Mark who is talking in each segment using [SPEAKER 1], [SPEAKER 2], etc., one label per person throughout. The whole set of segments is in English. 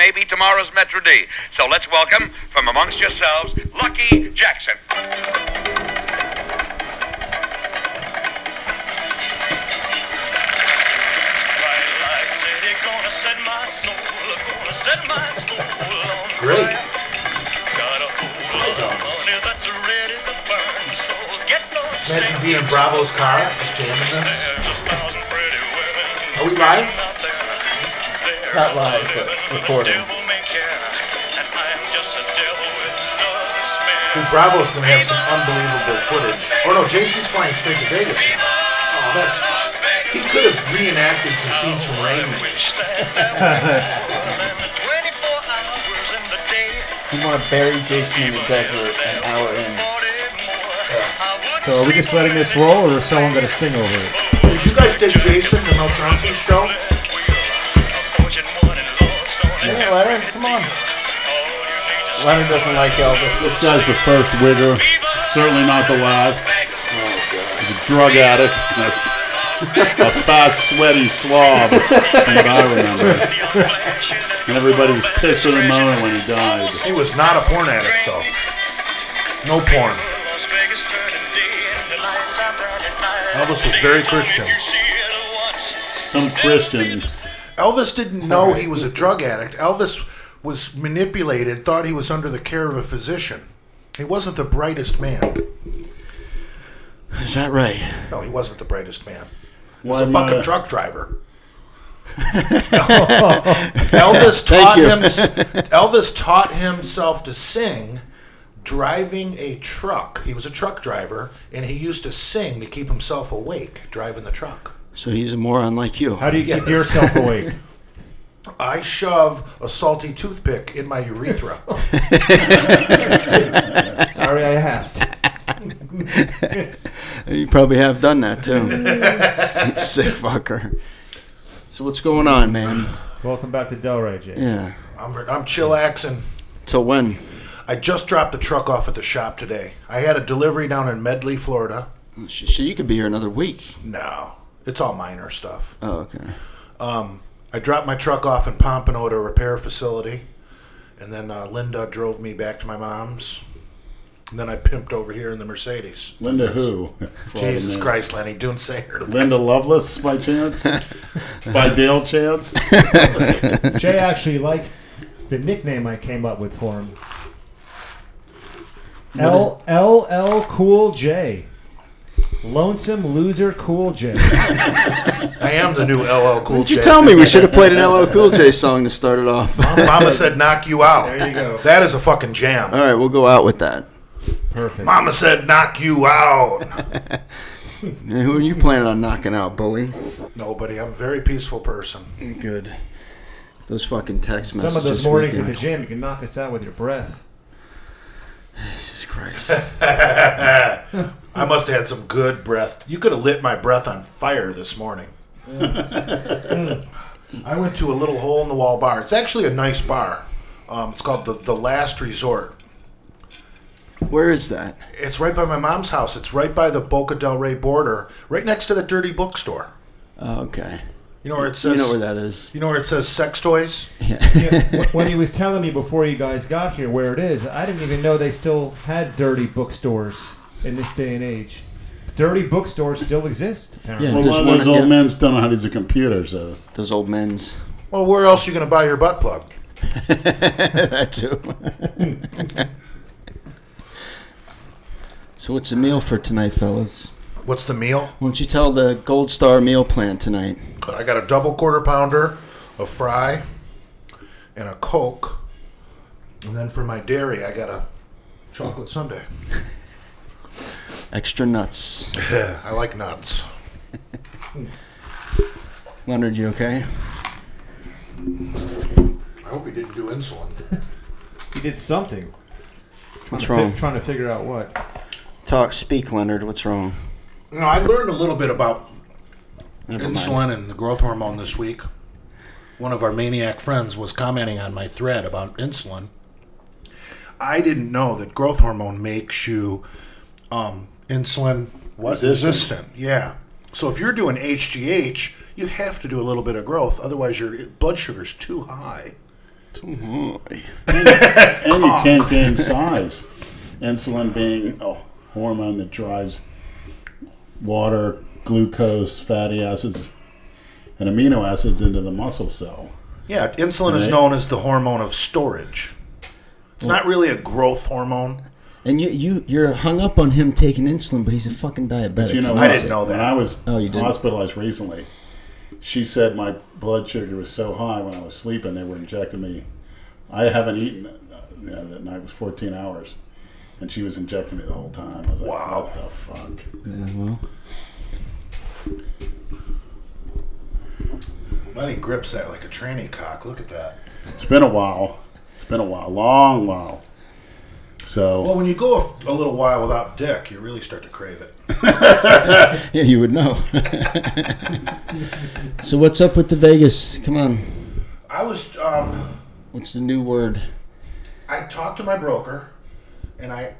[SPEAKER 1] may be tomorrow's Metro D. So let's welcome from amongst yourselves Lucky Jackson.
[SPEAKER 2] Great. Imagine being in Bravo's car, just jamming this. Are we live?
[SPEAKER 3] Not live, but recording.
[SPEAKER 2] Dude, Bravo's gonna have some unbelievable footage. Oh no, Jason's flying straight to Vegas. Oh, that's he could have reenacted some scenes from Rain Man.
[SPEAKER 3] You want to bury Jason in the desert an hour in.
[SPEAKER 4] So are we just letting this roll, or is someone going to sing over it?
[SPEAKER 2] Did you guys take Jason to Mel Johnson's show?
[SPEAKER 3] Yeah, Leonard, come on. Leonard doesn't like Elvis.
[SPEAKER 5] This guy's the first wigger, certainly not the last. He's a drug addict, a, a fat, sweaty slob, from what I remember. And everybody was pissing and moaning when he died.
[SPEAKER 2] He was not a porn addict though. No porn. Elvis was very Christian.
[SPEAKER 5] Some Christian.
[SPEAKER 2] Elvis didn't know he was a drug addict. Elvis was manipulated, thought he was under the care of a physician. He wasn't the brightest man.
[SPEAKER 3] Is that right?
[SPEAKER 2] No, he wasn't the brightest man.
[SPEAKER 5] Was
[SPEAKER 2] a
[SPEAKER 6] uh,
[SPEAKER 2] fucking truck driver. Elvis taught
[SPEAKER 3] you.
[SPEAKER 2] him. Elvis taught himself to sing, driving a truck. He was a truck driver, and he used to sing to keep himself awake driving the truck.
[SPEAKER 3] So he's a moron like you.
[SPEAKER 4] How do you keep
[SPEAKER 2] Yes.
[SPEAKER 4] yourself awake?
[SPEAKER 2] I shove a salty toothpick in my urethra.
[SPEAKER 4] Sorry, I asked.
[SPEAKER 3] You probably have done that too. Sick fucker. So what's going on, man?
[SPEAKER 4] Welcome back to Delray, Jay.
[SPEAKER 3] Yeah.
[SPEAKER 2] I'm, I'm chillaxing.
[SPEAKER 3] Till when?
[SPEAKER 2] I just dropped the truck off at the shop today. I had a delivery down in Medley, Florida.
[SPEAKER 3] So you could be here another week.
[SPEAKER 2] No, it's all minor stuff.
[SPEAKER 3] Oh, okay.
[SPEAKER 2] I dropped my truck off in Pompano at a repair facility, and then uh, Linda drove me back to my mom's. And then I pimped over here in the Mercedes.
[SPEAKER 5] Linda who?
[SPEAKER 2] Jesus Christ, Lenny, don't say her.
[SPEAKER 5] Linda Lovelace, by chance? by Dale chance?
[SPEAKER 4] Jay actually likes the nickname I came up with for him. L L L Cool J. Lonesome loser Cool J.
[SPEAKER 2] I am the new LL Cool
[SPEAKER 3] Did you
[SPEAKER 2] J.
[SPEAKER 3] tell me we should have played an LL Cool J song to start it off? All
[SPEAKER 2] Mama said, "Knock you out."
[SPEAKER 4] There you go.
[SPEAKER 2] That is a fucking jam.
[SPEAKER 3] right, we'll go out with that.
[SPEAKER 4] Perfect.
[SPEAKER 2] Mama said, "Knock you out."
[SPEAKER 3] And who are you planning on knocking out, bully?
[SPEAKER 2] Nobody. I'm a very peaceful person.
[SPEAKER 3] Good. Those fucking text messages.
[SPEAKER 4] Some of those mornings
[SPEAKER 3] make
[SPEAKER 4] at
[SPEAKER 3] me-
[SPEAKER 4] the gym, you can knock us out with your breath.
[SPEAKER 3] Jesus Christ.
[SPEAKER 2] I must have had some good breath. You could have lit my breath on fire this morning. I went to a little hole in the wall bar. It's actually a nice bar. Um, it's called the the Last Resort.
[SPEAKER 3] Where is that?
[SPEAKER 2] It's right by my mom's house. It's right by the Boca del Rey border, right next to the dirty bookstore.
[SPEAKER 3] Oh, okay.
[SPEAKER 2] You know where it says.
[SPEAKER 3] You know where that is.
[SPEAKER 2] you know where it says sex toys?
[SPEAKER 4] Yeah, wh- when he was telling me before you guys got here where it is, I didn't even know they still had dirty bookstores in this day and age. Dirty bookstores still exist. Apparently.
[SPEAKER 3] Yeah.
[SPEAKER 5] Well, a
[SPEAKER 3] Just
[SPEAKER 5] lot of
[SPEAKER 3] one
[SPEAKER 5] those old
[SPEAKER 3] again.
[SPEAKER 5] men's don't know how to use a computer, so.
[SPEAKER 3] Those old men's.
[SPEAKER 2] Well, where else you going to buy your butt plug?
[SPEAKER 3] that too. so what's the meal for tonight, fellas?
[SPEAKER 2] What's the meal?
[SPEAKER 3] Why don't you tell the Gold Star meal plan tonight?
[SPEAKER 2] I got a double quarter pounder, a fry, and a Coke. And then for my dairy, I got a chocolate sundae.
[SPEAKER 3] Extra nuts.
[SPEAKER 2] I like nuts.
[SPEAKER 3] Leonard, you okay?
[SPEAKER 2] I hope he didn't do insulin.
[SPEAKER 4] He did something.
[SPEAKER 3] What's
[SPEAKER 4] Trying to
[SPEAKER 3] wrong?
[SPEAKER 4] fi- trying to figure out what.
[SPEAKER 3] Talk, speak, Leonard. What's wrong?
[SPEAKER 2] You know, I learned a little bit about
[SPEAKER 3] Never mind.
[SPEAKER 2] insulin and the growth hormone this week. One of our maniac friends was commenting on my thread about insulin. I didn't know that growth hormone makes you um, insulin what?
[SPEAKER 5] Resistant.
[SPEAKER 2] resistant. Yeah. So if you're doing HGH, you have to do a little bit of growth, otherwise your blood sugar's too high.
[SPEAKER 6] and you can't gain size. Insulin being a hormone that drives water, glucose, fatty acids, and amino acids into the muscle cell.
[SPEAKER 2] Yeah, insulin is
[SPEAKER 6] Right.
[SPEAKER 2] known as the hormone of storage. It's not really a growth hormone.
[SPEAKER 7] And you, you, you're hung up on him taking insulin, but he's a fucking diabetic.
[SPEAKER 6] You know,
[SPEAKER 2] I
[SPEAKER 6] when
[SPEAKER 2] didn't know that.
[SPEAKER 6] When I was
[SPEAKER 7] Oh, you didn't?
[SPEAKER 6] hospitalized recently, she said my blood sugar was so high when I was sleeping, they were injecting me. I haven't eaten uh, you know, that night was 14 hours, and she was injecting me the whole time. I was like,
[SPEAKER 2] Wow.
[SPEAKER 6] what the fuck?
[SPEAKER 7] Yeah, well,
[SPEAKER 2] Lenny grips that like a tranny cock. Look at that.
[SPEAKER 6] It's been a while. It's been a while, long while. So
[SPEAKER 2] Well, when you go a, f- a little while without dick, you really start to crave it.
[SPEAKER 7] yeah, you would know. so what's up with the Vegas? Come on,
[SPEAKER 2] I was, um,
[SPEAKER 7] what's the new word?
[SPEAKER 2] I talked to my broker, and I,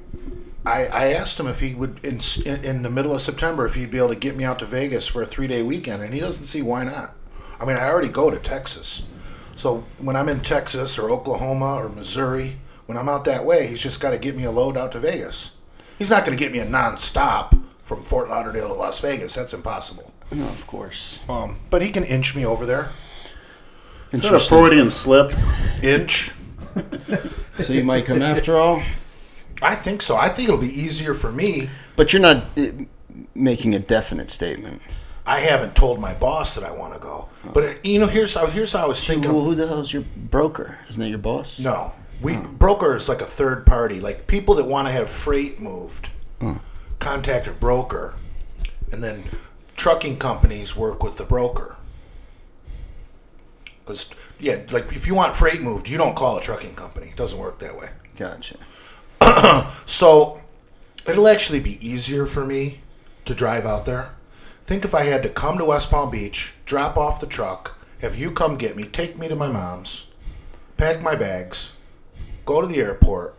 [SPEAKER 2] I, I asked him if he would in, s- in in the middle of September if he'd be able to get me out to Vegas for a three day weekend, and he doesn't see why not. I mean, I already go to Texas, so when I'm in Texas or Oklahoma or Missouri, when I'm out that way, he's just got to get me a load out to Vegas. He's not going to get me a nonstop from Fort Lauderdale to Las Vegas. That's impossible.
[SPEAKER 7] No, of course.
[SPEAKER 2] Um, but he can inch me over there.
[SPEAKER 6] is that a Freudian slip?
[SPEAKER 2] Inch.
[SPEAKER 7] So you might come after all,
[SPEAKER 2] I think so. I think it'll be easier for me.
[SPEAKER 7] but you're not uh, making a definite statement.
[SPEAKER 2] I haven't told my boss that I want to go. But uh, you know, here's how here's how I was thinking.
[SPEAKER 7] Who, who the hell's your broker? Isn't that your boss?
[SPEAKER 2] No, we broker is like a third party, like people that want to have freight moved. Contact a broker, and then trucking companies work with the broker. Because yeah, like if you want freight moved, you don't call a trucking company. It doesn't work that way.
[SPEAKER 7] Gotcha.
[SPEAKER 2] So it'll actually be easier for me to drive out there. Think if I had to come to West Palm Beach, drop off the truck, have you come get me, take me to my mom's, pack my bags, go to the airport,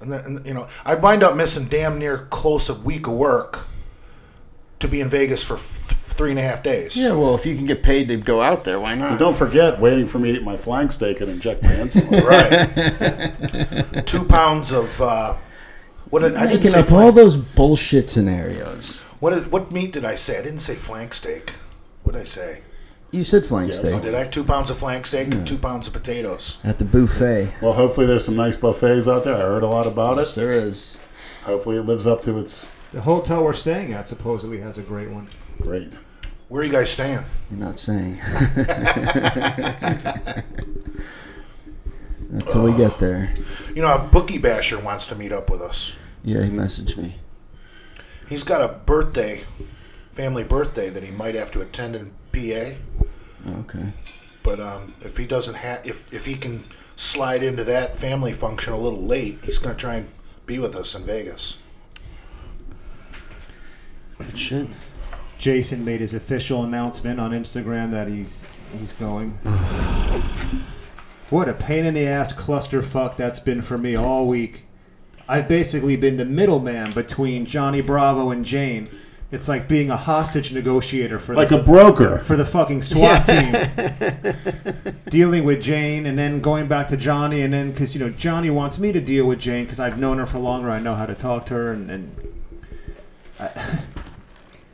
[SPEAKER 2] and then and, you know I wind up missing damn near close a week of work to be in Vegas for f- th- three and a half days.
[SPEAKER 7] Yeah, well, if you can get paid to go out there, why
[SPEAKER 6] And
[SPEAKER 7] not?
[SPEAKER 6] don't forget, waiting for me to eat my flank steak and inject my insulin.
[SPEAKER 2] Right. Two pounds of uh, what? Did, I didn't
[SPEAKER 7] Making
[SPEAKER 2] say
[SPEAKER 7] up all those bullshit scenarios.
[SPEAKER 2] What is, what meat did I say? I didn't say flank steak. What did I say?
[SPEAKER 7] You said flank
[SPEAKER 2] Oh,
[SPEAKER 7] steak
[SPEAKER 2] did I two pounds of flank steak and two pounds of potatoes?
[SPEAKER 7] at the buffet.
[SPEAKER 6] well, hopefully there's some nice buffets out there. I heard a lot about it.
[SPEAKER 7] There is.
[SPEAKER 6] Hopefully it lives up to its
[SPEAKER 4] The hotel we're staying at supposedly has a great one.
[SPEAKER 6] great.
[SPEAKER 2] Where are you guys staying?
[SPEAKER 7] We're not saying. Until we get there.
[SPEAKER 2] You know, a bookie basher wants to meet up with us.
[SPEAKER 7] Yeah, he messaged me.
[SPEAKER 2] He's got a birthday, family birthday that he might have to attend in PA.
[SPEAKER 7] Oh, Okay.
[SPEAKER 2] But um, if he doesn't have, if if he can slide into that family function a little late, he's going to try and be with us in Vegas.
[SPEAKER 7] Good shit.
[SPEAKER 4] Jason made his official announcement on Instagram that he's he's going. what a pain in the ass clusterfuck that's been for me all week. I've basically been the middleman between Johnny Bravo and Jane. It's like being a hostage negotiator for
[SPEAKER 6] Like
[SPEAKER 4] the,
[SPEAKER 6] a broker.
[SPEAKER 4] for the fucking SWAT team. Dealing with Jane and then going back to Johnny and then because you know Johnny wants me to deal with Jane because I've known her for longer. I know how to talk to her and, and I,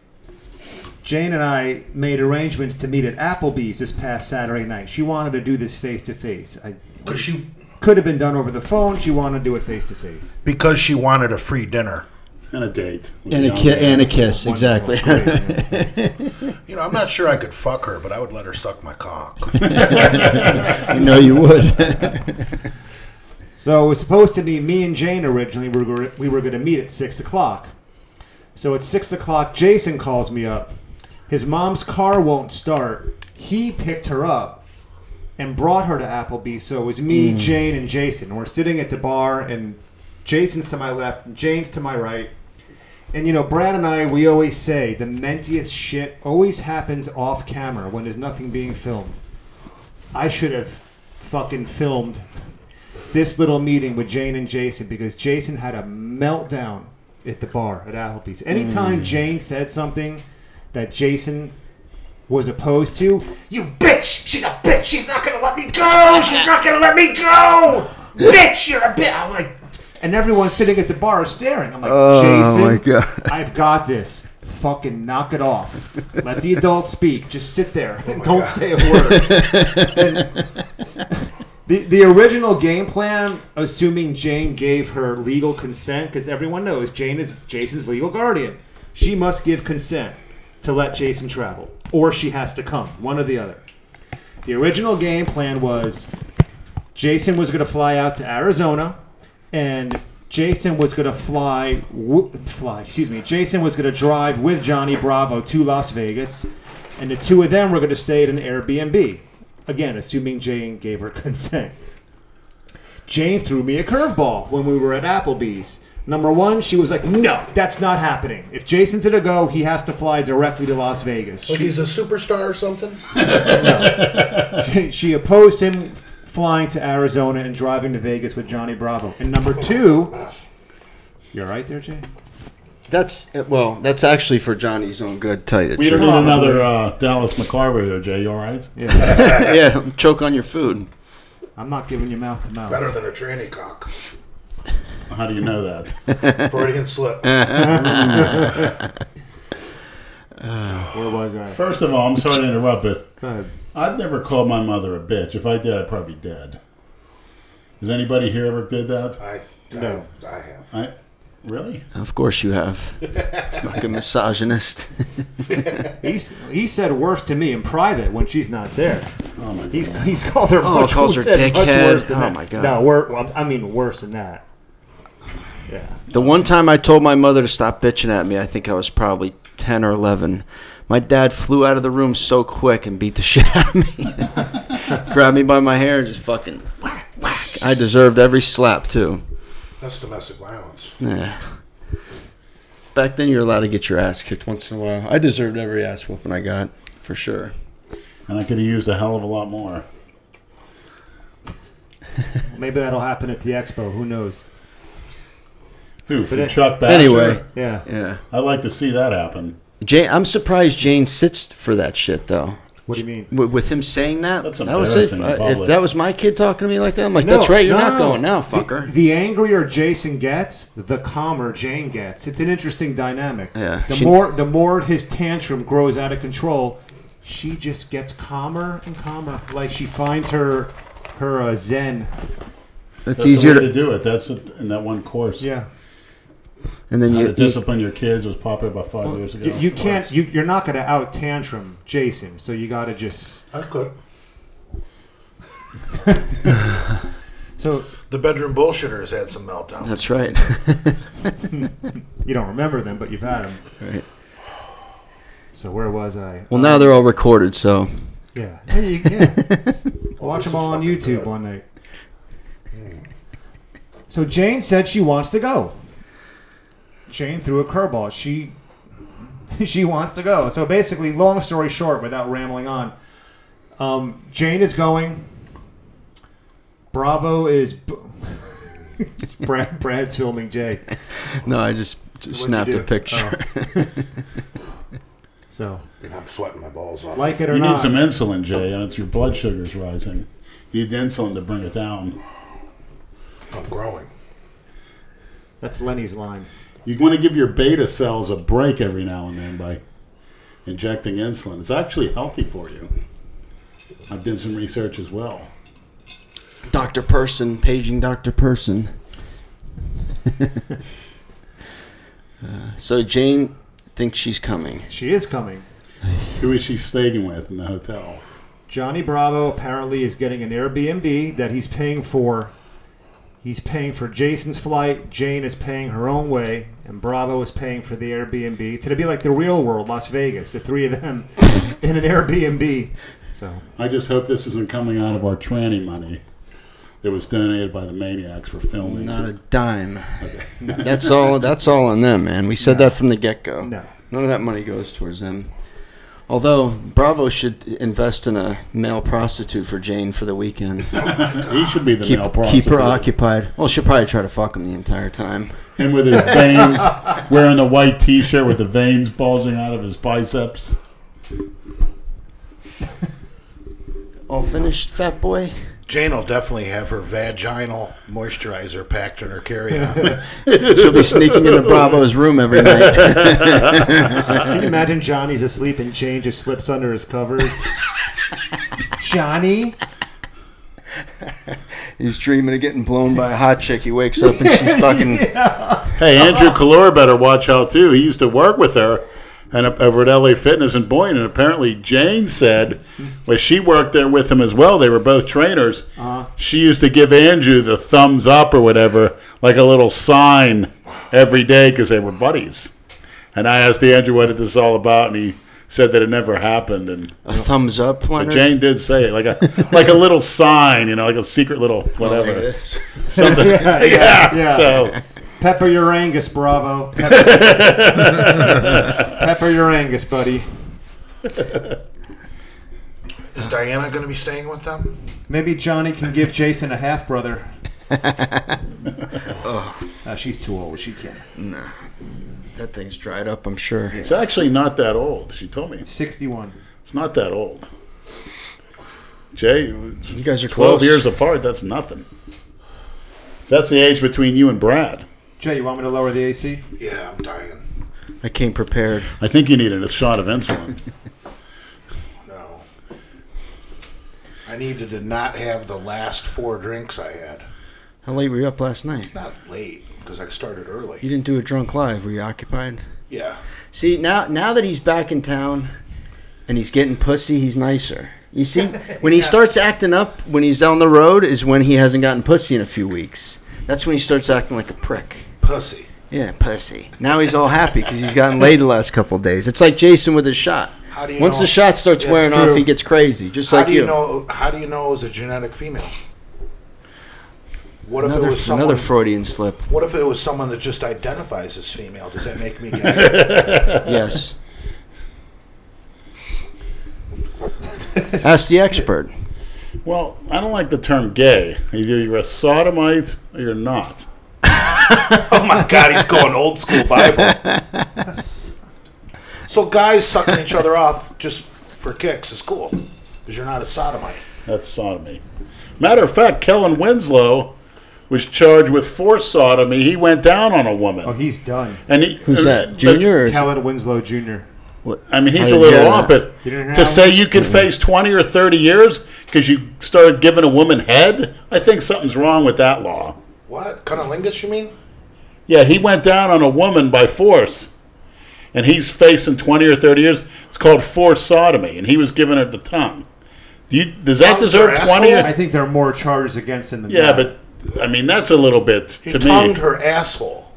[SPEAKER 4] Jane and I made arrangements to meet at Applebee's this past Saturday night. She wanted to do this face to face. I
[SPEAKER 2] Because she
[SPEAKER 4] could have been done over the phone. She wanted to do it face to face.
[SPEAKER 2] because she wanted a free dinner.
[SPEAKER 6] And a date.
[SPEAKER 7] And a, ki- and a kiss, exactly.
[SPEAKER 2] You know, I'm not sure I could fuck her, but I would let her suck my cock.
[SPEAKER 7] I know you would.
[SPEAKER 4] So it was supposed to be me and Jane originally. We were, we were going to meet at 6 o'clock. So at 6 o'clock, Jason calls me up. His mom's car won't start. He picked her up and brought her to Applebee's. So it was me, Jane, and Jason. We're sitting at the bar, and Jason's to my left, and Jane's to my right. And you know, Brad and I, we always say the mentiest shit always happens off camera when there's nothing being filmed. I should have fucking filmed this little meeting with Jane and Jason because Jason had a meltdown
[SPEAKER 7] Mm.
[SPEAKER 4] at the bar at Applebee's. Anytime Jane said something that Jason was opposed to, you bitch, she's a bitch, she's not gonna let me go, she's not gonna let me go, bitch, you're a bitch. I'm like, and everyone sitting at the bar is staring. I'm like, Jason,
[SPEAKER 7] Oh my God.
[SPEAKER 4] I've got this. Fucking knock it off. Let the adults speak. Just sit there
[SPEAKER 7] Oh
[SPEAKER 4] and don't say a word. And the, the original game plan, assuming Jane gave her legal consent, because everyone knows Jane is Jason's legal guardian. She must give consent to let Jason travel, or she has to come, one or the other. The original game plan was Jason was going to fly out to Arizona, and Jason was going to fly, w- fly. Excuse me. Jason was going to drive with Johnny Bravo to Las Vegas, and the two of them were going to stay at an Airbnb. Again, assuming Jane gave her consent. Jane threw me a curveball when we were at Applebee's. Number one, she was like, "No, that's not happening. If Jason's gonna go, he has to fly directly to Las Vegas."
[SPEAKER 2] Like he's a superstar or something?
[SPEAKER 4] she opposed him flying to Arizona and driving to Vegas with Johnny Bravo. And
[SPEAKER 2] Oh
[SPEAKER 4] number two, you're right there, Jay.
[SPEAKER 7] That's uh, well. That's actually for Johnny's own good. Tell you the
[SPEAKER 6] We don't
[SPEAKER 7] truth.
[SPEAKER 6] need another uh, Dallas McCarver here, Jay. You all right?
[SPEAKER 7] yeah, choke on your food.
[SPEAKER 4] I'm not giving you mouth to mouth.
[SPEAKER 2] Better than a tranny cock.
[SPEAKER 6] How do you know that?
[SPEAKER 2] Freudian slip.
[SPEAKER 4] Where was I?
[SPEAKER 6] First of all, I'm sorry to interrupt, but
[SPEAKER 4] Go ahead.
[SPEAKER 6] I've never called my mother a bitch. If I did, I'd probably be dead. Has anybody here ever did that?
[SPEAKER 2] I,
[SPEAKER 4] No.
[SPEAKER 2] I, I have.
[SPEAKER 6] I really?
[SPEAKER 7] Of course you have. Fucking misogynist.
[SPEAKER 4] He's, he said worse to me in private when she's not there.
[SPEAKER 6] Oh my
[SPEAKER 4] He's,
[SPEAKER 6] god!
[SPEAKER 4] he's called her
[SPEAKER 7] Oh,
[SPEAKER 4] much,
[SPEAKER 7] calls her
[SPEAKER 4] said much
[SPEAKER 7] dickhead.
[SPEAKER 4] worse than
[SPEAKER 7] Oh
[SPEAKER 4] that.
[SPEAKER 7] my God.
[SPEAKER 4] No, wor- well, I mean worse than that. Yeah.
[SPEAKER 7] The one time I told my mother to stop bitching at me, I think I was probably ten or eleven. My dad flew out of the room so quick and beat the shit out of me. Grabbed me by my hair and just fucking whack, whack. I deserved every slap too.
[SPEAKER 2] That's domestic violence.
[SPEAKER 7] Yeah. Back then, you're allowed to get your ass kicked once in a while. I deserved every ass whooping I got, for sure.
[SPEAKER 6] And I could have used a hell of a lot more.
[SPEAKER 4] Maybe that'll happen at the expo. Who knows?
[SPEAKER 6] Who from
[SPEAKER 4] it-
[SPEAKER 6] Chuck Bass?
[SPEAKER 7] Anyway,
[SPEAKER 4] Yeah.
[SPEAKER 7] yeah.
[SPEAKER 6] I'd like to see that happen.
[SPEAKER 7] Jane, I'm surprised Jane sits for that shit though.
[SPEAKER 4] What do you mean?
[SPEAKER 7] With, with him saying that,
[SPEAKER 6] That's
[SPEAKER 7] that was it.
[SPEAKER 6] embarrassing in
[SPEAKER 7] Uh, If
[SPEAKER 6] public.
[SPEAKER 7] that was my kid talking to me like that, I'm like,
[SPEAKER 4] No,
[SPEAKER 7] that's right. You're
[SPEAKER 4] no,
[SPEAKER 7] not
[SPEAKER 4] no.
[SPEAKER 7] going now, fucker.
[SPEAKER 4] The angrier Jason gets, the calmer Jane gets. It's an interesting dynamic.
[SPEAKER 7] Yeah,
[SPEAKER 4] The
[SPEAKER 7] she-
[SPEAKER 4] more the more his tantrum grows out of control, she just gets calmer and calmer. Like she finds her her uh, zen.
[SPEAKER 7] It's
[SPEAKER 6] That's
[SPEAKER 7] easier
[SPEAKER 6] the way to
[SPEAKER 7] to.
[SPEAKER 6] do it. That's it in that one course.
[SPEAKER 4] Yeah.
[SPEAKER 7] And then
[SPEAKER 6] How
[SPEAKER 7] you,
[SPEAKER 6] to discipline your kids was popular about five years ago.
[SPEAKER 4] You, you can't. You, you're not going to out tantrum Jason. So you got to just.
[SPEAKER 2] I could.
[SPEAKER 4] So
[SPEAKER 2] The bedroom bullshitter has had some meltdowns.
[SPEAKER 7] That's right.
[SPEAKER 4] you don't remember them, but you've had them.
[SPEAKER 7] right.
[SPEAKER 4] So where was I?
[SPEAKER 7] Well, now they're all recorded, so
[SPEAKER 4] Yeah. Hey, you- yeah. Watch
[SPEAKER 2] this is
[SPEAKER 4] them all on
[SPEAKER 2] fucking
[SPEAKER 4] YouTube
[SPEAKER 2] good.
[SPEAKER 4] one night. So Jane said she wants to go. Jane threw a curveball. She she wants to go. So basically, long story short, without rambling on, um, Jane is going. Bravo is. b- Brad, Brad's filming Jay.
[SPEAKER 7] no, I just, just
[SPEAKER 4] What'd you
[SPEAKER 7] snapped
[SPEAKER 4] do?
[SPEAKER 7] a picture.
[SPEAKER 4] So
[SPEAKER 2] And I'm sweating my balls off.
[SPEAKER 4] like it or
[SPEAKER 6] You
[SPEAKER 4] not,
[SPEAKER 6] need some insulin, Jay, and it's your blood sugar's rising. You need the insulin to bring it down.
[SPEAKER 2] I'm growing.
[SPEAKER 4] that's Lenny's line.
[SPEAKER 6] You want to give your beta cells a break every now and then by injecting insulin. It's actually healthy for you. I've done some research as well.
[SPEAKER 7] Doctor Person, paging Doctor Person. Uh, so Jane thinks she's coming.
[SPEAKER 4] She is coming.
[SPEAKER 6] Who is she staying with in the hotel?
[SPEAKER 4] Johnny Bravo apparently is getting an Airbnb that he's paying for. He's paying for Jason's flight. Jane is paying her own way, and Bravo is paying for the Airbnb. It's gonna be like the real world, Las Vegas. The three of them in an Airbnb. So
[SPEAKER 6] I just hope this isn't coming out of our tranny money that was donated by the maniacs for filming.
[SPEAKER 7] Not a dime. that's all. That's all on them, man. We said that from the get go.
[SPEAKER 4] No.
[SPEAKER 7] None of that money goes towards them. Although Bravo should invest in a male prostitute for Jane for the weekend.
[SPEAKER 6] he should be the
[SPEAKER 7] keep,
[SPEAKER 6] male
[SPEAKER 7] keep
[SPEAKER 6] prostitute.
[SPEAKER 7] her occupied. Well, she'll probably try to fuck him the entire time.
[SPEAKER 6] Him with his veins, wearing a white t-shirt with the veins bulging out of his biceps.
[SPEAKER 7] all finished, fat boy?
[SPEAKER 2] Jane will definitely have her vaginal moisturizer packed in her carry-on.
[SPEAKER 7] She'll be sneaking into Bravo's room every night.
[SPEAKER 4] Can you imagine Johnny's asleep and Jane just slips under his covers? Johnny?
[SPEAKER 7] He's dreaming of getting blown by a hot chick. He wakes up and she's fucking.
[SPEAKER 6] Hey, Andrew Kalora better watch out too. He used to work with her and up over at LA Fitness in Boyne, and apparently Jane said, well, she worked there with him as well. They were both trainers. She used to give Andrew the thumbs up or whatever, like a little sign every day because they were buddies. And I asked Andrew what this is all about, and he said that it never happened. And
[SPEAKER 7] A thumbs up,
[SPEAKER 6] but
[SPEAKER 7] Leonard.
[SPEAKER 6] Jane did say it, like a like a little sign, you know, like a secret little whatever. Something.
[SPEAKER 4] Yeah, yeah,
[SPEAKER 6] yeah,
[SPEAKER 4] yeah.
[SPEAKER 6] So
[SPEAKER 4] Pepper your Angus, Bravo. Pepper, Pepper your Angus, buddy.
[SPEAKER 2] Is Diana going to be staying with them?
[SPEAKER 4] Maybe Johnny can give Jason a half brother. Ah, she's too old. She can't.
[SPEAKER 7] That thing's dried up, I'm sure.
[SPEAKER 6] It's actually not that old. She told me
[SPEAKER 4] 61.
[SPEAKER 6] it's not that old. Jay,
[SPEAKER 7] You guys are
[SPEAKER 6] twelve
[SPEAKER 7] close.
[SPEAKER 6] years apart. That's nothing. That's the age between you and Brad.
[SPEAKER 4] Jay, you want me to lower the AC?
[SPEAKER 2] Yeah, I'm dying.
[SPEAKER 7] I came prepared.
[SPEAKER 6] I think you needed a shot of insulin.
[SPEAKER 2] No. I needed to not have the last four drinks I had.
[SPEAKER 7] How late were you up last night?
[SPEAKER 2] Not late, because I started
[SPEAKER 7] You
[SPEAKER 2] early.
[SPEAKER 7] didn't do a drunk live. Were you occupied?
[SPEAKER 2] Yeah.
[SPEAKER 7] See now, now that he's back in town, and he's getting pussy, he's nicer. You see, when he starts acting up when he's on the road is when he hasn't gotten pussy in a few weeks. That's when he starts acting like a prick.
[SPEAKER 2] Pussy.
[SPEAKER 7] Yeah, pussy. Now he's all happy because he's gotten laid the last couple of days. It's like Jason with his shot.
[SPEAKER 2] How do you
[SPEAKER 7] Once
[SPEAKER 2] know-
[SPEAKER 7] the shot starts
[SPEAKER 4] That's
[SPEAKER 7] wearing
[SPEAKER 4] true.
[SPEAKER 7] off, he gets crazy, just
[SPEAKER 2] How
[SPEAKER 7] like
[SPEAKER 2] do you
[SPEAKER 7] you.
[SPEAKER 2] know? How do you know it was a genetic female? What if
[SPEAKER 7] Another,
[SPEAKER 2] it was someone?
[SPEAKER 7] another Freudian slip.
[SPEAKER 2] what if it was someone that just identifies as female? Does that make me gay?
[SPEAKER 7] Yes. Ask the expert.
[SPEAKER 6] well, I don't like the term gay. Either you're a sodomite or you're not.
[SPEAKER 2] oh my God, he's going old school Bible. so guys sucking each other off just for kicks is cool because you're not a sodomite.
[SPEAKER 6] That's sodomy. Matter of fact, Kellen Winslow was charged with forced sodomy. He went down on a woman.
[SPEAKER 4] Oh, he's done.
[SPEAKER 6] And he, uh,
[SPEAKER 7] Who's that? Junior? Or
[SPEAKER 4] Kellen Winslow Jr.
[SPEAKER 6] I mean, he's
[SPEAKER 7] I
[SPEAKER 6] a
[SPEAKER 7] didn't
[SPEAKER 6] little
[SPEAKER 7] hear
[SPEAKER 6] off,
[SPEAKER 7] that.
[SPEAKER 6] but
[SPEAKER 4] You didn't hear
[SPEAKER 6] to
[SPEAKER 4] that
[SPEAKER 6] say
[SPEAKER 4] one?
[SPEAKER 6] you could face 20 or 30 years because you started giving a woman head, I think something's wrong with that law.
[SPEAKER 2] What cunnilingus? You mean?
[SPEAKER 6] Yeah, he went down on a woman by force, and he's facing 20 or 30 years. It's called forced sodomy, and he was giving her the tongue. Do you, does that
[SPEAKER 2] Tongue
[SPEAKER 6] deserve
[SPEAKER 2] for
[SPEAKER 6] 20?
[SPEAKER 2] asshole?
[SPEAKER 4] I think there are more charges against him than
[SPEAKER 6] Yeah,
[SPEAKER 4] that.
[SPEAKER 6] but I mean, that's a little bit,
[SPEAKER 2] He
[SPEAKER 6] to me,
[SPEAKER 2] tongued her asshole.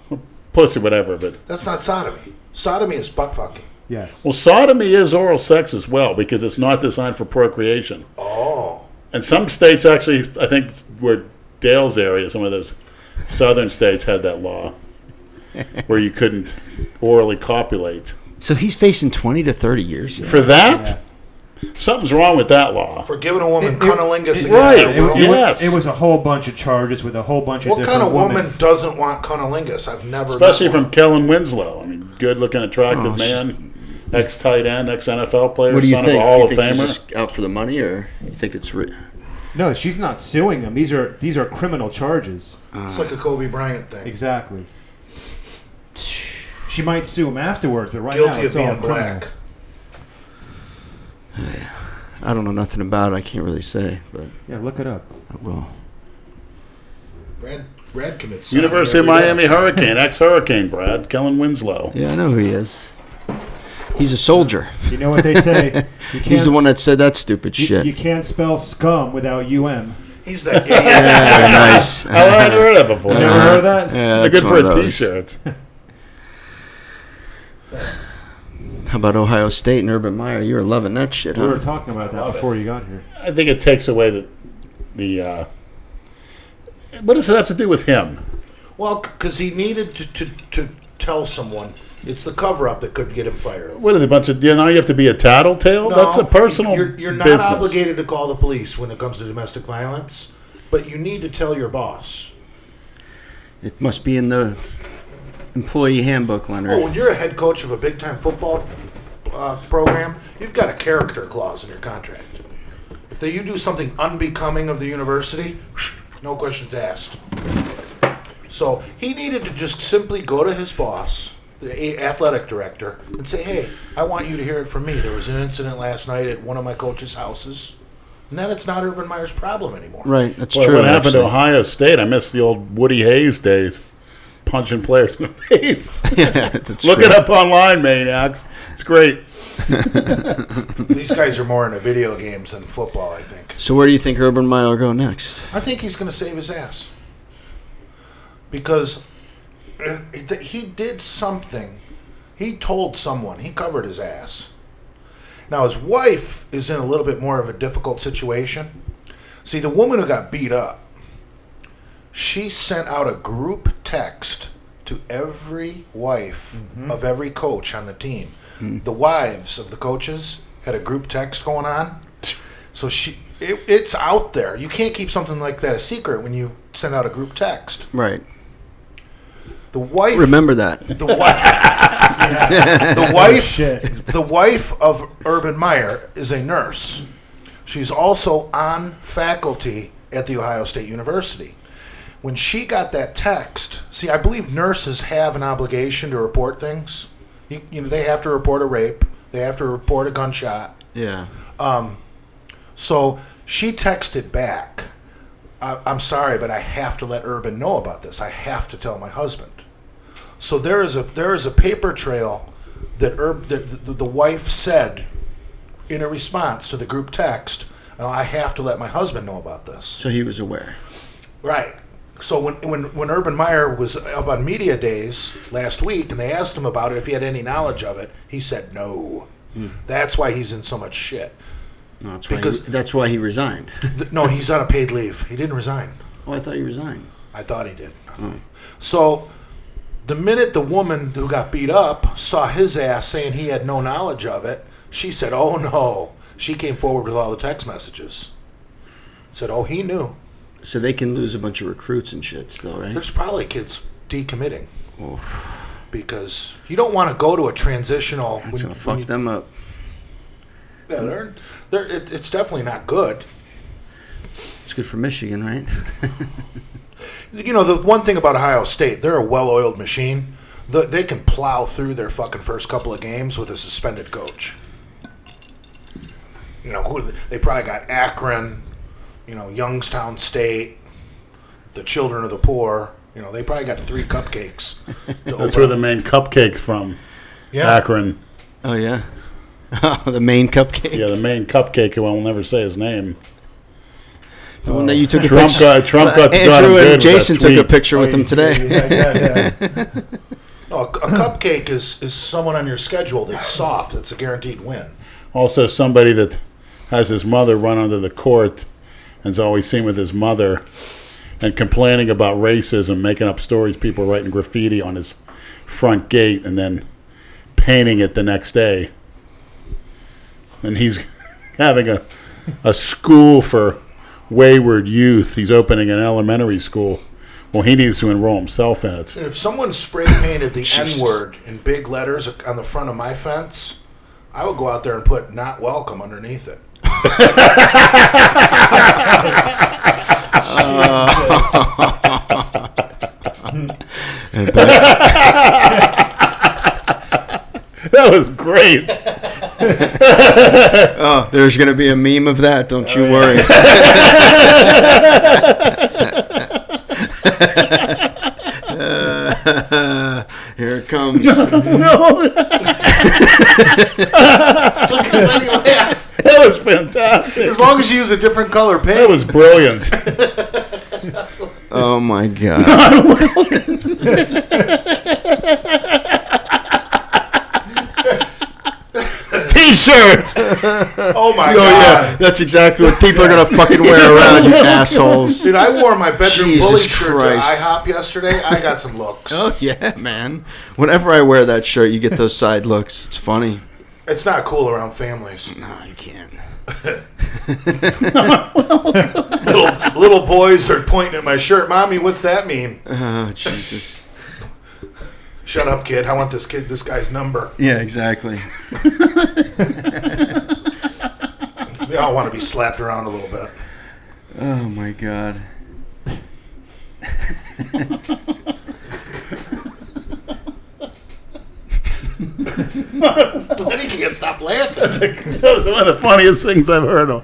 [SPEAKER 6] pussy, whatever, but.
[SPEAKER 2] That's not sodomy. Sodomy is butt fucking.
[SPEAKER 4] Yes.
[SPEAKER 6] Well, sodomy is oral sex as well because it's not designed for procreation. Oh. And some states actually, I think, where Dale's area, some of those southern states had that law where you couldn't orally copulate.
[SPEAKER 7] So he's facing 20 to 30 years.
[SPEAKER 6] For that, something's wrong with that law.
[SPEAKER 2] For giving a woman
[SPEAKER 4] It- it-
[SPEAKER 2] cunnilingus against
[SPEAKER 6] right,
[SPEAKER 2] her
[SPEAKER 4] it,
[SPEAKER 2] will.
[SPEAKER 4] it
[SPEAKER 6] Yeah.
[SPEAKER 4] was,
[SPEAKER 6] Yes.
[SPEAKER 4] it was a whole bunch of charges with a whole bunch of
[SPEAKER 2] What
[SPEAKER 4] different
[SPEAKER 2] kind of woman
[SPEAKER 4] women.
[SPEAKER 2] doesn't want cunnilingus? I've never. met
[SPEAKER 6] Especially
[SPEAKER 2] one.
[SPEAKER 6] from Kellen Winslow. I mean, good looking, attractive
[SPEAKER 7] Oh,
[SPEAKER 6] man, ex tight end, ex NFL player,
[SPEAKER 7] What do you
[SPEAKER 6] son
[SPEAKER 7] think?
[SPEAKER 6] of a Hall
[SPEAKER 7] you
[SPEAKER 6] of
[SPEAKER 7] think
[SPEAKER 6] Famer.
[SPEAKER 7] she's just out for the money, or you think it's? Re-
[SPEAKER 4] No, she's not suing him. These are these are criminal charges.
[SPEAKER 2] It's like a Kobe Bryant thing.
[SPEAKER 4] Exactly. She might sue him afterwards, but right now
[SPEAKER 2] Guilty of
[SPEAKER 4] it's all
[SPEAKER 2] being
[SPEAKER 4] criminal.
[SPEAKER 2] black.
[SPEAKER 7] I don't know nothing about it. I can't really say, but
[SPEAKER 4] Yeah, look it up.
[SPEAKER 7] I will.
[SPEAKER 2] Brad, Brad commits. sodomy
[SPEAKER 6] University of
[SPEAKER 2] every day.
[SPEAKER 6] Miami Hurricane, ex Hurricane, Brad, Kellen Winslow.
[SPEAKER 7] Yeah, I know who he is. He's a soldier.
[SPEAKER 4] You know what they say? You can't,
[SPEAKER 7] He's the one that said that stupid
[SPEAKER 4] You,
[SPEAKER 7] shit.
[SPEAKER 4] you can't spell scum without um.
[SPEAKER 2] He's that idiot.
[SPEAKER 7] yeah, nice.
[SPEAKER 6] How have I Oh, never heard of that before?
[SPEAKER 4] Never heard of that?
[SPEAKER 7] Yeah,
[SPEAKER 6] They're
[SPEAKER 7] that's
[SPEAKER 6] good
[SPEAKER 7] one
[SPEAKER 6] for
[SPEAKER 7] of
[SPEAKER 6] a
[SPEAKER 7] those.
[SPEAKER 6] t-shirt.
[SPEAKER 7] How about Ohio State and Urban Meyer? You were loving that shit,
[SPEAKER 4] We were
[SPEAKER 7] huh?
[SPEAKER 4] talking about that before you got here.
[SPEAKER 6] I think it takes away the the. Uh, what does it have to do with him?
[SPEAKER 2] Well, because he needed to, to, to tell someone it's the cover up that could get him fired.
[SPEAKER 6] What are they a bunch of? You know, you have to be a tattletale.
[SPEAKER 2] No,
[SPEAKER 6] That's a personal.
[SPEAKER 2] You're, you're not
[SPEAKER 6] business.
[SPEAKER 2] obligated to call the police when it comes to domestic violence, but you need to tell your boss.
[SPEAKER 7] It must be in the employee handbook, Leonard.
[SPEAKER 6] Oh,
[SPEAKER 2] Well, when you're a head coach of a big time football uh, program, you've got a character clause in your contract. If that you do something unbecoming of the university, no questions asked. So he needed to just simply go to his boss, the a- athletic director, and say, "Hey, I want you to hear it from me. There was an incident last night at one of my coaches' houses." And then it's not Urban Meyer's problem anymore.
[SPEAKER 7] Right, that's
[SPEAKER 6] Well,
[SPEAKER 7] true.
[SPEAKER 6] what happened to
[SPEAKER 7] actually.
[SPEAKER 6] Ohio State? I miss the old Woody Hayes days, punching players in the face.
[SPEAKER 7] That's
[SPEAKER 6] Look
[SPEAKER 7] true.
[SPEAKER 6] it up online, maniacs. It's great.
[SPEAKER 2] These guys are more into video games than football, I think.
[SPEAKER 7] So where do you think Urban Meyer will go next?
[SPEAKER 2] I think he's going to save his ass because uh, th- he did something. He told someone he covered his ass. Now his wife is in a little bit more of a difficult situation. See, the woman who got beat up, she sent out a group text to every wife of every coach on the team. The wives of the coaches had a group text going on. So she, it, it's out there. You can't keep something like that a secret when you send out a group text.
[SPEAKER 7] Right.
[SPEAKER 2] The wife,
[SPEAKER 7] Remember that.
[SPEAKER 2] the wife, the wife,
[SPEAKER 8] Shit.
[SPEAKER 2] the wife of Urban Meyer is a nurse. She's also on faculty at the Ohio State University. When she got that text, see, I believe nurses have an obligation to report things. You, you know, they have to report a rape. They have to report a gunshot.
[SPEAKER 7] Yeah.
[SPEAKER 2] So she texted back, I- I'm sorry, but I have to let Urban know about this. I have to tell my husband. So there is a there is a paper trail that Urb, that the, the wife said in a response to the group text. "Oh, I have to let my husband know about this.
[SPEAKER 7] So he was aware.
[SPEAKER 2] Right. So when, when when Urban Meyer was up on media days last week, and they asked him about it if he had any knowledge of it, he said no. That's why he's in so much shit.
[SPEAKER 7] No, that's why.
[SPEAKER 2] Because-
[SPEAKER 7] he, that's why he resigned.
[SPEAKER 2] Th- No, he's on a paid leave. He didn't resign.
[SPEAKER 7] oh, I thought he resigned.
[SPEAKER 2] I thought he did. So the minute the woman who got beat up saw his ass saying he had no knowledge of it, she said, "Oh no." She came forward with all the text messages. Said, "Oh, he knew."
[SPEAKER 7] So they can lose a bunch of recruits and shit still, right?
[SPEAKER 2] There's probably kids decommitting. Because you don't want to go to a transitional.
[SPEAKER 7] it's gonna fuck
[SPEAKER 2] you,
[SPEAKER 7] them up.
[SPEAKER 2] Yeah, they're, they're, it, it's definitely not good.
[SPEAKER 7] It's good for Michigan, right?
[SPEAKER 2] you know the one thing about Ohio State, they're a well-oiled machine. The, they can plow through their fucking first couple of games with a suspended coach. You know, who, they probably got Akron, you know, Youngstown State, the Children of the Poor. You know, they probably got three cupcakes. to
[SPEAKER 6] That's
[SPEAKER 2] open
[SPEAKER 6] where
[SPEAKER 2] up.
[SPEAKER 6] the main cupcakes from.
[SPEAKER 2] yeah.
[SPEAKER 6] Akron.
[SPEAKER 7] oh yeah. the main cupcake.
[SPEAKER 6] Yeah, the main cupcake who I will never say his name.
[SPEAKER 7] The one that you took a
[SPEAKER 6] Trump
[SPEAKER 7] picture.
[SPEAKER 6] got Trump got got him
[SPEAKER 7] Andrew
[SPEAKER 6] good with that
[SPEAKER 7] and Jason took a
[SPEAKER 6] tweet.
[SPEAKER 7] picture with him today.
[SPEAKER 8] Yeah, yeah, yeah.
[SPEAKER 2] No, a, a cupcake is is someone on your schedule that's soft. That's a guaranteed win.
[SPEAKER 6] Also, somebody that has his mother run under the court and's always seen with his mother and complaining about racism, making up stories, people writing graffiti on his front gate and then painting it the next day. And he's having a, a school for wayward youth. He's opening an elementary school. Well, he needs to enroll himself in it.
[SPEAKER 2] If someone spray painted the N word in big letters on the front of my fence, I would go out there and put "not welcome" underneath it.
[SPEAKER 6] That was great.
[SPEAKER 7] There's gonna be a meme of that. Don't you worry. Uh, here it comes.
[SPEAKER 6] That was fantastic.
[SPEAKER 2] As long as you use a different color
[SPEAKER 6] That
[SPEAKER 2] paint.
[SPEAKER 6] was brilliant.
[SPEAKER 7] Oh my god.
[SPEAKER 6] T-shirts.
[SPEAKER 2] oh my god!
[SPEAKER 7] Oh yeah, that's exactly what people are gonna fucking wear around you assholes.
[SPEAKER 2] Dude, I wore my bedroom
[SPEAKER 7] Jesus
[SPEAKER 2] bully shirt
[SPEAKER 7] Christ.
[SPEAKER 2] to IHOP yesterday. I got some looks.
[SPEAKER 7] Oh yeah, man. Whenever I wear that shirt, you get those side looks. It's funny.
[SPEAKER 2] It's not cool around families.
[SPEAKER 7] No, I can't.
[SPEAKER 2] Little, little boys are pointing at my shirt. Mommy, what's that mean?
[SPEAKER 7] Oh Jesus.
[SPEAKER 2] Shut up, kid. I want this kid, this guy's number.
[SPEAKER 7] Yeah, exactly.
[SPEAKER 2] They all want to be slapped around a little bit.
[SPEAKER 3] Oh my god.
[SPEAKER 2] Then he can't stop laughing.
[SPEAKER 6] that was one of the funniest things I've heard of.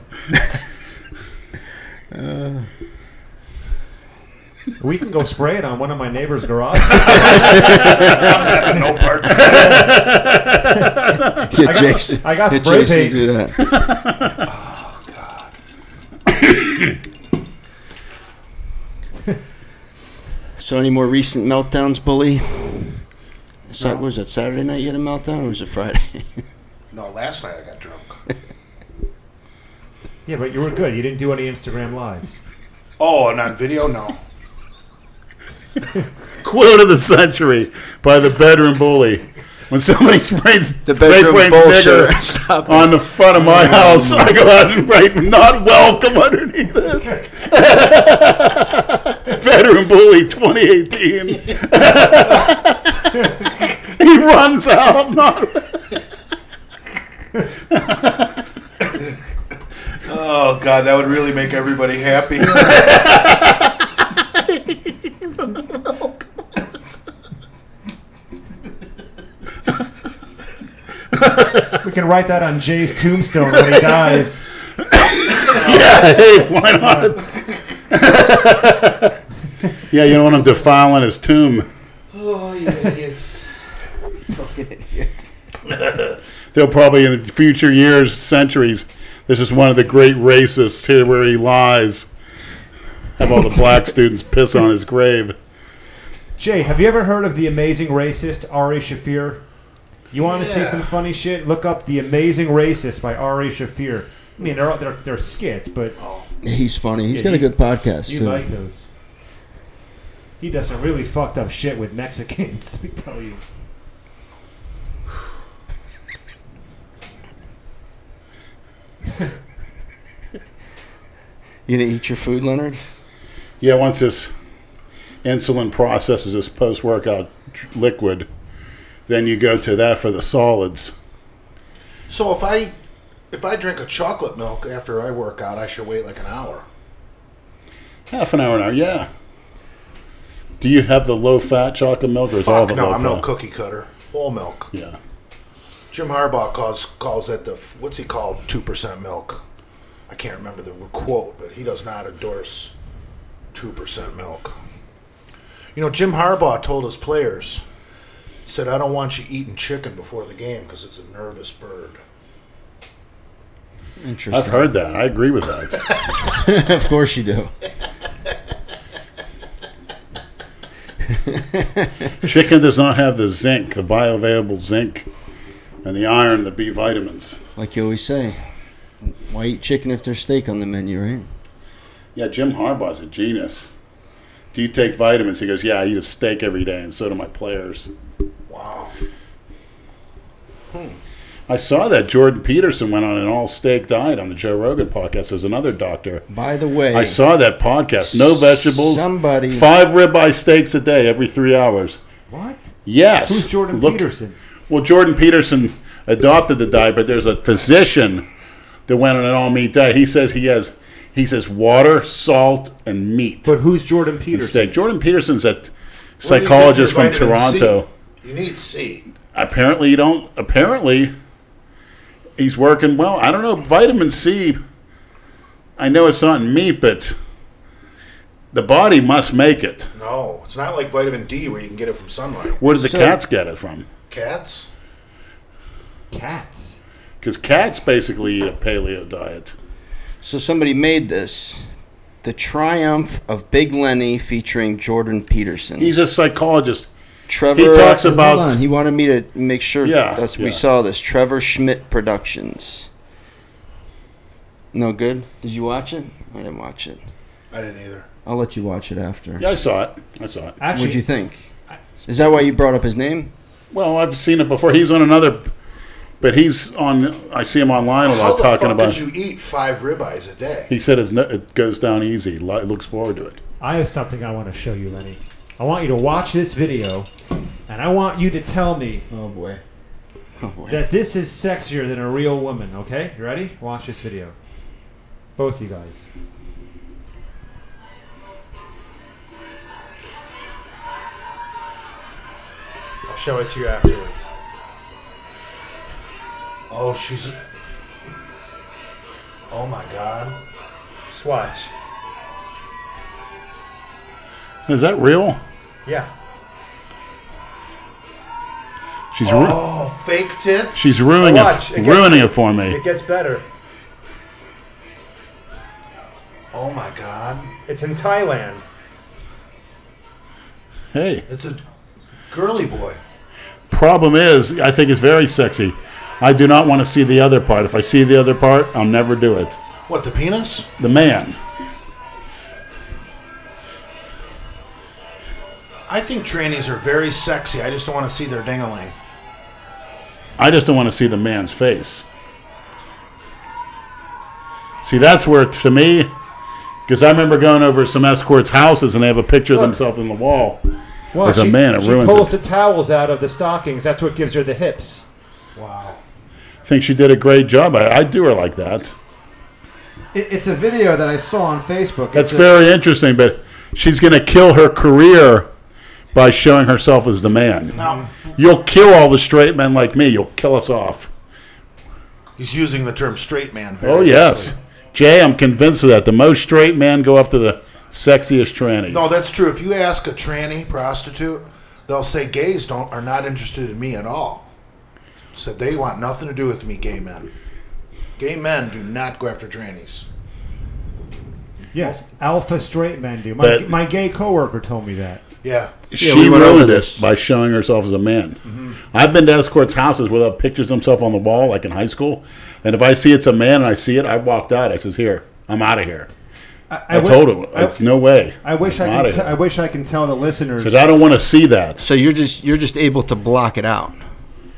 [SPEAKER 4] We can go spray it on one of my neighbor's garage.
[SPEAKER 2] no parts.
[SPEAKER 3] Yeah, Jason.
[SPEAKER 4] I got
[SPEAKER 3] yeah,
[SPEAKER 4] spray
[SPEAKER 3] Jason,
[SPEAKER 4] paint.
[SPEAKER 3] do that. Oh, so, any more recent meltdowns, bully? Is that, Was that Saturday night you had a meltdown, or was it Friday?
[SPEAKER 2] No, last night I got drunk.
[SPEAKER 4] yeah, but you were good. You didn't do any Instagram lives.
[SPEAKER 2] Oh, and on video, no.
[SPEAKER 6] Quote of the century by the bedroom bully. When somebody sprays
[SPEAKER 3] The
[SPEAKER 6] spray
[SPEAKER 3] bedroom
[SPEAKER 6] paint's
[SPEAKER 3] bullshit. Mm.
[SPEAKER 6] nigger
[SPEAKER 3] Stop it.
[SPEAKER 6] on the front of my house, I go out and write "not welcome" underneath it. bedroom bully 2018. he runs out. Not
[SPEAKER 2] Oh God, that would really make everybody happy.
[SPEAKER 4] We can write that on Jay's tombstone when he dies.
[SPEAKER 6] yeah, hey, why not? yeah, you don't want him defiling his tomb.
[SPEAKER 3] oh, you idiots. Fucking idiots.
[SPEAKER 6] They'll probably in the future years, centuries, this is one of the great racists here where he lies. Have all the black students piss on his grave.
[SPEAKER 4] Jay, have you ever heard of the amazing racist Ari Shafir? You want to see some funny shit? Look up The Amazing Racist by Ari Shafir. I mean, they're, they're, they're skits, but
[SPEAKER 3] He's funny. He's
[SPEAKER 4] Yeah,
[SPEAKER 3] got a
[SPEAKER 4] you-
[SPEAKER 3] good podcast,
[SPEAKER 4] you
[SPEAKER 3] too.
[SPEAKER 4] like those. He does some really fucked up shit with Mexicans, we tell you.
[SPEAKER 3] you gonna eat your food, Leonard?
[SPEAKER 6] Yeah, once this insulin processes this post workout liquid, then you go to that for the solids.
[SPEAKER 2] So if I if I drink a chocolate milk after I work out, I should wait like an hour.
[SPEAKER 6] Half an hour, an hour, yeah. Do you have the low fat chocolate milk or is all
[SPEAKER 2] Fuck
[SPEAKER 6] the
[SPEAKER 2] no,
[SPEAKER 6] low
[SPEAKER 2] I'm
[SPEAKER 6] fat?
[SPEAKER 2] no cookie cutter. Whole milk.
[SPEAKER 6] Yeah.
[SPEAKER 2] Jim Harbaugh calls calls it the what's he called two percent milk. I can't remember the quote, but he does not endorse two percent milk. You know, Jim Harbaugh told his players, said, "I don't want you eating chicken before the game because it's a nervous bird."
[SPEAKER 3] Interesting.
[SPEAKER 6] I've heard that. I agree with that.
[SPEAKER 3] of course you do.
[SPEAKER 6] Chicken does not have the zinc, the bioavailable zinc, and the iron, the B vitamins.
[SPEAKER 3] Like you always say. Why eat chicken if there's steak on the menu, right?
[SPEAKER 6] Yeah, Jim Harbaugh's a genius. Do you take vitamins? He goes, Yeah, I eat a steak every day, and so do my players. Hmm.
[SPEAKER 2] Wow.
[SPEAKER 6] I saw that Jordan Peterson went on an all steak diet on the Joe Rogan podcast. There's another doctor.
[SPEAKER 3] By the way,
[SPEAKER 6] I saw that podcast. No vegetables.
[SPEAKER 3] Somebody-
[SPEAKER 6] Five ribeye steaks a day every three hours.
[SPEAKER 4] What?
[SPEAKER 6] Yes.
[SPEAKER 4] Who's Jordan
[SPEAKER 6] Look-
[SPEAKER 4] Peterson?
[SPEAKER 6] Well, Jordan Peterson adopted the diet, but there's a physician that went on an all meat diet. He says he has he says water, salt, and meat.
[SPEAKER 4] But who's Jordan Peterson?
[SPEAKER 6] Steak. Jordan Peterson's a
[SPEAKER 2] Where
[SPEAKER 6] t-
[SPEAKER 2] do you get
[SPEAKER 6] psychologist
[SPEAKER 2] your
[SPEAKER 6] from
[SPEAKER 2] vitamin C?
[SPEAKER 6] Toronto.
[SPEAKER 2] You need C.
[SPEAKER 6] Apparently, you don't. Apparently, he's working well. I don't know. Vitamin C. I know it's not in meat, but the body must make it.
[SPEAKER 2] No, it's not like vitamin D where you can get it from sunlight.
[SPEAKER 6] Where do the
[SPEAKER 3] So-
[SPEAKER 6] cats get it from?
[SPEAKER 2] Cats?
[SPEAKER 4] Cats.
[SPEAKER 6] Because cats basically eat a paleo diet.
[SPEAKER 3] so somebody made this. The Triumph of Big Lenny featuring Jordan Peterson.
[SPEAKER 6] He's a psychologist.
[SPEAKER 3] Trevor
[SPEAKER 6] he talks
[SPEAKER 3] Hold
[SPEAKER 6] about-
[SPEAKER 3] on, he wanted me to make sure
[SPEAKER 6] Yeah,
[SPEAKER 3] that's
[SPEAKER 6] yeah.
[SPEAKER 3] we saw this. Trevor Schmidt Productions. No good? Did you watch it? I didn't watch it.
[SPEAKER 2] I didn't either.
[SPEAKER 3] I'll let you watch it after.
[SPEAKER 6] Yeah, I saw it. I saw it.
[SPEAKER 4] Actually,
[SPEAKER 3] What'd you think? Is that why you brought up his name?
[SPEAKER 6] Well, I've seen it before. He's on another, but he's on. I see him online a
[SPEAKER 2] How
[SPEAKER 6] lot
[SPEAKER 2] the
[SPEAKER 6] talking
[SPEAKER 2] fuck
[SPEAKER 6] about.
[SPEAKER 2] could you eat five ribeyes a day?
[SPEAKER 6] He said it's no, it goes down easy. Lo- Looks forward to it.
[SPEAKER 4] I have something I want to show you, Lenny. I want you to watch this video, and I want you to tell me
[SPEAKER 3] Oh boy. Oh boy.
[SPEAKER 4] that this is sexier than a real woman, okay? You ready? Watch this video. Both you guys. I'll show it to you afterwards.
[SPEAKER 2] Oh, she's. Oh my God.
[SPEAKER 4] Swatch.
[SPEAKER 6] Is that real?
[SPEAKER 4] Yeah.
[SPEAKER 6] She's ru-
[SPEAKER 2] Oh, fake tits.
[SPEAKER 6] she's ruining
[SPEAKER 4] Oh,
[SPEAKER 6] it,
[SPEAKER 4] watch, it gets-
[SPEAKER 6] ruining it for me.
[SPEAKER 4] It gets better.
[SPEAKER 2] Oh my God.
[SPEAKER 4] It's in Thailand.
[SPEAKER 6] Hey,
[SPEAKER 2] It's a girly boy.
[SPEAKER 6] problem is, I think it's very sexy. I do not want to see the other part. If I see the other part, I'll never do it.
[SPEAKER 2] What the penis?
[SPEAKER 6] The man.
[SPEAKER 2] I think trannies are very sexy. I just don't want to see their dingling.
[SPEAKER 6] I just don't want to see the man's face. See, that's where to me, because I remember going over some escorts' houses and they have a picture of themselves in the wall.
[SPEAKER 4] Well,
[SPEAKER 6] As a
[SPEAKER 4] she,
[SPEAKER 6] man, it
[SPEAKER 4] she
[SPEAKER 6] ruins
[SPEAKER 4] pulls
[SPEAKER 6] it.
[SPEAKER 4] the towels out of the stockings. That's what gives her the hips.
[SPEAKER 2] Wow.
[SPEAKER 6] I think she did a great job. I, I do her like that.
[SPEAKER 4] It, it's a video that I saw on Facebook.
[SPEAKER 6] That's
[SPEAKER 4] it's a-
[SPEAKER 6] very interesting, but she's going to kill her career by showing herself as the man.
[SPEAKER 2] Now
[SPEAKER 6] You'll kill all the straight men like me. You'll kill us off.
[SPEAKER 2] he's using the term straight man. Very
[SPEAKER 6] Oh, yes.
[SPEAKER 2] loosely.
[SPEAKER 6] Jay, I'm convinced of that. The most straight men go after the sexiest trannies.
[SPEAKER 2] No, that's true. If you ask a tranny prostitute, they'll say gays don't are not interested in me at all. Said they want nothing to do with me, gay men. Gay men do not go after trannies.
[SPEAKER 4] yes, alpha straight men do. My,
[SPEAKER 6] But-
[SPEAKER 4] my gay coworker told me that.
[SPEAKER 2] Yeah.
[SPEAKER 6] she
[SPEAKER 7] we went over
[SPEAKER 6] ruined
[SPEAKER 7] this.
[SPEAKER 6] it by showing herself as a man. I've been to escorts' houses without pictures of himself on the wall, like in high school. And if I see it's a man and I see it, I walked out. I says, "Here, I'm out of here." I,
[SPEAKER 4] wi-
[SPEAKER 6] told him,
[SPEAKER 4] I-
[SPEAKER 6] "It's no way."
[SPEAKER 4] I wish I
[SPEAKER 6] I'm
[SPEAKER 4] can.
[SPEAKER 6] outta
[SPEAKER 4] T-
[SPEAKER 6] here.
[SPEAKER 4] I wish I can tell the listeners.
[SPEAKER 6] Because I don't want to see that.
[SPEAKER 7] So you're just you're just able to block it out.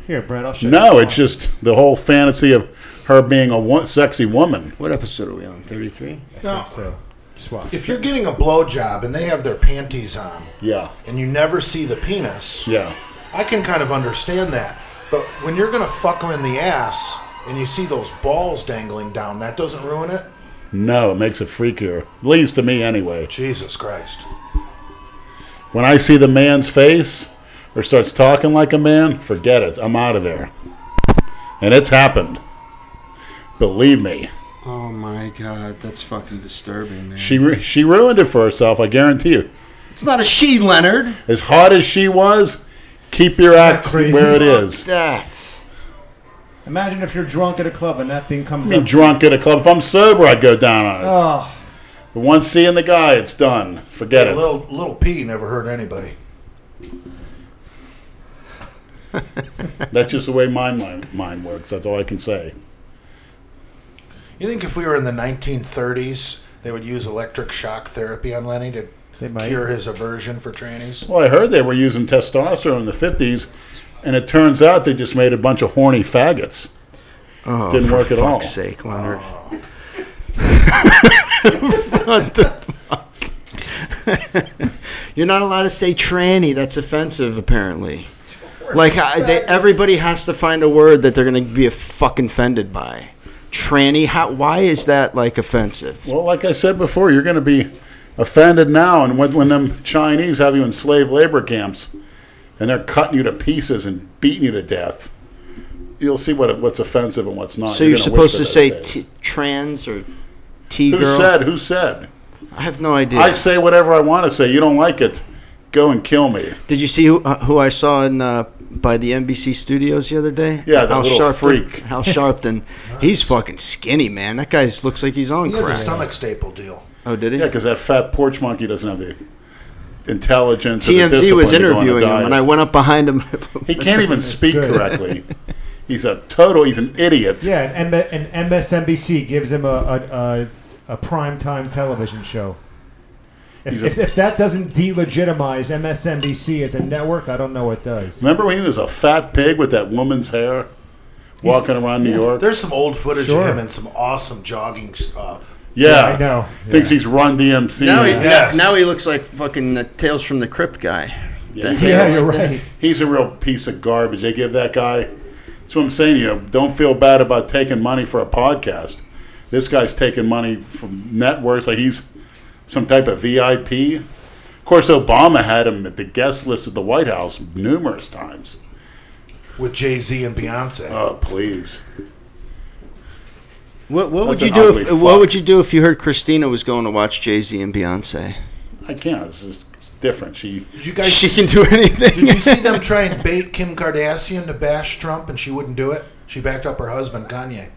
[SPEAKER 4] Here, Brett. I'll show you.
[SPEAKER 6] No, it's just the whole fantasy of her being a wo- sexy woman.
[SPEAKER 7] What episode are we on? Thirty three.
[SPEAKER 2] Now,
[SPEAKER 4] So, just watch.
[SPEAKER 2] if you're getting a blowjob and they have their panties on
[SPEAKER 6] Yeah,
[SPEAKER 2] and you never see the penis,
[SPEAKER 6] yeah.
[SPEAKER 2] I can kind of understand that. But when you're going to fuck them in the ass and you see those balls dangling down, that doesn't ruin it?
[SPEAKER 6] No, it makes it freakier. At least to me, anyway.
[SPEAKER 2] Jesus Christ.
[SPEAKER 6] When I see the man's face or starts talking like a man, forget it. I'm out of there. And it's happened. Believe me.
[SPEAKER 7] Oh my god, that's fucking disturbing, man.
[SPEAKER 6] She ru- she ruined it for herself, I guarantee you.
[SPEAKER 7] it's not a she, Leonard.
[SPEAKER 6] As hot as she was, keep your act
[SPEAKER 4] crazy?
[SPEAKER 6] where it is.
[SPEAKER 7] That.
[SPEAKER 4] Imagine if you're drunk at a club and that thing comes
[SPEAKER 6] I mean,
[SPEAKER 4] up.
[SPEAKER 6] drunk at a club. If I'm sober, I'd go down on it.
[SPEAKER 4] Oh,
[SPEAKER 6] But once seeing the guy, it's done. Forget
[SPEAKER 2] A
[SPEAKER 6] it.
[SPEAKER 2] little, little P never hurt anybody.
[SPEAKER 6] That's just the way my mind, mind works. That's all I can say.
[SPEAKER 2] You think if we were in the 1930s, they would use electric shock therapy on Lenny to
[SPEAKER 4] They might.
[SPEAKER 2] cure his aversion for trannies?
[SPEAKER 6] Well, I heard they were using testosterone in the 50s, and it turns out they just made a bunch of horny faggots.
[SPEAKER 7] Oh,
[SPEAKER 6] Didn't
[SPEAKER 7] for
[SPEAKER 6] work at
[SPEAKER 7] fuck's
[SPEAKER 6] all.
[SPEAKER 7] sake, Leonard. You're not allowed to say tranny. That's offensive, apparently. Like I, they, everybody has to find a word that they're gonna be fucking offended by. Tranny. How? Why is that like offensive?
[SPEAKER 6] Well, like I said before, you're going to be offended now, and when, when them Chinese have you in slave labor camps, and they're cutting you to pieces and beating you to death, you'll see what what's offensive and what's not.
[SPEAKER 7] So you're,
[SPEAKER 6] gonna wish
[SPEAKER 7] supposed
[SPEAKER 6] for
[SPEAKER 7] to
[SPEAKER 6] those
[SPEAKER 7] say
[SPEAKER 6] days.
[SPEAKER 7] t- trans or t
[SPEAKER 6] Who
[SPEAKER 7] girl?
[SPEAKER 6] said? Who said?
[SPEAKER 7] I have no idea.
[SPEAKER 6] I say whatever I want to say. You don't like it, go and kill me.
[SPEAKER 7] Did you see who, uh, who I saw in uh, by the NBC studios the other day?
[SPEAKER 6] Yeah, that little
[SPEAKER 7] Sharpton,
[SPEAKER 6] freak.
[SPEAKER 7] Hal Sharpton. He's fucking skinny, man. That guy looks like he's on
[SPEAKER 2] He had the
[SPEAKER 7] crack.
[SPEAKER 2] stomach staple deal.
[SPEAKER 7] Oh, did he?
[SPEAKER 6] Yeah, because that fat porch monkey doesn't have the intelligence. or the
[SPEAKER 7] TMZ was
[SPEAKER 6] discipline to go on a
[SPEAKER 7] interviewing him, and I
[SPEAKER 6] diet.
[SPEAKER 7] went up behind him.
[SPEAKER 6] He can't even speak
[SPEAKER 4] good.
[SPEAKER 6] correctly. He's a total. He's an idiot.
[SPEAKER 4] yeah. And, M- and MSNBC gives him a a, a, a primetime television show. If,
[SPEAKER 6] He's a-
[SPEAKER 4] if, if that doesn't delegitimize MSNBC as a network, I don't know what does.
[SPEAKER 6] Remember when he was a fat pig with that woman's hair, walking around New York?
[SPEAKER 2] There's some old footage
[SPEAKER 4] Sure.
[SPEAKER 2] of him in some awesome jogging. Uh,
[SPEAKER 6] Yeah,
[SPEAKER 4] I know.
[SPEAKER 6] Thinks he's Run DMC.
[SPEAKER 7] now, he,
[SPEAKER 2] Yes.
[SPEAKER 7] now he looks like fucking the Tales from the Crypt guy. The hair
[SPEAKER 4] Yeah,
[SPEAKER 7] like
[SPEAKER 4] you're
[SPEAKER 7] that.
[SPEAKER 4] right.
[SPEAKER 6] he's a real piece of garbage. They give that guy. That's what I'm saying. You know, don't feel bad about taking money for a podcast. This guy's taking money from networks like he's some type of VIP. Of course, Obama had him at the guest list at the White House numerous times.
[SPEAKER 2] with Jay Z and Beyonce.
[SPEAKER 7] Uh,
[SPEAKER 6] Oh, please.
[SPEAKER 7] What, what would
[SPEAKER 6] That's
[SPEAKER 7] you
[SPEAKER 6] an
[SPEAKER 7] do?
[SPEAKER 6] ugly
[SPEAKER 7] If,
[SPEAKER 6] fuck.
[SPEAKER 7] what would you do if you heard Christina was going to watch Jay Z and Beyonce?
[SPEAKER 6] I can't. It's just it's different. She.
[SPEAKER 2] did you guys?
[SPEAKER 7] She can do anything.
[SPEAKER 2] did you see them try and bait Kim Kardashian to bash Trump, and she wouldn't do it? She backed up her husband Kanye.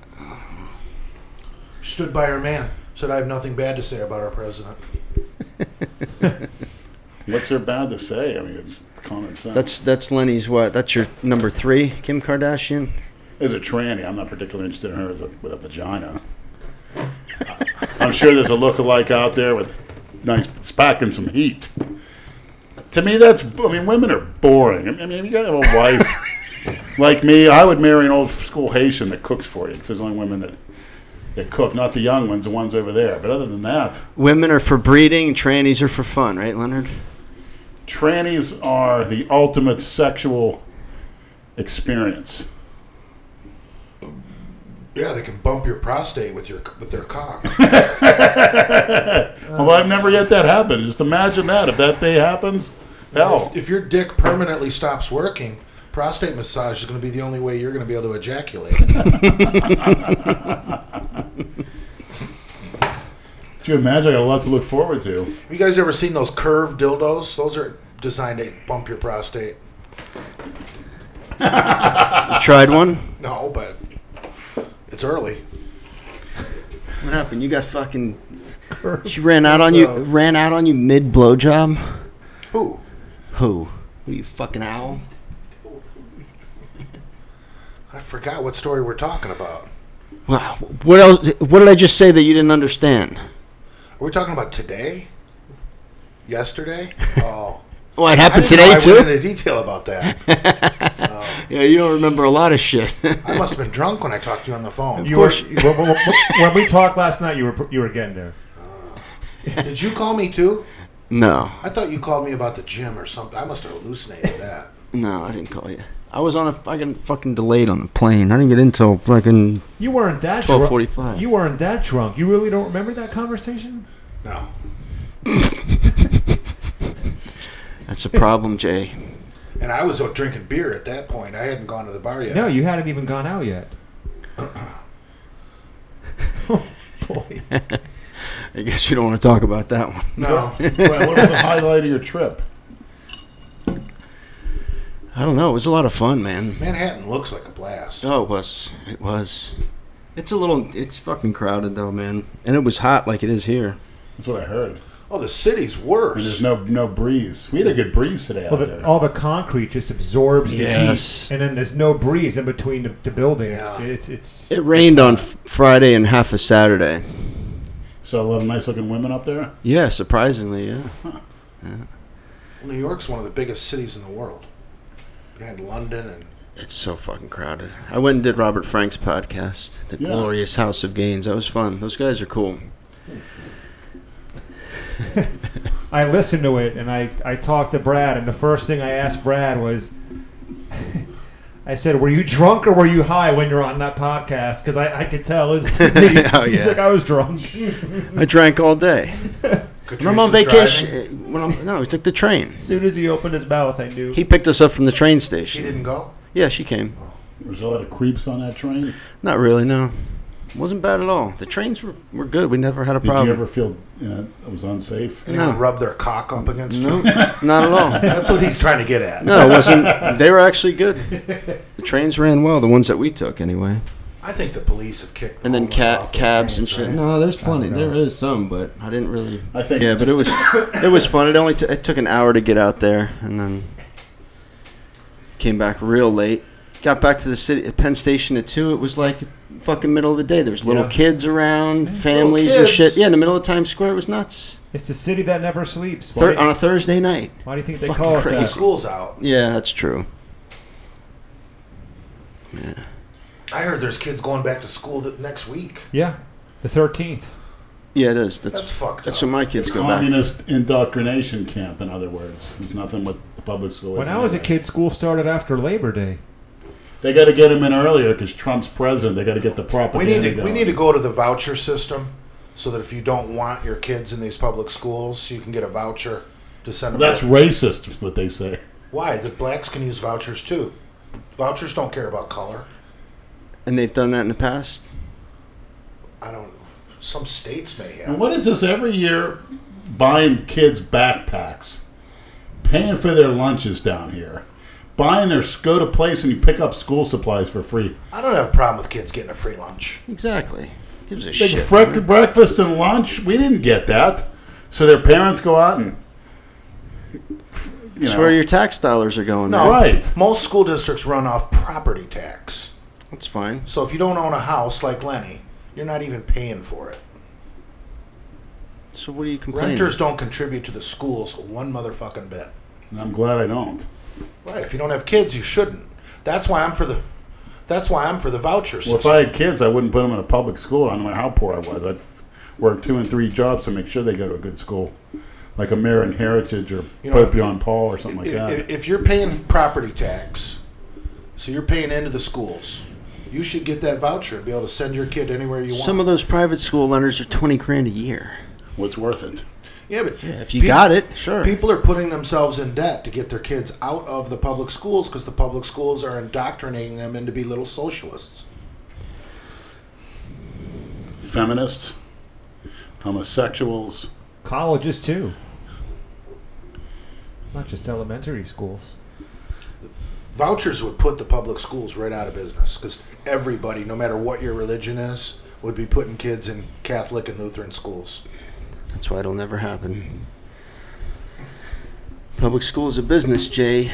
[SPEAKER 2] She stood by her man. Said, "I have nothing bad to say about our president."
[SPEAKER 6] What's there bad to say? I mean, it's common sense.
[SPEAKER 7] That's that's Lenny's what? That's your number three, Kim Kardashian.
[SPEAKER 6] As a tranny, I'm not particularly interested in her as a, with a vagina. I'm sure there's a lookalike out there with nice it's packing some heat. To me, that's I mean, women are boring. I mean, you gotta have a wife like me. I would marry an old school Haitian that cooks for you because there's only women that that cook, not the young ones, the ones over there. But other than that,
[SPEAKER 7] Women are for breeding, trannies are for fun, right, Leonard?
[SPEAKER 6] trannies are the ultimate sexual experience.
[SPEAKER 2] Yeah, they can bump your prostate with your with their cock.
[SPEAKER 6] Although I've never yet that happened. Just imagine that if that day happens.
[SPEAKER 7] Oh.
[SPEAKER 6] Hell,
[SPEAKER 2] If your dick permanently stops working, prostate massage is going to be the only way you're going to be able to ejaculate.
[SPEAKER 6] Could you imagine? I got a lot to look forward to.
[SPEAKER 2] Have you guys ever seen those curved dildos? Those are designed to bump your prostate.
[SPEAKER 7] You tried one?
[SPEAKER 2] No, but it's early.
[SPEAKER 7] What happened? You got fucking She ran out on you ran out on you mid blowjob?
[SPEAKER 2] Who?
[SPEAKER 7] Who? Who you fucking owl?
[SPEAKER 2] I forgot what story we're talking about.
[SPEAKER 7] Wow. What else what did I just say that you didn't understand?
[SPEAKER 2] Are we talking about today? Yesterday? Oh.
[SPEAKER 7] Well, it
[SPEAKER 2] I
[SPEAKER 7] happened
[SPEAKER 2] didn't know
[SPEAKER 7] today
[SPEAKER 2] I went
[SPEAKER 7] too.
[SPEAKER 2] into detail about that.
[SPEAKER 7] Yeah, you don't remember a lot of shit.
[SPEAKER 2] I must have been drunk when I talked to you on the phone.
[SPEAKER 4] You were, when, when- when we talked last night, you were you were getting there.
[SPEAKER 2] Did you call me too?
[SPEAKER 7] no.
[SPEAKER 2] I thought you called me about the gym or something. I must have hallucinated that.
[SPEAKER 7] No, I didn't call you. I was on a fucking fucking delayed on a plane. I didn't get in till fucking
[SPEAKER 4] You weren't that drunk.
[SPEAKER 7] 12:45.
[SPEAKER 4] You weren't that drunk. You really don't remember that conversation?
[SPEAKER 2] No.
[SPEAKER 7] That's a problem, Jay.
[SPEAKER 2] And I was out drinking beer at that point. I hadn't gone to the bar yet.
[SPEAKER 4] No, you hadn't even gone out yet. Oh, Boy.
[SPEAKER 7] I guess you don't want to talk about that one.
[SPEAKER 2] No.
[SPEAKER 6] Well, what was the highlight of your trip?
[SPEAKER 7] I don't know. It was a lot of fun, man.
[SPEAKER 2] Manhattan looks like a blast.
[SPEAKER 7] Oh, it was. It was. It's a little. It's fucking crowded though, man. And it was hot like it is here.
[SPEAKER 6] That's what I heard.
[SPEAKER 2] Oh, the city's
[SPEAKER 6] I mean, there's
[SPEAKER 2] worse.
[SPEAKER 6] no no breeze. We had a good breeze today out
[SPEAKER 4] Well, the,
[SPEAKER 6] there.
[SPEAKER 4] all the concrete just absorbs the
[SPEAKER 7] Yes.
[SPEAKER 4] heat, and then there's no breeze in between the, the buildings.
[SPEAKER 2] Yeah.
[SPEAKER 4] It's it's
[SPEAKER 7] It rained on f- Friday and half of Saturday.
[SPEAKER 6] so a lot of nice looking women up there.
[SPEAKER 7] Yeah, surprisingly, yeah.
[SPEAKER 2] New York's one of the biggest cities in the world, behind London and
[SPEAKER 7] It's so fucking crowded. I went and did Robert Frank's podcast, The
[SPEAKER 6] Yeah.
[SPEAKER 7] Glorious House of Gains. That was fun. Those guys are cool.
[SPEAKER 4] I listened to it and I, I talked to Brad, and the first thing I asked Brad was, I said, Were you drunk or were you high when you're on that podcast? Because I, I could tell instantly.
[SPEAKER 7] Oh,
[SPEAKER 4] He's
[SPEAKER 7] yeah.
[SPEAKER 4] like, I was drunk.
[SPEAKER 7] I drank all day.
[SPEAKER 2] Catrice
[SPEAKER 7] When I'm on
[SPEAKER 2] was driving.
[SPEAKER 7] vacation, eh, when I'm, no, we took the train.
[SPEAKER 4] as soon as he opened his mouth, I knew.
[SPEAKER 7] He picked us up from the train
[SPEAKER 2] She
[SPEAKER 7] station.
[SPEAKER 2] didn't go.
[SPEAKER 7] Yeah, she came.
[SPEAKER 6] There's a lot of creeps on that train.
[SPEAKER 7] Not really, no. Wasn't bad at all. The trains were, were good. We never had a
[SPEAKER 6] Did
[SPEAKER 7] problem.
[SPEAKER 6] you ever feel you know it was unsafe?
[SPEAKER 2] Anyone
[SPEAKER 7] No.
[SPEAKER 2] rub their cock up against
[SPEAKER 7] No,
[SPEAKER 2] you?
[SPEAKER 7] not at all.
[SPEAKER 2] That's what he's trying to get at.
[SPEAKER 7] No, it wasn't. They were actually good. The trains ran well. The ones that we took, anyway.
[SPEAKER 2] I think the police have kicked. The
[SPEAKER 7] And then
[SPEAKER 2] homeless
[SPEAKER 7] ca-
[SPEAKER 2] off those
[SPEAKER 7] cabs and
[SPEAKER 2] trains,
[SPEAKER 7] shit.
[SPEAKER 2] right?
[SPEAKER 7] No, there's plenty.
[SPEAKER 4] don't know.
[SPEAKER 7] There is some, but I didn't really.
[SPEAKER 6] I think-
[SPEAKER 7] Yeah, but it was it was fun. It only t- it took an hour to get out there, and then came back real late. Got back to the city, at Penn Station at two. It was like fucking middle of the day. There was little
[SPEAKER 4] Yeah.
[SPEAKER 7] kids around, families and
[SPEAKER 2] kids.
[SPEAKER 7] shit. Yeah, in the middle of Times Square, it was nuts.
[SPEAKER 4] It's the city that never sleeps. Why,
[SPEAKER 7] Thir-
[SPEAKER 4] do,
[SPEAKER 7] on
[SPEAKER 4] you,
[SPEAKER 7] a Thursday night.
[SPEAKER 4] why do you think they
[SPEAKER 7] fucking
[SPEAKER 4] call it
[SPEAKER 7] crazy.
[SPEAKER 2] The
[SPEAKER 4] that?
[SPEAKER 2] school's out.
[SPEAKER 7] Yeah, that's true.
[SPEAKER 2] I heard there's kids going back to school th- next week.
[SPEAKER 4] Yeah, the 13th.
[SPEAKER 7] Yeah, it is. That's
[SPEAKER 2] That's fucked
[SPEAKER 7] That's
[SPEAKER 2] up.
[SPEAKER 7] when my kids go back.
[SPEAKER 6] Communist indoctrination camp, in other words. It's nothing what the public school is.
[SPEAKER 4] When I was a
[SPEAKER 6] anyway.
[SPEAKER 4] kid, school started after Labor Day.
[SPEAKER 6] They got to get him in earlier because Trump's president. They got to get the
[SPEAKER 2] We
[SPEAKER 6] propaganda
[SPEAKER 2] need to we
[SPEAKER 6] going.
[SPEAKER 2] need to go to the voucher system so that if you don't want your kids in these public schools, you can get a voucher to send them.
[SPEAKER 6] That's
[SPEAKER 2] there.
[SPEAKER 6] racist, is what they say.
[SPEAKER 2] why the blacks can use vouchers too. Vouchers don't care about color.
[SPEAKER 7] And they've done that in the past.
[SPEAKER 2] I don't. Some states may
[SPEAKER 6] And
[SPEAKER 2] have.
[SPEAKER 6] what is this every year buying kids backpacks, paying for their lunches down here, buying their go to place and you pick up school supplies for free?
[SPEAKER 2] I don't have a problem with kids getting a free lunch.
[SPEAKER 7] Exactly. Gives a
[SPEAKER 6] Big
[SPEAKER 7] shit.
[SPEAKER 6] frec- breakfast and lunch, we didn't get that. So their parents go out and. You
[SPEAKER 7] That's
[SPEAKER 6] know,
[SPEAKER 7] where your tax dollars are going.
[SPEAKER 2] No,
[SPEAKER 7] man.
[SPEAKER 6] Right.
[SPEAKER 2] Most school districts run off property tax.
[SPEAKER 7] That's fine.
[SPEAKER 2] So if you don't own a house like Lenny, you're not even paying for it.
[SPEAKER 7] So what are you complaining?
[SPEAKER 2] Renters don't contribute to the schools one motherfucking bit.
[SPEAKER 6] I'm glad I don't.
[SPEAKER 2] Right. If you don't have kids, you shouldn't. That's why I'm for the. That's why I'm for the voucher
[SPEAKER 6] Well,
[SPEAKER 2] system.
[SPEAKER 6] if I had kids, I wouldn't put them in a public school. I don't know how poor I was. I'd f- work two and three jobs to make sure they go to a good school, like American Heritage or
[SPEAKER 2] You
[SPEAKER 6] you
[SPEAKER 2] know,
[SPEAKER 6] Paul or something like
[SPEAKER 2] if,
[SPEAKER 6] that.
[SPEAKER 2] if- if you're paying property tax, so you're paying into the schools, you should get that voucher and be able to send your kid anywhere you want.
[SPEAKER 7] Some of those private school lenders are twenty grand a year.
[SPEAKER 6] What's worth it?
[SPEAKER 2] yeah, but
[SPEAKER 7] If you got it, sure.
[SPEAKER 2] People are putting themselves in debt to get their kids out of the public schools because the public schools are indoctrinating them into be little socialists.
[SPEAKER 6] Feminists, homosexuals.
[SPEAKER 4] Colleges too. Not just elementary schools.
[SPEAKER 2] Vouchers would put the public schools right out of business because everybody, no matter what your religion is, would be putting kids in Catholic and Lutheran schools.
[SPEAKER 7] That's why it'll never happen. Public school is a business, Jay.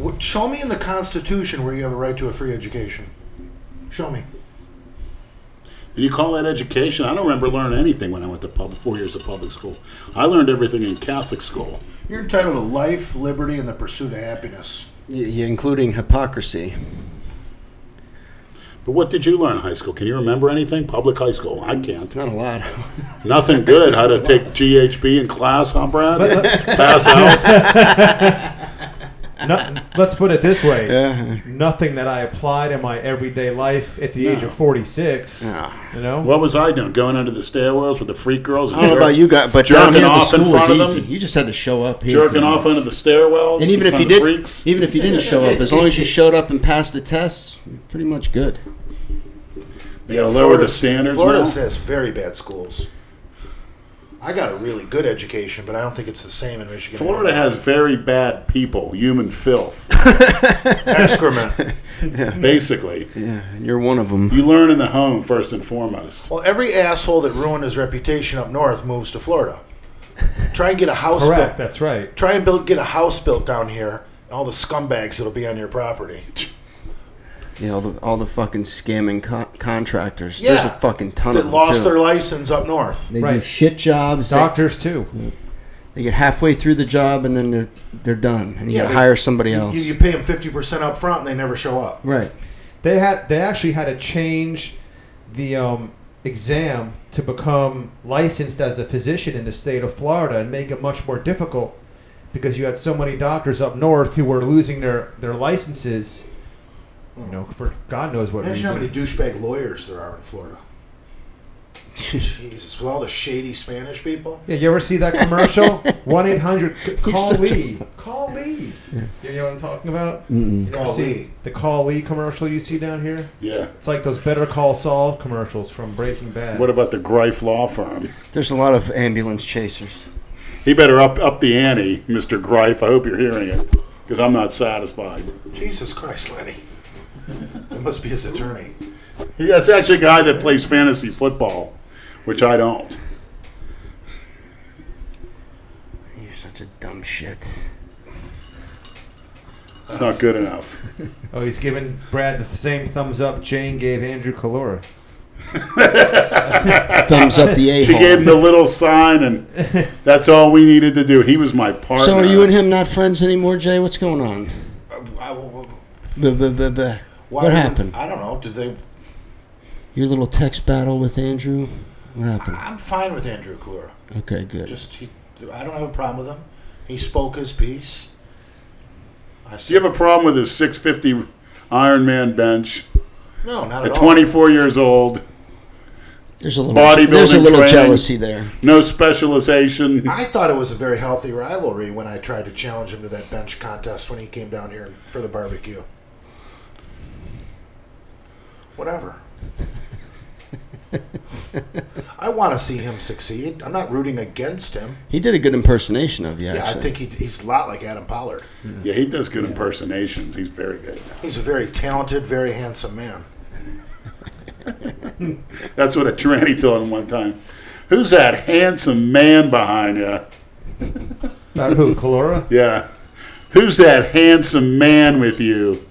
[SPEAKER 2] Wh- Show me in the Constitution where you have a right to a free education. Show me.
[SPEAKER 6] And you call that education? I don't remember learning anything when I went to public, four years of public school. I learned everything in Catholic school.
[SPEAKER 2] You're entitled to life, liberty, and the pursuit of happiness.
[SPEAKER 7] Y- y- including hypocrisy.
[SPEAKER 6] But what did you learn in high school? Can you remember anything? Public high school? I can't.
[SPEAKER 7] Not a lot.
[SPEAKER 6] Nothing good. How to take GHB in class, huh, Brad? Pass out.
[SPEAKER 4] No, let's put it this way: nothing that I applied in my everyday life at the age of forty-six. You know,
[SPEAKER 6] What was I doing? Going under the stairwells with the freak girls?
[SPEAKER 7] I don't know about you guys, but
[SPEAKER 6] Jerking
[SPEAKER 7] down here the
[SPEAKER 6] off in
[SPEAKER 7] school was
[SPEAKER 6] front of
[SPEAKER 7] easy.
[SPEAKER 6] them?
[SPEAKER 7] You just had to show up here.
[SPEAKER 6] jerking off under the stairwells.
[SPEAKER 7] And even
[SPEAKER 6] in
[SPEAKER 7] if
[SPEAKER 6] front
[SPEAKER 7] you
[SPEAKER 6] of
[SPEAKER 7] did,
[SPEAKER 6] the freaks.
[SPEAKER 7] even if you didn't show up, as long as you showed up and passed the tests, you're pretty much good.
[SPEAKER 6] They gotta lower the standards
[SPEAKER 2] Florida
[SPEAKER 6] now.
[SPEAKER 2] has very bad schools. I got a really good education, but I don't think it's the same in Michigan.
[SPEAKER 6] Florida has very bad people, human filth,
[SPEAKER 2] excrement.
[SPEAKER 6] basically.
[SPEAKER 7] Yeah, and you're one of them.
[SPEAKER 6] You learn in the home first and foremost.
[SPEAKER 2] Well, every asshole that ruined his reputation up north moves to Florida. Try and get a house built.
[SPEAKER 4] correct. That's right.
[SPEAKER 2] Try and build, get a house built down here. and All the scumbags that'll be on your property.
[SPEAKER 7] Yeah, all the, all the fucking scamming co- contractors. There's a
[SPEAKER 2] Yeah.
[SPEAKER 7] fucking ton
[SPEAKER 2] That
[SPEAKER 7] of them
[SPEAKER 2] lost
[SPEAKER 7] too.
[SPEAKER 2] their license up north.
[SPEAKER 7] They do
[SPEAKER 4] Right.
[SPEAKER 7] shit jobs. They,
[SPEAKER 4] Doctors too.
[SPEAKER 7] they get halfway through the job and then they're they're done, and you
[SPEAKER 2] Yeah,
[SPEAKER 7] gotta
[SPEAKER 2] they-
[SPEAKER 7] hire somebody else.
[SPEAKER 2] You, you pay them fifty percent up front, and they never show up.
[SPEAKER 7] right.
[SPEAKER 4] They had they actually had to change the um, exam to become licensed as a physician in the state of Florida and make it much more difficult because you had so many doctors up north who were losing their, their licenses. You know, for God knows what
[SPEAKER 2] Imagine how many
[SPEAKER 4] reason.
[SPEAKER 2] douchebag lawyers there are in Florida. Jesus, with all the shady Spanish people.
[SPEAKER 4] Yeah, you ever see that commercial? One eight hundred call
[SPEAKER 7] such a-
[SPEAKER 4] Lee. Call Lee. You know what I'm talking about? You ever
[SPEAKER 2] Call
[SPEAKER 4] see
[SPEAKER 2] Lee.
[SPEAKER 4] The call Lee commercial you see down here.
[SPEAKER 6] Yeah.
[SPEAKER 4] It's like those Better Call Saul commercials from Breaking Bad.
[SPEAKER 6] What about the Greif Law Firm?
[SPEAKER 7] There's a lot of ambulance chasers.
[SPEAKER 6] He better up up the ante, Mr. Greif. I hope you're hearing it, because I'm not satisfied.
[SPEAKER 2] Jesus Christ, Lenny. It must be his attorney.
[SPEAKER 6] He, that's actually a guy that plays fantasy football, which I don't.
[SPEAKER 7] You're such a dumb shit.
[SPEAKER 6] It's not good enough.
[SPEAKER 4] Oh, he's giving Brad the same thumbs up Jane gave Andrew Calora.
[SPEAKER 7] Thumbs up the a
[SPEAKER 6] She gave him the little sign, and that's all we needed to do. He was my partner.
[SPEAKER 7] So are you and him not friends anymore, Jay? What's going on?
[SPEAKER 2] I- Uh, I- why
[SPEAKER 7] Buh, buh, buh, buh. What
[SPEAKER 2] did-
[SPEAKER 7] happened?
[SPEAKER 2] I don't know. Did they?
[SPEAKER 7] Your little text battle with Andrew? What happened?
[SPEAKER 2] I'm fine with Andrew Kalura.
[SPEAKER 7] Okay, good.
[SPEAKER 2] Just he, I don't have a problem with him. He spoke his piece. I
[SPEAKER 6] Do you
[SPEAKER 2] said,
[SPEAKER 6] have a problem with his 650 Iron Man bench
[SPEAKER 2] No, not at
[SPEAKER 6] at
[SPEAKER 2] all.
[SPEAKER 6] 24 years old.
[SPEAKER 7] There's a little,
[SPEAKER 6] Bodybuilding
[SPEAKER 7] there's a little
[SPEAKER 6] training.
[SPEAKER 7] jealousy there.
[SPEAKER 6] No specialization.
[SPEAKER 2] I thought it was a very healthy rivalry when I tried to challenge him to that bench contest when he came down here for the barbecue. Whatever. I want to see him succeed. I'm not rooting against him.
[SPEAKER 7] He did a good impersonation of you.
[SPEAKER 2] Yeah, I
[SPEAKER 7] Actually.
[SPEAKER 2] think he, he's a lot like Adam Pollard.
[SPEAKER 6] Yeah, he does good impersonations. He's very good.
[SPEAKER 2] He's a very talented, very handsome man.
[SPEAKER 6] That's what a tranny told him one time. Who's that handsome man behind you?
[SPEAKER 4] About who? Calora?
[SPEAKER 6] Yeah. Who's that handsome man with you?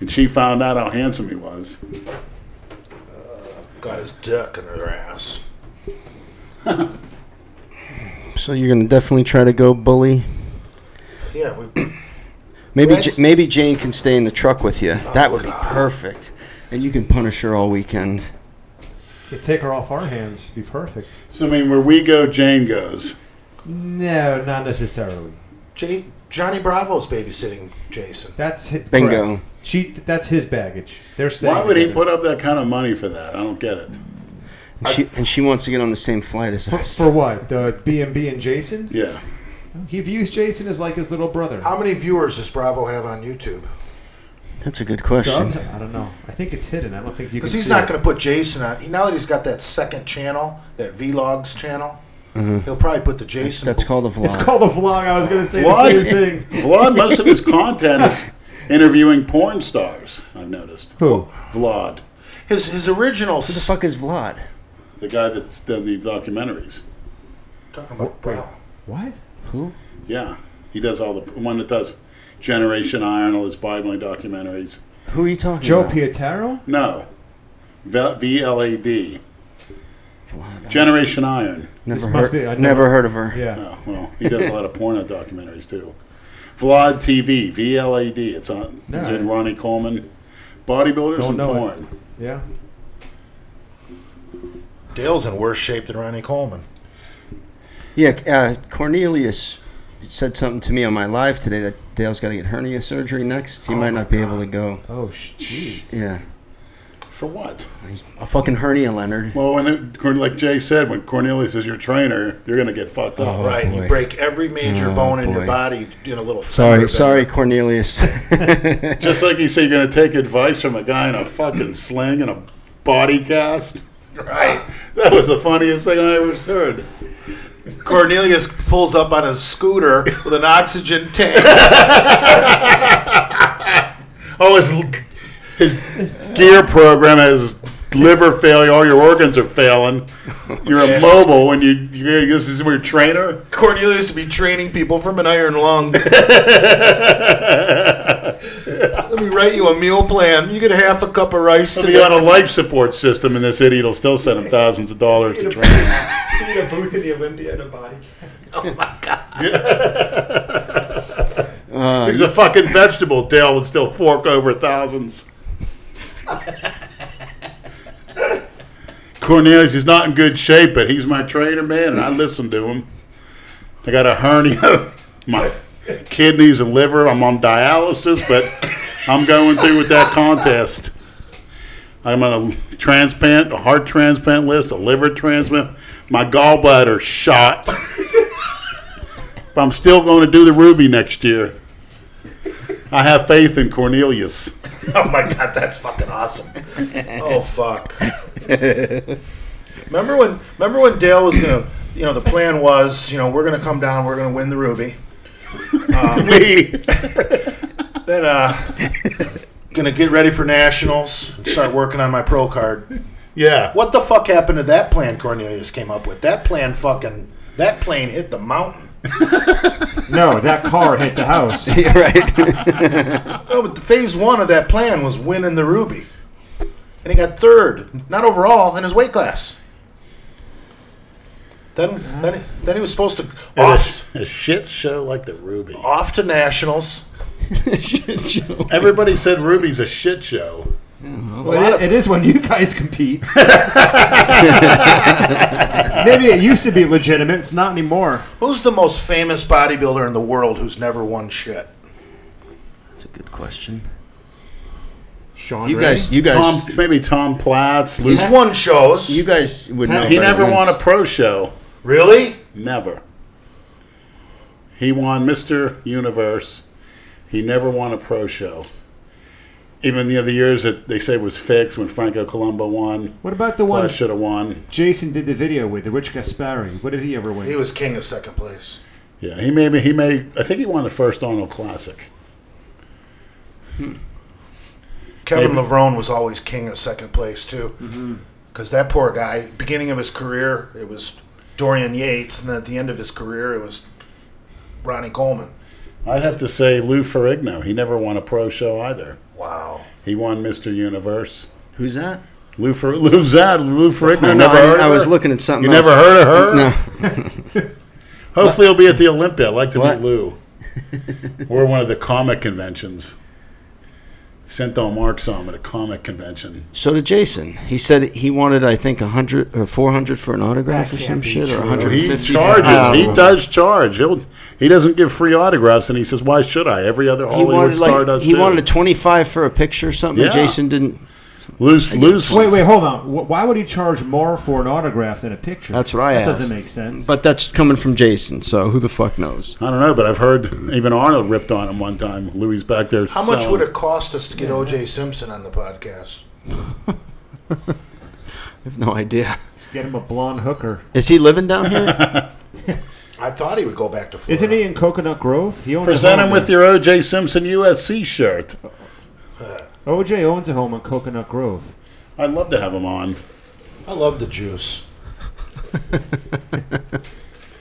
[SPEAKER 6] And she found out how handsome he was.
[SPEAKER 2] Got his dick in her ass.
[SPEAKER 3] So you're gonna definitely try to go bully.
[SPEAKER 2] Yeah, we,
[SPEAKER 3] Maybe
[SPEAKER 2] Right.
[SPEAKER 3] J- maybe Jane can stay in the truck with
[SPEAKER 4] Oh,
[SPEAKER 3] you. that would
[SPEAKER 2] God.
[SPEAKER 3] be perfect, and you can punish her all weekend.
[SPEAKER 4] You take her off our hands. Be perfect.
[SPEAKER 6] So, I mean, where we go, Jane goes.
[SPEAKER 4] No, not necessarily.
[SPEAKER 2] Jay, Johnny Bravo's babysitting Jason.
[SPEAKER 4] That's his,
[SPEAKER 3] Bingo.
[SPEAKER 4] correct. She. That's his baggage. They're staying.
[SPEAKER 6] Why would he
[SPEAKER 4] together.
[SPEAKER 6] put up that kind of money for that? I don't get it.
[SPEAKER 3] And she and she wants to get on the same flight as us.
[SPEAKER 4] For what? The B and B and Jason?
[SPEAKER 6] Yeah.
[SPEAKER 4] He views Jason as like his little brother.
[SPEAKER 2] How many viewers does Bravo have on YouTube?
[SPEAKER 3] That's a good question.
[SPEAKER 4] Subs? I don't know. I think it's hidden. I don't think you can.
[SPEAKER 2] Because he's
[SPEAKER 4] see
[SPEAKER 2] not
[SPEAKER 4] it.
[SPEAKER 2] going to put Jason on. he- Now that he's got that second channel, that Vlogs channel, he'll probably put the Jason.
[SPEAKER 3] Mm-hmm. That's called a vlog.
[SPEAKER 4] It's called a vlog. I was going to say the same
[SPEAKER 6] Vlad,
[SPEAKER 4] thing.
[SPEAKER 6] Vlad, most of his content is interviewing porn stars, I've noticed.
[SPEAKER 4] Who?
[SPEAKER 6] Vlad,
[SPEAKER 2] his his original.
[SPEAKER 3] Who the
[SPEAKER 2] s-
[SPEAKER 3] fuck is Vlad?
[SPEAKER 6] the guy that's done the documentaries.
[SPEAKER 2] Talking about
[SPEAKER 3] Oh,
[SPEAKER 2] Bravo.
[SPEAKER 4] What?
[SPEAKER 3] Who?
[SPEAKER 6] Yeah. He does all the one that does Generation Iron, all his Bible documentaries.
[SPEAKER 3] Who are you talking
[SPEAKER 4] Joe
[SPEAKER 3] about?
[SPEAKER 4] Pietaro?
[SPEAKER 6] No. V L A D. Generation Iron.
[SPEAKER 3] Never
[SPEAKER 4] must
[SPEAKER 3] heard.
[SPEAKER 4] be- I
[SPEAKER 3] never,
[SPEAKER 4] never-
[SPEAKER 3] heard of her.
[SPEAKER 4] Yeah.
[SPEAKER 6] Oh, well, he does a lot of porno documentaries too. Vlad TV, V L A D. It's on. It's in Ronnie Coleman. Bodybuilders
[SPEAKER 4] Don't
[SPEAKER 6] and
[SPEAKER 4] know it.
[SPEAKER 6] porn.
[SPEAKER 4] Yeah.
[SPEAKER 2] Dale's in worse shape than Ronnie Coleman.
[SPEAKER 3] Yeah. Uh, Cornelius said something to me on my live today that Dale's got to get hernia surgery next. He might not be able to go.
[SPEAKER 4] Oh, sh- jeez.
[SPEAKER 3] Yeah.
[SPEAKER 6] For what?
[SPEAKER 3] A fucking hernia, Leonard.
[SPEAKER 6] Well, when it, Corn- like Jay said, when Cornelius is your trainer, you're gonna get fucked up.
[SPEAKER 3] Oh,
[SPEAKER 2] right, and
[SPEAKER 3] boy. Oh,
[SPEAKER 2] you break every major bone in
[SPEAKER 3] boy.
[SPEAKER 2] your body in a little.
[SPEAKER 3] Sorry,
[SPEAKER 2] finger
[SPEAKER 3] sorry,
[SPEAKER 2] bend.
[SPEAKER 3] Cornelius.
[SPEAKER 6] Just like you say, you're gonna take advice from a guy in a fucking sling and a body cast. Right. That was the funniest thing I ever heard.
[SPEAKER 2] Cornelius pulls up on his scooter with an oxygen tank.
[SPEAKER 6] Oh, his, his gear program has liver failure. All your organs are failing. You're immobile when you. you this is your trainer.
[SPEAKER 2] Cornelius would be training people from an iron lung. Let me write you a meal plan. You get half a cup of rice
[SPEAKER 6] He'll be
[SPEAKER 2] today.
[SPEAKER 6] on a life support system, and this idiot will still send him thousands of dollars to train. him.
[SPEAKER 4] need a booth in the Olympia and a body cast.
[SPEAKER 6] He's a fucking vegetable. Dale would still fork over thousands. Cornelius is not in good shape, but he's my trainer, man, and I listen to him. I got a hernia, my kidneys and liver. I'm on dialysis, but I'm going through with that contest. I'm on a transplant, a heart transplant list, a liver transplant, my gallbladder shot. but I'm still going to do the Ruby next year. I have faith in Cornelius.
[SPEAKER 2] Oh my god, that's fucking awesome. Oh fuck. remember when remember when Dale was gonna you know, the plan was, you know, we're gonna come down, we're gonna win the Ruby.
[SPEAKER 6] Me.
[SPEAKER 2] Then uh gonna get ready for nationals, start working on my pro card.
[SPEAKER 6] yeah.
[SPEAKER 2] What the fuck happened to that plan Cornelius came up with? That plan fucking that plane hit the mountain.
[SPEAKER 4] No, that car hit the house.
[SPEAKER 3] Yeah, right.
[SPEAKER 2] No, but the phase one of that plan was winning the Ruby. And he got third, not overall, in his weight class. Then, then, he- then he was supposed to off,
[SPEAKER 6] A, a shit show like the Ruby.
[SPEAKER 2] off to nationals.
[SPEAKER 6] Everybody said Ruby's a shit show.
[SPEAKER 4] Well, it, it is when you guys compete. Maybe it used to be legitimate. It's not anymore.
[SPEAKER 2] Who's the most famous bodybuilder in the world who's never won shit?
[SPEAKER 3] That's a good question.
[SPEAKER 4] Sean
[SPEAKER 7] You
[SPEAKER 4] Ray?
[SPEAKER 7] guys, you guys,
[SPEAKER 6] Tom, maybe Tom Platz, Luke.
[SPEAKER 7] He's-
[SPEAKER 2] He's won shows.
[SPEAKER 7] you guys would know.
[SPEAKER 6] he
[SPEAKER 7] better
[SPEAKER 6] never
[SPEAKER 7] than
[SPEAKER 6] won a
[SPEAKER 7] this.
[SPEAKER 6] pro show.
[SPEAKER 2] really?
[SPEAKER 6] Never. He won Mr. Universe. He never won a pro show. Even the other years that they say was fixed when Franco Colombo won,
[SPEAKER 4] What about the one
[SPEAKER 6] Platz should have won.
[SPEAKER 4] Jason did the video with, the Rich Gaspari? What did he ever win?
[SPEAKER 2] He was king of second place.
[SPEAKER 6] Yeah, he maybe he may. I think he won the first Arnold Classic.
[SPEAKER 2] Kevin
[SPEAKER 6] Maybe.
[SPEAKER 2] Lavrone was always king of second place too, because that poor guy. Beginning of his career, it was Dorian Yates, and then at the end of his career, it was Ronnie Coleman.
[SPEAKER 6] I'd have to say Lou Ferrigno. He never won a pro show either.
[SPEAKER 2] Wow.
[SPEAKER 6] He won Mr. Universe.
[SPEAKER 7] Who's that?
[SPEAKER 6] Lou Fer- Lou Zad, Lou Ferrigno.
[SPEAKER 7] No,
[SPEAKER 6] never
[SPEAKER 7] I,
[SPEAKER 6] heard
[SPEAKER 7] I
[SPEAKER 6] of
[SPEAKER 7] was
[SPEAKER 6] her?
[SPEAKER 7] looking at something.
[SPEAKER 6] You
[SPEAKER 7] else.
[SPEAKER 6] never heard of her?
[SPEAKER 7] No.
[SPEAKER 6] Hopefully, he'll be at the Olympia. I'd like to
[SPEAKER 7] What?
[SPEAKER 6] meet Lou. or one of the comic conventions. Sento Mark saw him at a comic convention.
[SPEAKER 7] So did Jason. He said he wanted, I think, a hundred or four hundred for an autograph
[SPEAKER 4] That
[SPEAKER 7] or
[SPEAKER 4] can't
[SPEAKER 7] some
[SPEAKER 4] be
[SPEAKER 7] shit,
[SPEAKER 4] true.
[SPEAKER 7] or one
[SPEAKER 6] So
[SPEAKER 7] hundred
[SPEAKER 6] he
[SPEAKER 7] fifty.
[SPEAKER 6] charges. He does charge. He'll he doesn't give free autographs, and he says, "Why should I?" Every other
[SPEAKER 7] He
[SPEAKER 6] Hollywood
[SPEAKER 7] wanted
[SPEAKER 6] star
[SPEAKER 7] like
[SPEAKER 6] does.
[SPEAKER 7] he
[SPEAKER 6] too.
[SPEAKER 7] wanted a twenty-five for a picture or something.
[SPEAKER 6] Yeah.
[SPEAKER 7] Jason didn't.
[SPEAKER 6] loose loose.
[SPEAKER 4] Wait, wait, hold on. Wh- Why would he charge more for an autograph than a picture?
[SPEAKER 7] That's what I
[SPEAKER 4] That
[SPEAKER 7] asked.
[SPEAKER 4] doesn't make sense.
[SPEAKER 7] But that's coming from Jason, so who the fuck knows?
[SPEAKER 6] I don't know, but I've heard even Arnold ripped on him one time. Louis back there.
[SPEAKER 2] How much
[SPEAKER 6] selling.
[SPEAKER 2] would it cost us to get O.J. Simpson on the podcast?
[SPEAKER 7] I have no idea.
[SPEAKER 4] get him a blonde hooker.
[SPEAKER 7] Is he living down here?
[SPEAKER 2] I thought he would go back to Florida.
[SPEAKER 4] Isn't he in Coconut Grove? He owns
[SPEAKER 6] present
[SPEAKER 4] a
[SPEAKER 6] him
[SPEAKER 4] home
[SPEAKER 6] with
[SPEAKER 4] in-
[SPEAKER 6] your O.J. Simpson USC shirt?
[SPEAKER 4] OJ owns a home in Coconut Grove.
[SPEAKER 6] I'd love to have him on.
[SPEAKER 2] I love the juice.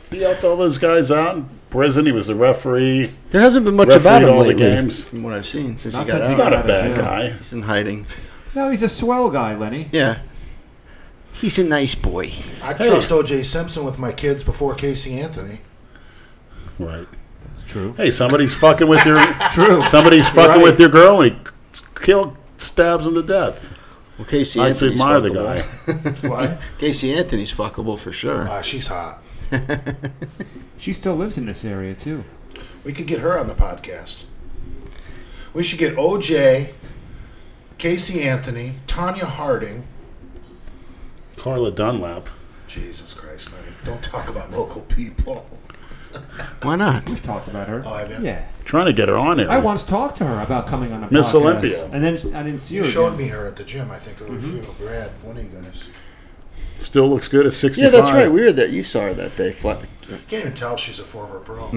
[SPEAKER 6] He helped all those guys out in prison. He was the referee.
[SPEAKER 7] there hasn't been much
[SPEAKER 6] Refereed
[SPEAKER 7] about him
[SPEAKER 6] all the
[SPEAKER 7] lately,
[SPEAKER 6] games.
[SPEAKER 7] from what I've seen since
[SPEAKER 4] Not
[SPEAKER 7] he got
[SPEAKER 4] since
[SPEAKER 7] out.
[SPEAKER 6] He's
[SPEAKER 4] he
[SPEAKER 6] not a
[SPEAKER 4] out of
[SPEAKER 6] bad
[SPEAKER 4] jail.
[SPEAKER 6] guy.
[SPEAKER 7] He's in hiding.
[SPEAKER 4] No, he's a swell guy, Lenny.
[SPEAKER 7] Yeah, he's a nice boy.
[SPEAKER 2] I'd trust O.J. Simpson with my kids before Casey Anthony.
[SPEAKER 6] Right.
[SPEAKER 4] That's true.
[SPEAKER 6] Hey, somebody's fucking with your
[SPEAKER 4] True.
[SPEAKER 6] somebody's fucking
[SPEAKER 4] right.
[SPEAKER 6] with your girl, and he killed stabs him to death.
[SPEAKER 7] Well, Casey
[SPEAKER 6] I actually
[SPEAKER 7] Anthony's
[SPEAKER 6] admire the
[SPEAKER 7] fuckable.
[SPEAKER 6] guy.
[SPEAKER 4] What?
[SPEAKER 7] Casey Anthony's fuckable for sure.
[SPEAKER 2] Ah, she's hot.
[SPEAKER 4] She still lives in this area too.
[SPEAKER 2] We could get her on the podcast. We should get O.J., Casey Anthony, Tanya Harding.
[SPEAKER 6] Carla Dunlap.
[SPEAKER 2] Jesus Christ, Lenny. Don't talk about local people.
[SPEAKER 7] Why not?
[SPEAKER 4] We've talked about her.
[SPEAKER 2] Oh, have you?
[SPEAKER 4] Yeah.
[SPEAKER 6] Trying to get her on here.
[SPEAKER 4] I once talked to her about coming on a
[SPEAKER 6] Miss
[SPEAKER 4] podcast,
[SPEAKER 6] Olympia.
[SPEAKER 4] and then I didn't see
[SPEAKER 2] You
[SPEAKER 4] her.
[SPEAKER 2] showed
[SPEAKER 4] again.
[SPEAKER 2] me her at the gym. I think it
[SPEAKER 4] Mm-hmm.
[SPEAKER 2] was you, Brad, one of you guys.
[SPEAKER 6] Still looks good at
[SPEAKER 7] Yeah,
[SPEAKER 6] 65.
[SPEAKER 7] that's right. We were there. You saw her that day. Flat.
[SPEAKER 2] Can't even tell she's a former pro.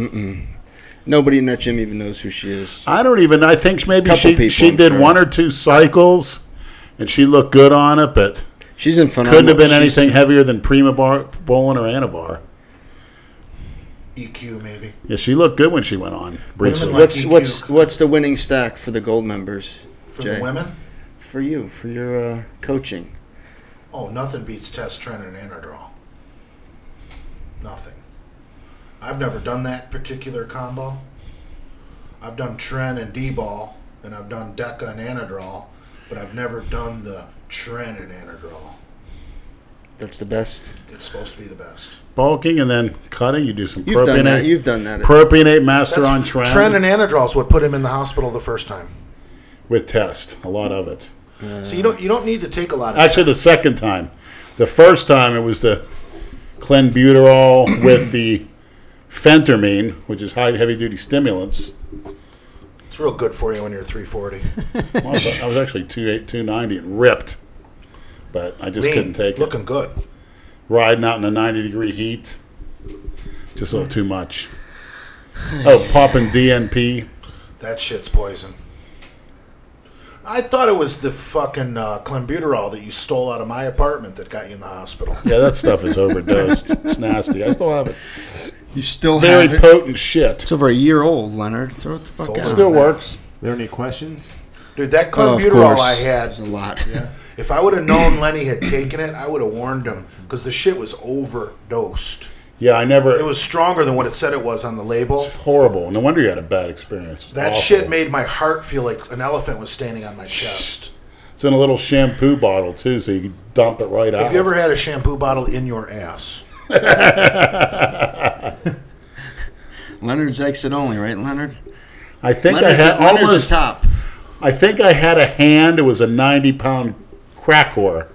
[SPEAKER 7] Nobody in that gym even knows who she is.
[SPEAKER 6] I don't even. I think maybe
[SPEAKER 7] Couple
[SPEAKER 6] she
[SPEAKER 7] people,
[SPEAKER 6] she
[SPEAKER 7] I'm
[SPEAKER 6] did
[SPEAKER 7] sure.
[SPEAKER 6] one or two cycles, and she looked good on it, but
[SPEAKER 7] She's in phenomenal.
[SPEAKER 6] couldn't have been
[SPEAKER 7] she's-
[SPEAKER 6] anything heavier than Prima Bar, Bolin, or Anavar.
[SPEAKER 2] EQ E maybe.
[SPEAKER 6] Yeah, she looked good when she went on
[SPEAKER 2] Women
[SPEAKER 6] briefly.
[SPEAKER 2] like
[SPEAKER 7] What's
[SPEAKER 2] EQ
[SPEAKER 7] what's what's the winning stack for the gold members?
[SPEAKER 2] for
[SPEAKER 7] Jay?
[SPEAKER 2] the women?
[SPEAKER 7] For you, for your uh, coaching.
[SPEAKER 2] Oh, nothing beats test Trent and Anadrol. Nothing. I've never done that particular combo. I've done Tren and D-ball, and I've done Deca and Anadrol, but I've never done the Tren and Anadrol.
[SPEAKER 7] That's the best.
[SPEAKER 2] It's supposed to be the best.
[SPEAKER 6] Bulking and then cutting. You do some
[SPEAKER 7] You've done that.
[SPEAKER 6] propionate.
[SPEAKER 7] You've done that.
[SPEAKER 6] propionate master on trend,
[SPEAKER 2] That's- Tren and Anadrol's what put him in the hospital the first time.
[SPEAKER 6] with test. A lot of it.
[SPEAKER 2] So you don't you don't need to take a lot of
[SPEAKER 6] Actually, the second time. The first time it was the clenbuterol with the phentermine, which is high heavy duty stimulants.
[SPEAKER 2] It's real good for you when you're 340.
[SPEAKER 6] Well, I, was, I was actually 28, 290 and ripped, but I just
[SPEAKER 2] Lean,
[SPEAKER 6] couldn't take it.
[SPEAKER 2] looking good.
[SPEAKER 6] Riding out in the 90 degree heat, just a little too much. Oh, popping DNP.
[SPEAKER 2] That shit's poison. I thought it was the fucking uh, clenbuterol that you stole out of my apartment that got you in the hospital.
[SPEAKER 6] Yeah, that stuff is overdosed. It's nasty. I still have it.
[SPEAKER 7] You still
[SPEAKER 6] Very potent shit.
[SPEAKER 7] It's over a year old, Leonard. Throw it the fuck
[SPEAKER 2] Don't
[SPEAKER 7] out.
[SPEAKER 6] Still works.
[SPEAKER 4] There any questions?
[SPEAKER 2] Dude, that
[SPEAKER 7] Oh, of
[SPEAKER 2] clenbuterol
[SPEAKER 7] course.
[SPEAKER 2] I had,
[SPEAKER 7] There's a lot.
[SPEAKER 2] if I would have known Lenny had taken it, I would have warned him because the shit was overdosed.
[SPEAKER 6] Yeah, I never.
[SPEAKER 2] It was stronger than what it said it was on the label.
[SPEAKER 6] horrible. No wonder you had a bad experience.
[SPEAKER 2] That
[SPEAKER 6] Awful.
[SPEAKER 2] shit made my heart feel like an elephant was standing on my chest.
[SPEAKER 6] It's in a little shampoo bottle too, so you can dump it right out.
[SPEAKER 2] Have you ever had a shampoo bottle in your ass?
[SPEAKER 7] Leonard's exit only, right, Leonard?
[SPEAKER 6] I think I
[SPEAKER 7] Leonard's,
[SPEAKER 6] had
[SPEAKER 7] Leonard's
[SPEAKER 6] almost.
[SPEAKER 7] a top.
[SPEAKER 6] I think I had a hand. It was a 90 pound crack whore.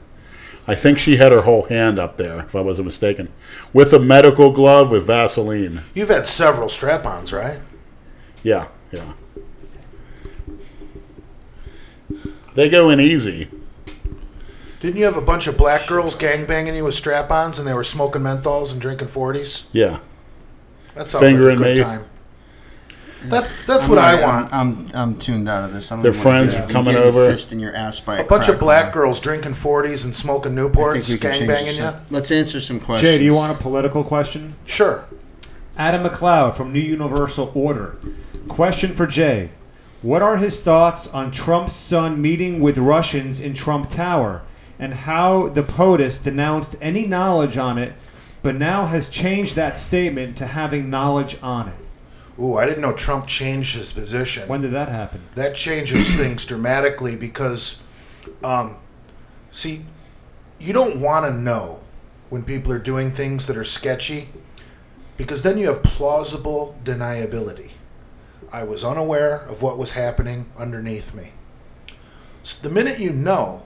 [SPEAKER 6] I think she had her whole hand up there, if I wasn't mistaken, with a medical glove with Vaseline.
[SPEAKER 2] You've had several strap-ons, right?
[SPEAKER 6] Yeah, yeah. They go in easy.
[SPEAKER 2] Didn't you have a bunch of black girls gangbanging you with strap-ons, and they were smoking menthols and drinking forties?
[SPEAKER 6] Yeah.
[SPEAKER 2] That sounds
[SPEAKER 6] Fingering
[SPEAKER 2] like a good
[SPEAKER 6] me.
[SPEAKER 2] time. That that's what I want.
[SPEAKER 7] I'm, I'm, tuned out of this. I'm
[SPEAKER 6] Their friends are coming over.
[SPEAKER 7] Fist in your ass by
[SPEAKER 2] A bunch of black girls drinking forties and smoking Newports, gangbanging you.
[SPEAKER 7] Let's answer some questions.
[SPEAKER 4] Jay, do you want a political question?
[SPEAKER 2] Sure.
[SPEAKER 4] Adam McLeod from New Universal Order. Question for Jay. What are his thoughts on Trump's son meeting with Russians in Trump Tower and how the POTUS denounced any knowledge on it but now has changed that statement to having knowledge on it?
[SPEAKER 2] Ooh, I didn't know Trump changed his position.
[SPEAKER 4] When did that happen?
[SPEAKER 2] that changes things dramatically because, um, see, you don't want to know when people are doing things that are sketchy because then you have plausible deniability. I was unaware of what was happening underneath me. So the minute you know,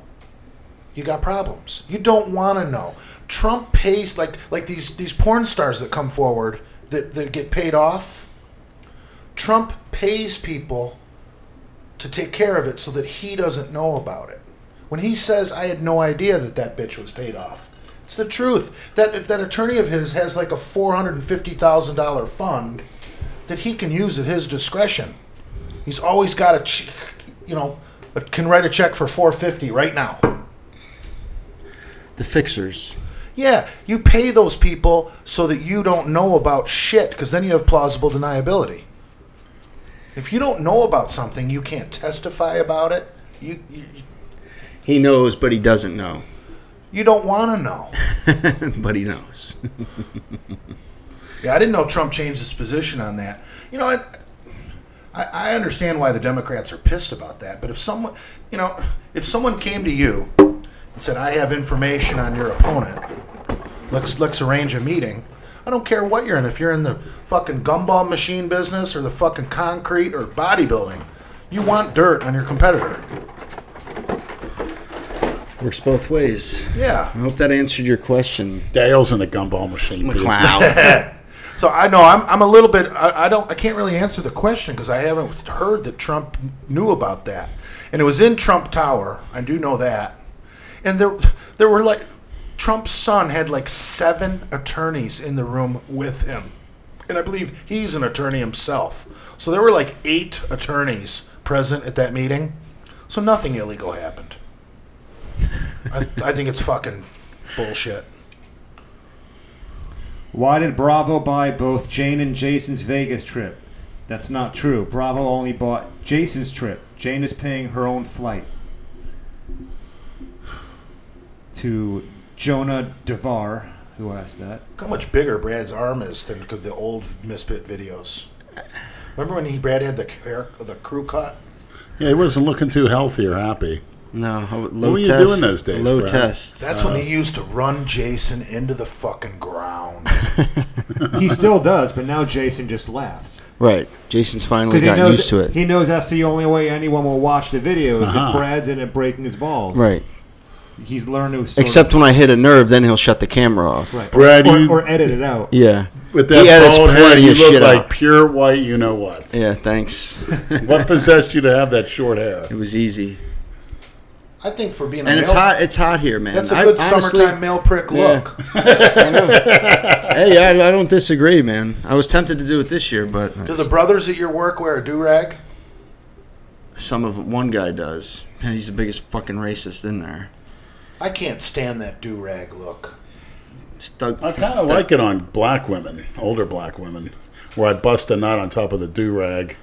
[SPEAKER 2] you got problems. You don't want to know. Trump pays like like these these porn stars that come forward that, that get paid off. Trump pays people to take care of it so that he doesn't know about it. When he says, "I had no idea that that bitch was paid off," it's the truth. That that attorney of his has like a four hundred and fifty thousand dollar fund that he can use at his discretion. He's always got a, ch- you know, can write a check for four fifty right now.
[SPEAKER 7] the fixers?
[SPEAKER 2] Yeah, you pay those people so that you don't know about shit because then you have plausible deniability. If you don't know about something, you can't testify about it. You you,
[SPEAKER 7] He knows, but he doesn't know.
[SPEAKER 2] you don't want to know.
[SPEAKER 7] but he knows.
[SPEAKER 2] Yeah, I didn't know Trump changed his position on that. You know, I, I, I understand why the Democrats are pissed about that. But if someone, you know, if someone came to you and said, "I have information on your opponent," let's let's arrange a meeting. I don't care what you're in. If you're in the fucking gumball machine business or the fucking concrete or bodybuilding, you want dirt on your competitor.
[SPEAKER 7] Works both ways. I
[SPEAKER 2] Yeah.
[SPEAKER 7] hope that answered your question,
[SPEAKER 6] Dale's in the gumball machine.
[SPEAKER 7] McLeod.
[SPEAKER 2] So I know I'm, I'm a little bit I, I don't I can't really answer the question because I haven't heard that Trump knew about that, and it was in Trump Tower. I do know that, and there there were like Trump's son had like seven attorneys in the room with him, and I believe he's an attorney himself. So there were like eight attorneys present at that meeting, so nothing illegal happened. I, I think it's fucking bullshit.
[SPEAKER 4] Why did Bravo buy both Jane and Jason's Vegas trip? That's not true. Bravo only bought Jason's trip. Jane is paying her own flight. To Jonah Devar, who asked that.
[SPEAKER 2] Look how much bigger Brad's arm is than the old Misfit videos. Remember when he Brad had the hair, the crew cut?
[SPEAKER 6] Yeah, he wasn't looking too healthy or happy.
[SPEAKER 7] no, how- low
[SPEAKER 6] were you
[SPEAKER 7] test,
[SPEAKER 6] doing those days,
[SPEAKER 7] Low
[SPEAKER 6] Brad?
[SPEAKER 7] test.
[SPEAKER 2] That's when he used to run Jason into the fucking ground.
[SPEAKER 4] He still does, but now Jason just laughs.
[SPEAKER 7] right. Jason's finally
[SPEAKER 4] Because he
[SPEAKER 7] got
[SPEAKER 4] knows
[SPEAKER 7] used to it.
[SPEAKER 4] He knows that's the only way anyone will watch the video is
[SPEAKER 6] Uh-huh.
[SPEAKER 4] if Brad's in it breaking his balls.
[SPEAKER 7] right.
[SPEAKER 4] He's learned to sort
[SPEAKER 7] Except when I hit a nerve, then hell shut the camera off.
[SPEAKER 4] of, right,
[SPEAKER 6] Brad,
[SPEAKER 4] or,
[SPEAKER 6] you-
[SPEAKER 4] or edit it out.
[SPEAKER 7] Yeah.
[SPEAKER 6] With
[SPEAKER 7] He
[SPEAKER 6] that
[SPEAKER 7] edits
[SPEAKER 6] bald head,
[SPEAKER 7] plenty
[SPEAKER 6] you
[SPEAKER 7] of
[SPEAKER 6] look
[SPEAKER 7] shit
[SPEAKER 6] like
[SPEAKER 7] out.
[SPEAKER 6] pure white. You know what?
[SPEAKER 7] Yeah. Thanks.
[SPEAKER 6] What possessed you to have that short hair?
[SPEAKER 7] It was easy.
[SPEAKER 2] I think for being a
[SPEAKER 7] And it's
[SPEAKER 2] male-
[SPEAKER 7] hot. It's hot here, man.
[SPEAKER 2] That's a
[SPEAKER 7] I-
[SPEAKER 2] good
[SPEAKER 7] honestly-
[SPEAKER 2] summertime male prick look.
[SPEAKER 7] Hey, I, I don't disagree, man. I was tempted to do it this year, but
[SPEAKER 2] Do the brothers at your work wear a do rag?
[SPEAKER 7] some of one guy does. Man, he's the biggest fucking racist in there.
[SPEAKER 2] I can't stand that do rag look.
[SPEAKER 7] It's thug-
[SPEAKER 6] I kind of like it on black women, older black women, where I bust a nut on top of the do rag.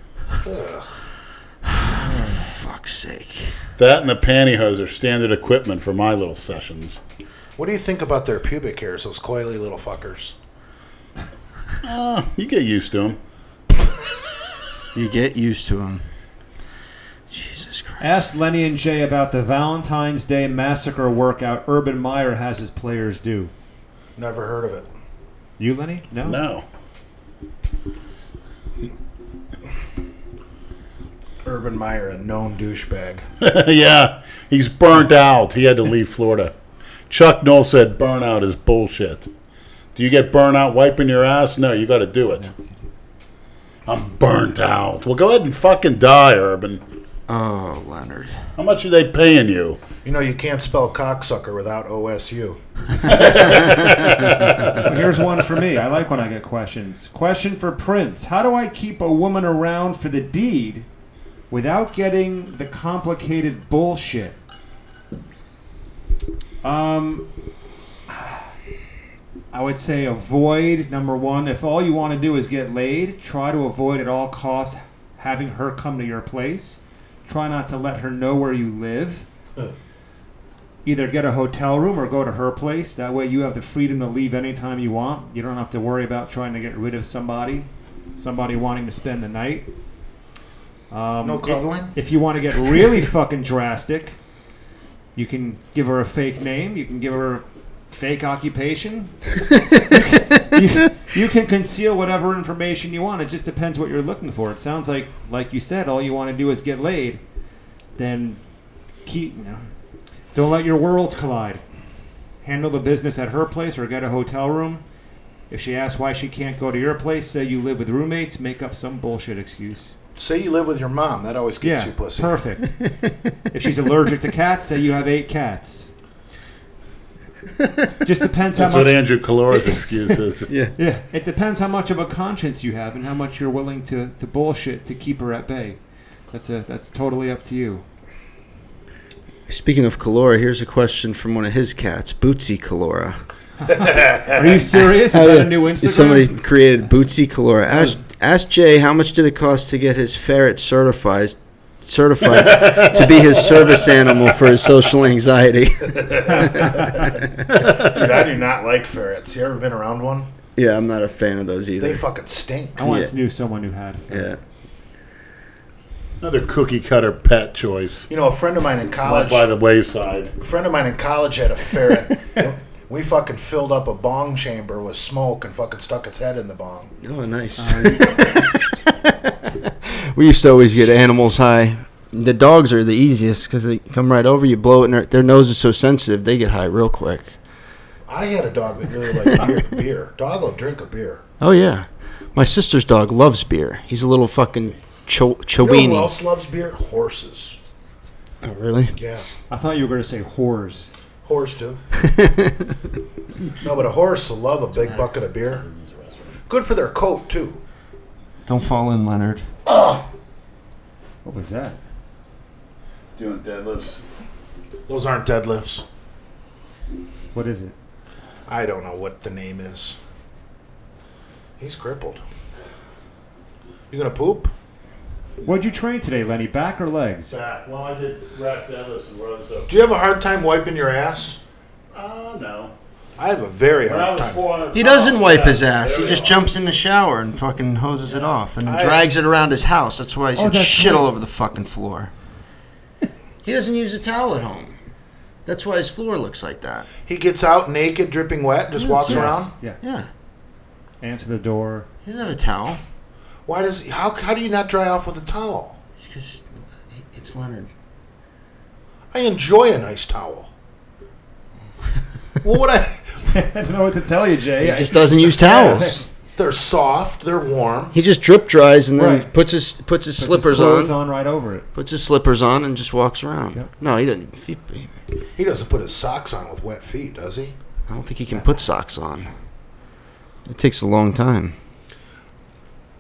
[SPEAKER 7] Fuck's sake.
[SPEAKER 6] That and the pantyhose are standard equipment for my little sessions.
[SPEAKER 2] What do you think about their pubic hairs, those coily little fuckers?
[SPEAKER 6] You get used to them.
[SPEAKER 7] You get used to him. Jesus Christ.
[SPEAKER 4] Asked Lenny and Jay about the Valentine's Day massacre workout Urban Meyer has his players do.
[SPEAKER 2] Never heard of it.
[SPEAKER 4] You, Lenny? No.
[SPEAKER 6] No.
[SPEAKER 2] Urban Meyer, a known douchebag.
[SPEAKER 6] yeah, he's burnt out. He had to leave Florida. Chuck Noll said burnout is bullshit. Do you get burnout wiping your ass? No, you got to do it. I'm burnt out. Well, go ahead and fucking die, Urban.
[SPEAKER 7] Oh, Leonard.
[SPEAKER 6] How much are they paying you?
[SPEAKER 2] You know, you can't spell cocksucker without OSU.
[SPEAKER 4] Here's one for me. I like when I get questions. Question for Prince How do I keep a woman around for the deed without getting the complicated bullshit? Um, I would say avoid number one. If all you want to do is get laid, try to avoid at all costs having her come to your place. Try not to let her know where you live either get a hotel room or go to her place. That way you have the freedom to leave anytime you want. You don't have to worry about trying to get rid of somebody, somebody wanting to spend the night. Um,
[SPEAKER 2] No cuddling?
[SPEAKER 4] if you want to get really fucking drastic, you can give her a fake name. You can give her a fake occupation. you, can, you can conceal whatever information you want. It just depends what you're looking for. It sounds like, like you said, all you want to do is get laid. Then keep, you know, don't let your worlds collide. Handle the business at her place or get a hotel room. If she asks why she can't go to your place, say you live with roommates, make up some bullshit excuse.
[SPEAKER 2] Say you live with your mom. That always gets you pussy.
[SPEAKER 4] perfect. if she's allergic to cats, say you have eight cats. Just depends
[SPEAKER 6] That's
[SPEAKER 4] how much.
[SPEAKER 6] what Andrew Kalora's excuse is.
[SPEAKER 9] Yeah.
[SPEAKER 4] yeah, it depends how much of a conscience you have and how much you're willing to, to bullshit to keep her at bay. That's a that's totally up to you.
[SPEAKER 7] Speaking of Kalora, here's a question from one of his cats, Bootsy Kalora.
[SPEAKER 4] Are you serious? Is that a new Instagram?
[SPEAKER 7] Oh, Somebody created Bootsy Kalora. Ask, ask Jay how much did it cost to get his ferret certified certified to be his service animal for his social anxiety.
[SPEAKER 2] Dude, I do not like ferrets. You ever been around one?
[SPEAKER 7] yeah, I'm not a fan of those
[SPEAKER 2] They
[SPEAKER 7] either.
[SPEAKER 2] fucking stink.
[SPEAKER 4] I once knew someone who had.
[SPEAKER 7] yeah.
[SPEAKER 6] Another cookie cutter pet choice.
[SPEAKER 2] You know, a friend of mine in
[SPEAKER 6] Right
[SPEAKER 2] college,
[SPEAKER 6] by the wayside.
[SPEAKER 2] a friend of mine in college had a ferret. we fucking filled up a bong chamber with smoke and fucking stuck its head in the bong.
[SPEAKER 7] Oh, nice.
[SPEAKER 4] Um,
[SPEAKER 7] we used to always get animals high. The dogs are the easiest because they come right over you, blow it, and their, their nose is so sensitive they get high real quick.
[SPEAKER 2] I had a dog that really liked beer. beer. Dog will drink a beer.
[SPEAKER 7] Oh yeah, my sister's dog loves beer. He's a little fucking cho-
[SPEAKER 2] You know
[SPEAKER 7] chowini.
[SPEAKER 2] who else loves beer? Horses.
[SPEAKER 7] oh really?
[SPEAKER 2] Yeah,
[SPEAKER 4] I thought you were going to say whores.
[SPEAKER 2] horse too. no, but a horse will love a big bucket of beer. Good for their coat too.
[SPEAKER 9] Don't fall in, Leonard.
[SPEAKER 4] What was that?
[SPEAKER 10] Doing deadlifts.
[SPEAKER 2] Those aren't deadlifts.
[SPEAKER 4] What is it?
[SPEAKER 2] I don't know what the name is. He's crippled. You gonna poop?
[SPEAKER 4] What'd you train today, Lenny? Back or legs?
[SPEAKER 10] Back. Well, I did rack deadlifts and rows up.
[SPEAKER 2] Do you have a hard time wiping your ass?
[SPEAKER 6] Ah,
[SPEAKER 10] Oh, no.
[SPEAKER 2] I have a very
[SPEAKER 10] When I
[SPEAKER 2] hard
[SPEAKER 10] was
[SPEAKER 2] time.
[SPEAKER 10] 400
[SPEAKER 9] He doesn't
[SPEAKER 10] pounds,
[SPEAKER 9] wipe
[SPEAKER 10] yeah,
[SPEAKER 9] his ass. He
[SPEAKER 10] there
[SPEAKER 9] just
[SPEAKER 10] we are.
[SPEAKER 9] jumps in the shower and fucking hoses it off and then
[SPEAKER 2] I-
[SPEAKER 9] drags it around his house. That's why he's
[SPEAKER 4] Oh,
[SPEAKER 9] got
[SPEAKER 4] that's
[SPEAKER 9] shit all
[SPEAKER 4] right.
[SPEAKER 9] over the fucking floor. he doesn't use a towel at home. That's why his floor looks like that.
[SPEAKER 2] He gets out naked, dripping wet, and just walks around.
[SPEAKER 4] Yeah.
[SPEAKER 9] Yeah.
[SPEAKER 4] Answer the door.
[SPEAKER 9] He doesn't have a towel.
[SPEAKER 2] Why does how how do you not dry off with a towel?
[SPEAKER 9] It's because it's Leonard.
[SPEAKER 2] I enjoy a nice towel. what would I?
[SPEAKER 4] I don't know what to tell you, Jay.
[SPEAKER 7] He just doesn't use towels.
[SPEAKER 2] They're soft. They're warm.
[SPEAKER 7] He just drip dries and then
[SPEAKER 4] Right.
[SPEAKER 7] puts his puts his
[SPEAKER 4] Put his
[SPEAKER 7] slippers
[SPEAKER 4] clothes
[SPEAKER 7] on,
[SPEAKER 4] on right over it.
[SPEAKER 7] puts his slippers on, and just walks around.
[SPEAKER 4] Yep.
[SPEAKER 7] No, he doesn't. He, he-
[SPEAKER 2] He doesn't put his socks on with wet feet, does he?
[SPEAKER 7] I don't think he can put socks on. It takes a long time.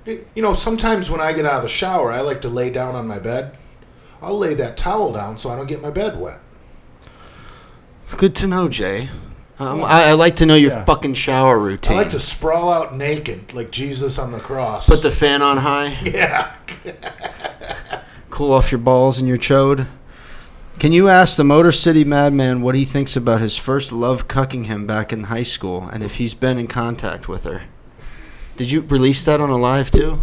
[SPEAKER 2] You know, sometimes when I get out of the shower, I like to lay down on my bed. I'll lay that towel down so I don't get my bed wet.
[SPEAKER 7] Good to know, Jay. Um, I, I like to know your
[SPEAKER 4] Yeah.
[SPEAKER 7] fucking shower routine.
[SPEAKER 2] I like to sprawl out naked like Jesus on the cross.
[SPEAKER 7] put the fan on high,
[SPEAKER 2] yeah.
[SPEAKER 7] cool off your balls and your chode. Can you ask the Motor City Madman what he thinks about his first love cucking him back in high school and if he's been in contact with her? Did you release that on a live too?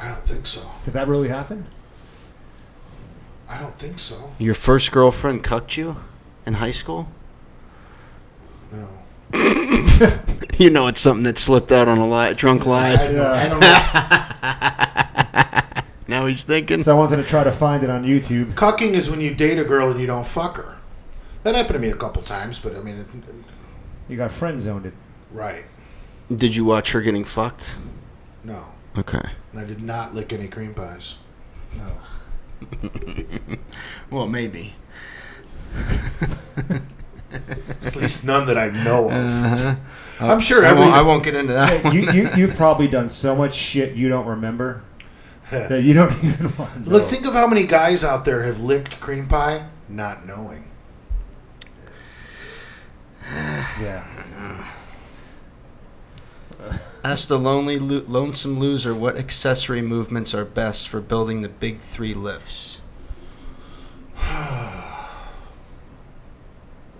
[SPEAKER 2] I don't think so.
[SPEAKER 4] Did that really happen?
[SPEAKER 2] I don't think so.
[SPEAKER 7] Your first girlfriend cucked you in high school?
[SPEAKER 2] No.
[SPEAKER 7] You know it's something that slipped out on a li- drunk
[SPEAKER 2] I,
[SPEAKER 7] live.
[SPEAKER 2] don't, I don't know.
[SPEAKER 7] Now how he's thinking.
[SPEAKER 4] Someone's gonna try to find it on YouTube.
[SPEAKER 2] Cucking is when you date a girl and you don't fuck her. That happened to me a couple times, but I mean, it,
[SPEAKER 4] You got friend zoned it.
[SPEAKER 2] right?
[SPEAKER 7] Did you watch her getting fucked?
[SPEAKER 2] No,
[SPEAKER 7] Okay.
[SPEAKER 2] and I did not lick any cream pies.
[SPEAKER 7] Well, maybe.
[SPEAKER 2] At least none that I know of. I'm sure
[SPEAKER 7] Uh-huh. I
[SPEAKER 2] every.
[SPEAKER 7] won't, I won't get into that.
[SPEAKER 4] Hey, you, you you've probably done so much shit you don't remember that you don't even want. To
[SPEAKER 2] Look,
[SPEAKER 4] know.
[SPEAKER 2] think of how many guys out there have licked cream pie not knowing.
[SPEAKER 4] yeah.
[SPEAKER 7] Ask the lonely, lo- lonesome loser what accessory movements are best for building the big three lifts.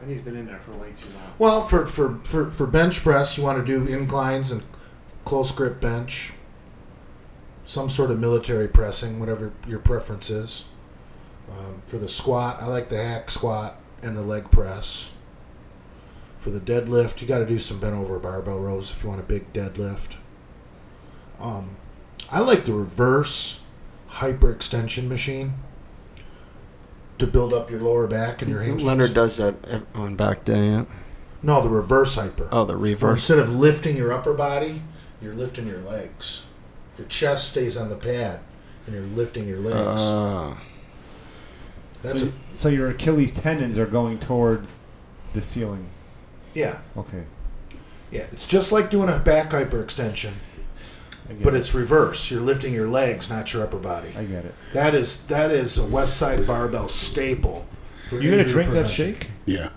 [SPEAKER 4] And he's been in there for way too long.
[SPEAKER 2] Well, for for for, for bench press, you want to do inclines and close grip bench, some sort of military pressing, whatever your preference is. Um, for the squat, I like the hack squat and the leg press. For the deadlift, you got to do some bent over barbell rows if you want a big deadlift. Um, I like the reverse hyperextension machine to build up your lower back and your hamstrings.
[SPEAKER 7] Leonard does that ev- on back day. Yeah.
[SPEAKER 2] no, the reverse hyper.
[SPEAKER 7] Oh, the
[SPEAKER 2] Or
[SPEAKER 7] reverse.
[SPEAKER 2] instead of lifting your upper body, you're lifting your legs. Your chest stays on the pad, and you're lifting your legs.
[SPEAKER 7] Uh,
[SPEAKER 2] That's
[SPEAKER 4] so,
[SPEAKER 2] a,
[SPEAKER 4] so your Achilles tendons are going toward the ceiling.
[SPEAKER 2] yeah,
[SPEAKER 4] Okay.
[SPEAKER 2] yeah. It's just like doing a back hyperextension,
[SPEAKER 4] I get
[SPEAKER 2] but
[SPEAKER 4] it.
[SPEAKER 2] it's reverse. You're lifting your legs, not your upper body.
[SPEAKER 4] I get it.
[SPEAKER 2] That is that is a West Side Barbell staple. for
[SPEAKER 4] You gonna
[SPEAKER 2] injury
[SPEAKER 4] drink that
[SPEAKER 2] prevention.
[SPEAKER 4] shake?
[SPEAKER 6] Yeah.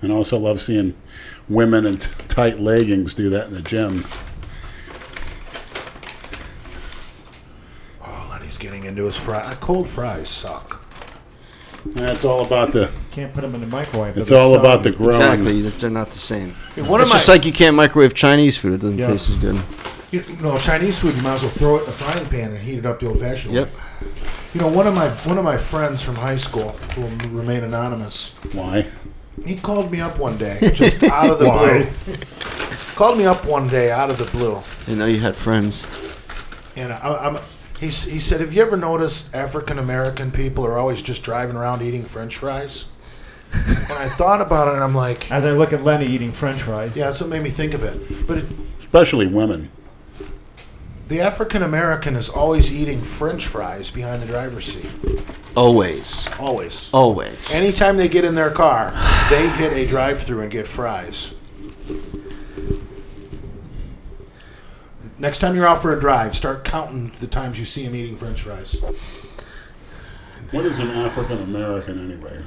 [SPEAKER 6] And I also love seeing women in t- tight leggings do that in the gym.
[SPEAKER 2] Oh, Lenny's getting into his fry. Cold fries suck.
[SPEAKER 6] And it's all about the
[SPEAKER 4] Can't put them in the microwave.
[SPEAKER 6] it's
[SPEAKER 4] They'll be
[SPEAKER 6] all about the
[SPEAKER 4] soggy.
[SPEAKER 6] growing.
[SPEAKER 7] exactly. They're not the same.
[SPEAKER 2] One of
[SPEAKER 7] It's
[SPEAKER 2] my
[SPEAKER 7] just like you can't microwave Chinese food. It doesn't
[SPEAKER 4] Yeah.
[SPEAKER 7] taste as good.
[SPEAKER 2] you, no Chinese food. You might as well throw it in a frying pan and heat it up the old-fashioned way.
[SPEAKER 7] Yep.
[SPEAKER 2] You know, one of my one of my friends from high school who will remain anonymous.
[SPEAKER 6] Why?
[SPEAKER 2] He called me up one day, just out of the blue. called me up one day out of the blue,
[SPEAKER 7] You know you had friends.
[SPEAKER 2] and I, I'm. He, s- he said, "Have you ever noticed African American people are always just driving around eating French fries?" and I thought about it, and I'm like,
[SPEAKER 4] As I look at Lenny eating French fries.
[SPEAKER 2] "Yeah, that's what made me think of it." But it,
[SPEAKER 6] Especially women.
[SPEAKER 2] the African American is always eating French fries behind the driver's seat,
[SPEAKER 7] Always.
[SPEAKER 2] always.
[SPEAKER 7] Always.
[SPEAKER 2] Anytime they get in their car, they hit a drive-through and get fries. Next time you're out for a drive, start counting the times you see them eating French fries.
[SPEAKER 6] What is an African American anyway?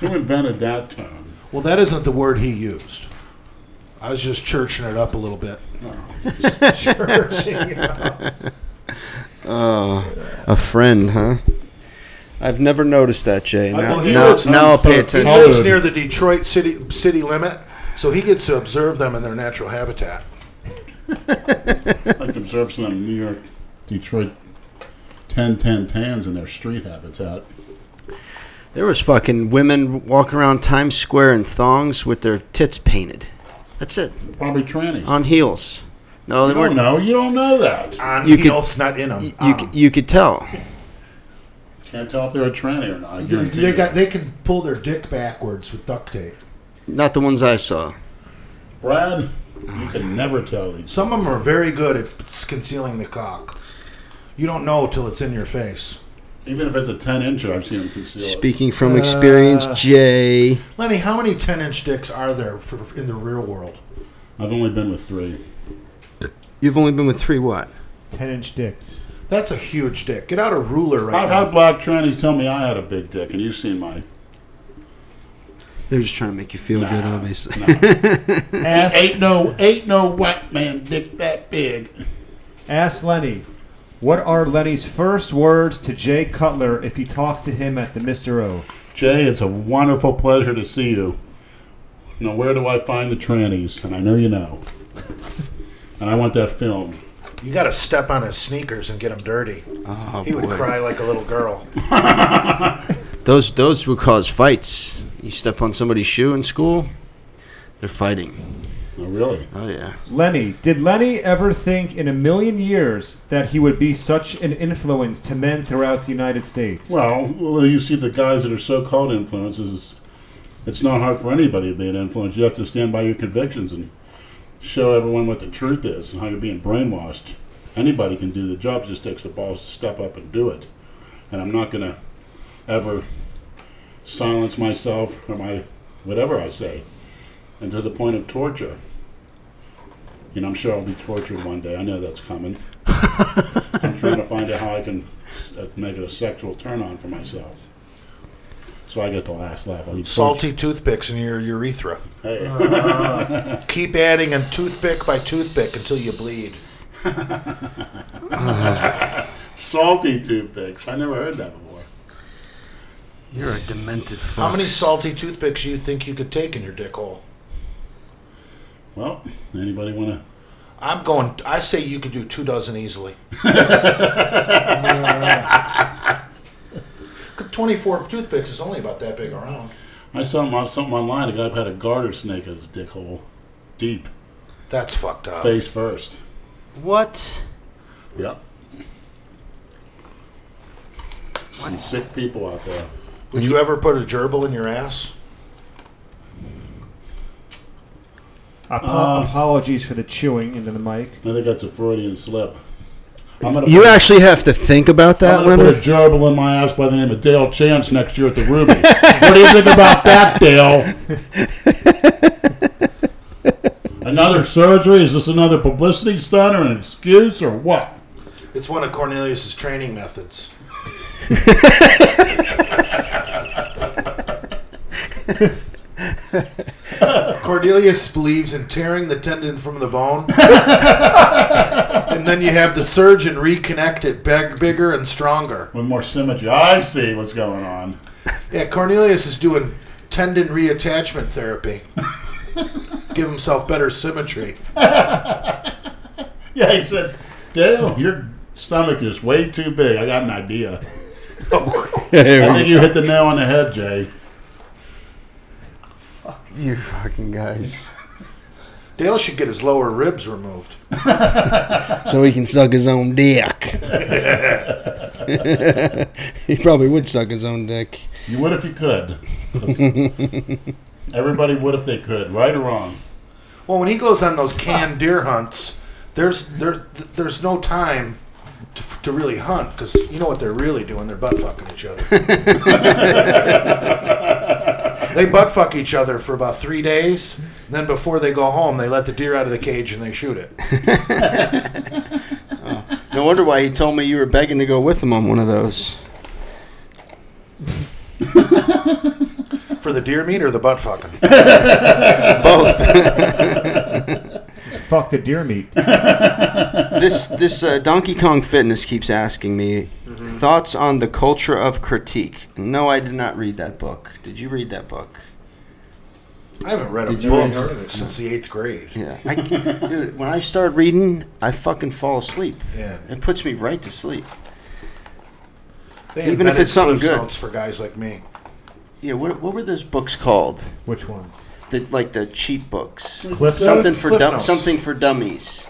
[SPEAKER 6] Who invented that term?
[SPEAKER 2] Well, that isn't the word he used. I was just churching it up a little bit.
[SPEAKER 7] A friend, huh? I've never noticed that, Jay. Now,
[SPEAKER 2] well, he
[SPEAKER 7] now,
[SPEAKER 2] lives-
[SPEAKER 7] now I'll pay
[SPEAKER 2] He
[SPEAKER 7] attention.
[SPEAKER 2] lives
[SPEAKER 4] Hollywood.
[SPEAKER 2] near the Detroit city city limit, so he gets to observe them in their natural habitat.
[SPEAKER 6] Like observe some New York, Detroit, 1010 tans in their street habitat.
[SPEAKER 7] There was fucking women walking around Times Square in thongs with their tits painted. That's it.
[SPEAKER 6] Probably trannies.
[SPEAKER 7] On heels. No, they
[SPEAKER 6] you don't
[SPEAKER 7] weren't.
[SPEAKER 6] know. You don't know that.
[SPEAKER 2] On
[SPEAKER 7] You could-
[SPEAKER 2] heels, not in Um, them.
[SPEAKER 7] You, c- you could tell.
[SPEAKER 6] Can't tell if they're a tranny or not. I
[SPEAKER 2] they,
[SPEAKER 6] guarantee
[SPEAKER 2] they
[SPEAKER 6] you.
[SPEAKER 2] got they can pull their dick backwards with duct tape.
[SPEAKER 7] Not the ones I saw.
[SPEAKER 6] Brad, you can never tell these.
[SPEAKER 2] Some of them are very good at s- concealing the cock. You don't know till it's in your face.
[SPEAKER 6] Even if it's a 10 incher, I've seen them conceal it.
[SPEAKER 7] Speaking from experience, Jay.
[SPEAKER 2] Lenny, how many 10 inch dicks are there for, in the real world?
[SPEAKER 6] I've only been with three.
[SPEAKER 7] You've only been with three what?
[SPEAKER 4] Ten inch dicks.
[SPEAKER 2] That's a huge dick. Get out a ruler right
[SPEAKER 6] I've
[SPEAKER 2] now.
[SPEAKER 6] had black trannies tell me I had a big dick, and you've seen my
[SPEAKER 7] They're just trying to make you feel good,
[SPEAKER 6] Nah,
[SPEAKER 7] obviously.
[SPEAKER 4] Ask,
[SPEAKER 6] ain't no ain't no white man dick that big.
[SPEAKER 4] ask Lenny. What are Lenny's first words to Jay Cutler if he talks to him at the Mr. O?
[SPEAKER 6] Jay, it's a wonderful pleasure to see you. Now, where do I find the trannies? And I know you know. And I want that filmed.
[SPEAKER 2] You got to step on his sneakers and get him dirty.
[SPEAKER 7] Oh,
[SPEAKER 2] he would
[SPEAKER 7] boy.
[SPEAKER 2] cry like a little girl.
[SPEAKER 7] Those those would cause fights. You step on somebody's shoe in school, they're fighting.
[SPEAKER 6] Oh, really?
[SPEAKER 7] Oh yeah.
[SPEAKER 4] Lenny, did Lenny ever think in a million years that he would be such an influence to men throughout the United States?
[SPEAKER 6] Well, well, you see the guys that are so-called influences. It's, it's not hard for anybody to be an influence. You have to stand by your convictions and show everyone what the truth is and how you're being brainwashed. Anybody can do the job. It just takes the balls to step up and do it. And I'm not going to ever silence myself or my whatever I say, and to the point of torture. You know, I'm sure I'll be tortured one day. I know that's coming. I'm trying to find out how I can s- uh, make it a sexual turn on for myself. So I get the last laugh. I mean,
[SPEAKER 2] Salty toothpicks in your urethra.
[SPEAKER 6] Hey.
[SPEAKER 2] Keep adding in toothpick by toothpick until you bleed.
[SPEAKER 6] salty toothpicks. I never heard that before.
[SPEAKER 7] You're a demented fuck.
[SPEAKER 2] How many salty toothpicks do you think you could take in your dick hole?
[SPEAKER 6] Well, anybody want to?
[SPEAKER 2] I'm going. I say you could do two dozen easily. Twenty-four toothpicks is only about that big around.
[SPEAKER 6] I saw him on something online. A guy had a garter snake in his dick hole, deep,
[SPEAKER 2] That's fucked up.
[SPEAKER 6] face first.
[SPEAKER 7] What?
[SPEAKER 6] Yep. Some sick people out there.
[SPEAKER 2] Would you ever put a gerbil in your ass?
[SPEAKER 4] Apo- apologies for the chewing into the mic.
[SPEAKER 6] I think that's a Freudian slip. I'm gonna
[SPEAKER 7] You
[SPEAKER 6] put,
[SPEAKER 7] actually have to think about that,
[SPEAKER 6] I'm gonna put a
[SPEAKER 7] Leonard.
[SPEAKER 6] gerbil in my ass by the name of Dale Chance next year at the Ruby. what do you think about that, Dale? another surgery? Is this another publicity stunt or an excuse or what?
[SPEAKER 2] It's one of Cornelius's training methods. Cornelius believes in tearing the tendon from the bone, and then you have the surgeon reconnect it back bigger and stronger.
[SPEAKER 6] With more symmetry, I see what's going on.
[SPEAKER 2] Yeah, Cornelius is doing tendon reattachment therapy. Give himself better symmetry.
[SPEAKER 6] Yeah, he said, Dale, your stomach is way too big. I got an idea. I think you hit the nail on the head, Jay.
[SPEAKER 7] you fucking guys.
[SPEAKER 2] Dale should get his lower ribs removed.
[SPEAKER 7] So he can suck his own dick. he probably would suck his own dick.
[SPEAKER 6] You would if you could. Everybody would if they could, right or wrong.
[SPEAKER 2] Well, when he goes on those canned deer hunts, there's there th- there's no time to, to really hunt because you know what they're really doing? They're butt fucking each other. they butt fuck each other for about three days. Then before they go home, they let the deer out of the cage and they shoot it.
[SPEAKER 7] No wonder why he told me you were begging to go with him on one of those.
[SPEAKER 2] For the deer meat or the butt fucking?
[SPEAKER 7] Both.
[SPEAKER 4] Fuck the deer meat.
[SPEAKER 7] this this uh, Donkey Kong Fitness keeps asking me thoughts on the culture of critique. No, I did not read that book. Did you read that book?
[SPEAKER 2] I haven't read a
[SPEAKER 3] Did you
[SPEAKER 2] book
[SPEAKER 3] read
[SPEAKER 2] since the eighth grade.
[SPEAKER 7] Yeah. I, dude, when I start reading, I fucking fall asleep.
[SPEAKER 2] Yeah.
[SPEAKER 7] It puts me right to sleep.
[SPEAKER 2] They
[SPEAKER 7] Even if
[SPEAKER 2] invented
[SPEAKER 7] it's something
[SPEAKER 2] Cliff's
[SPEAKER 7] good.
[SPEAKER 2] Notes for guys like me.
[SPEAKER 7] Yeah. What, what were those books called?
[SPEAKER 4] Which ones?
[SPEAKER 7] The like the cheap books.
[SPEAKER 4] Cliff
[SPEAKER 7] something
[SPEAKER 4] notes?
[SPEAKER 7] for
[SPEAKER 2] Cliff
[SPEAKER 7] dum-
[SPEAKER 2] notes.
[SPEAKER 7] something for dummies.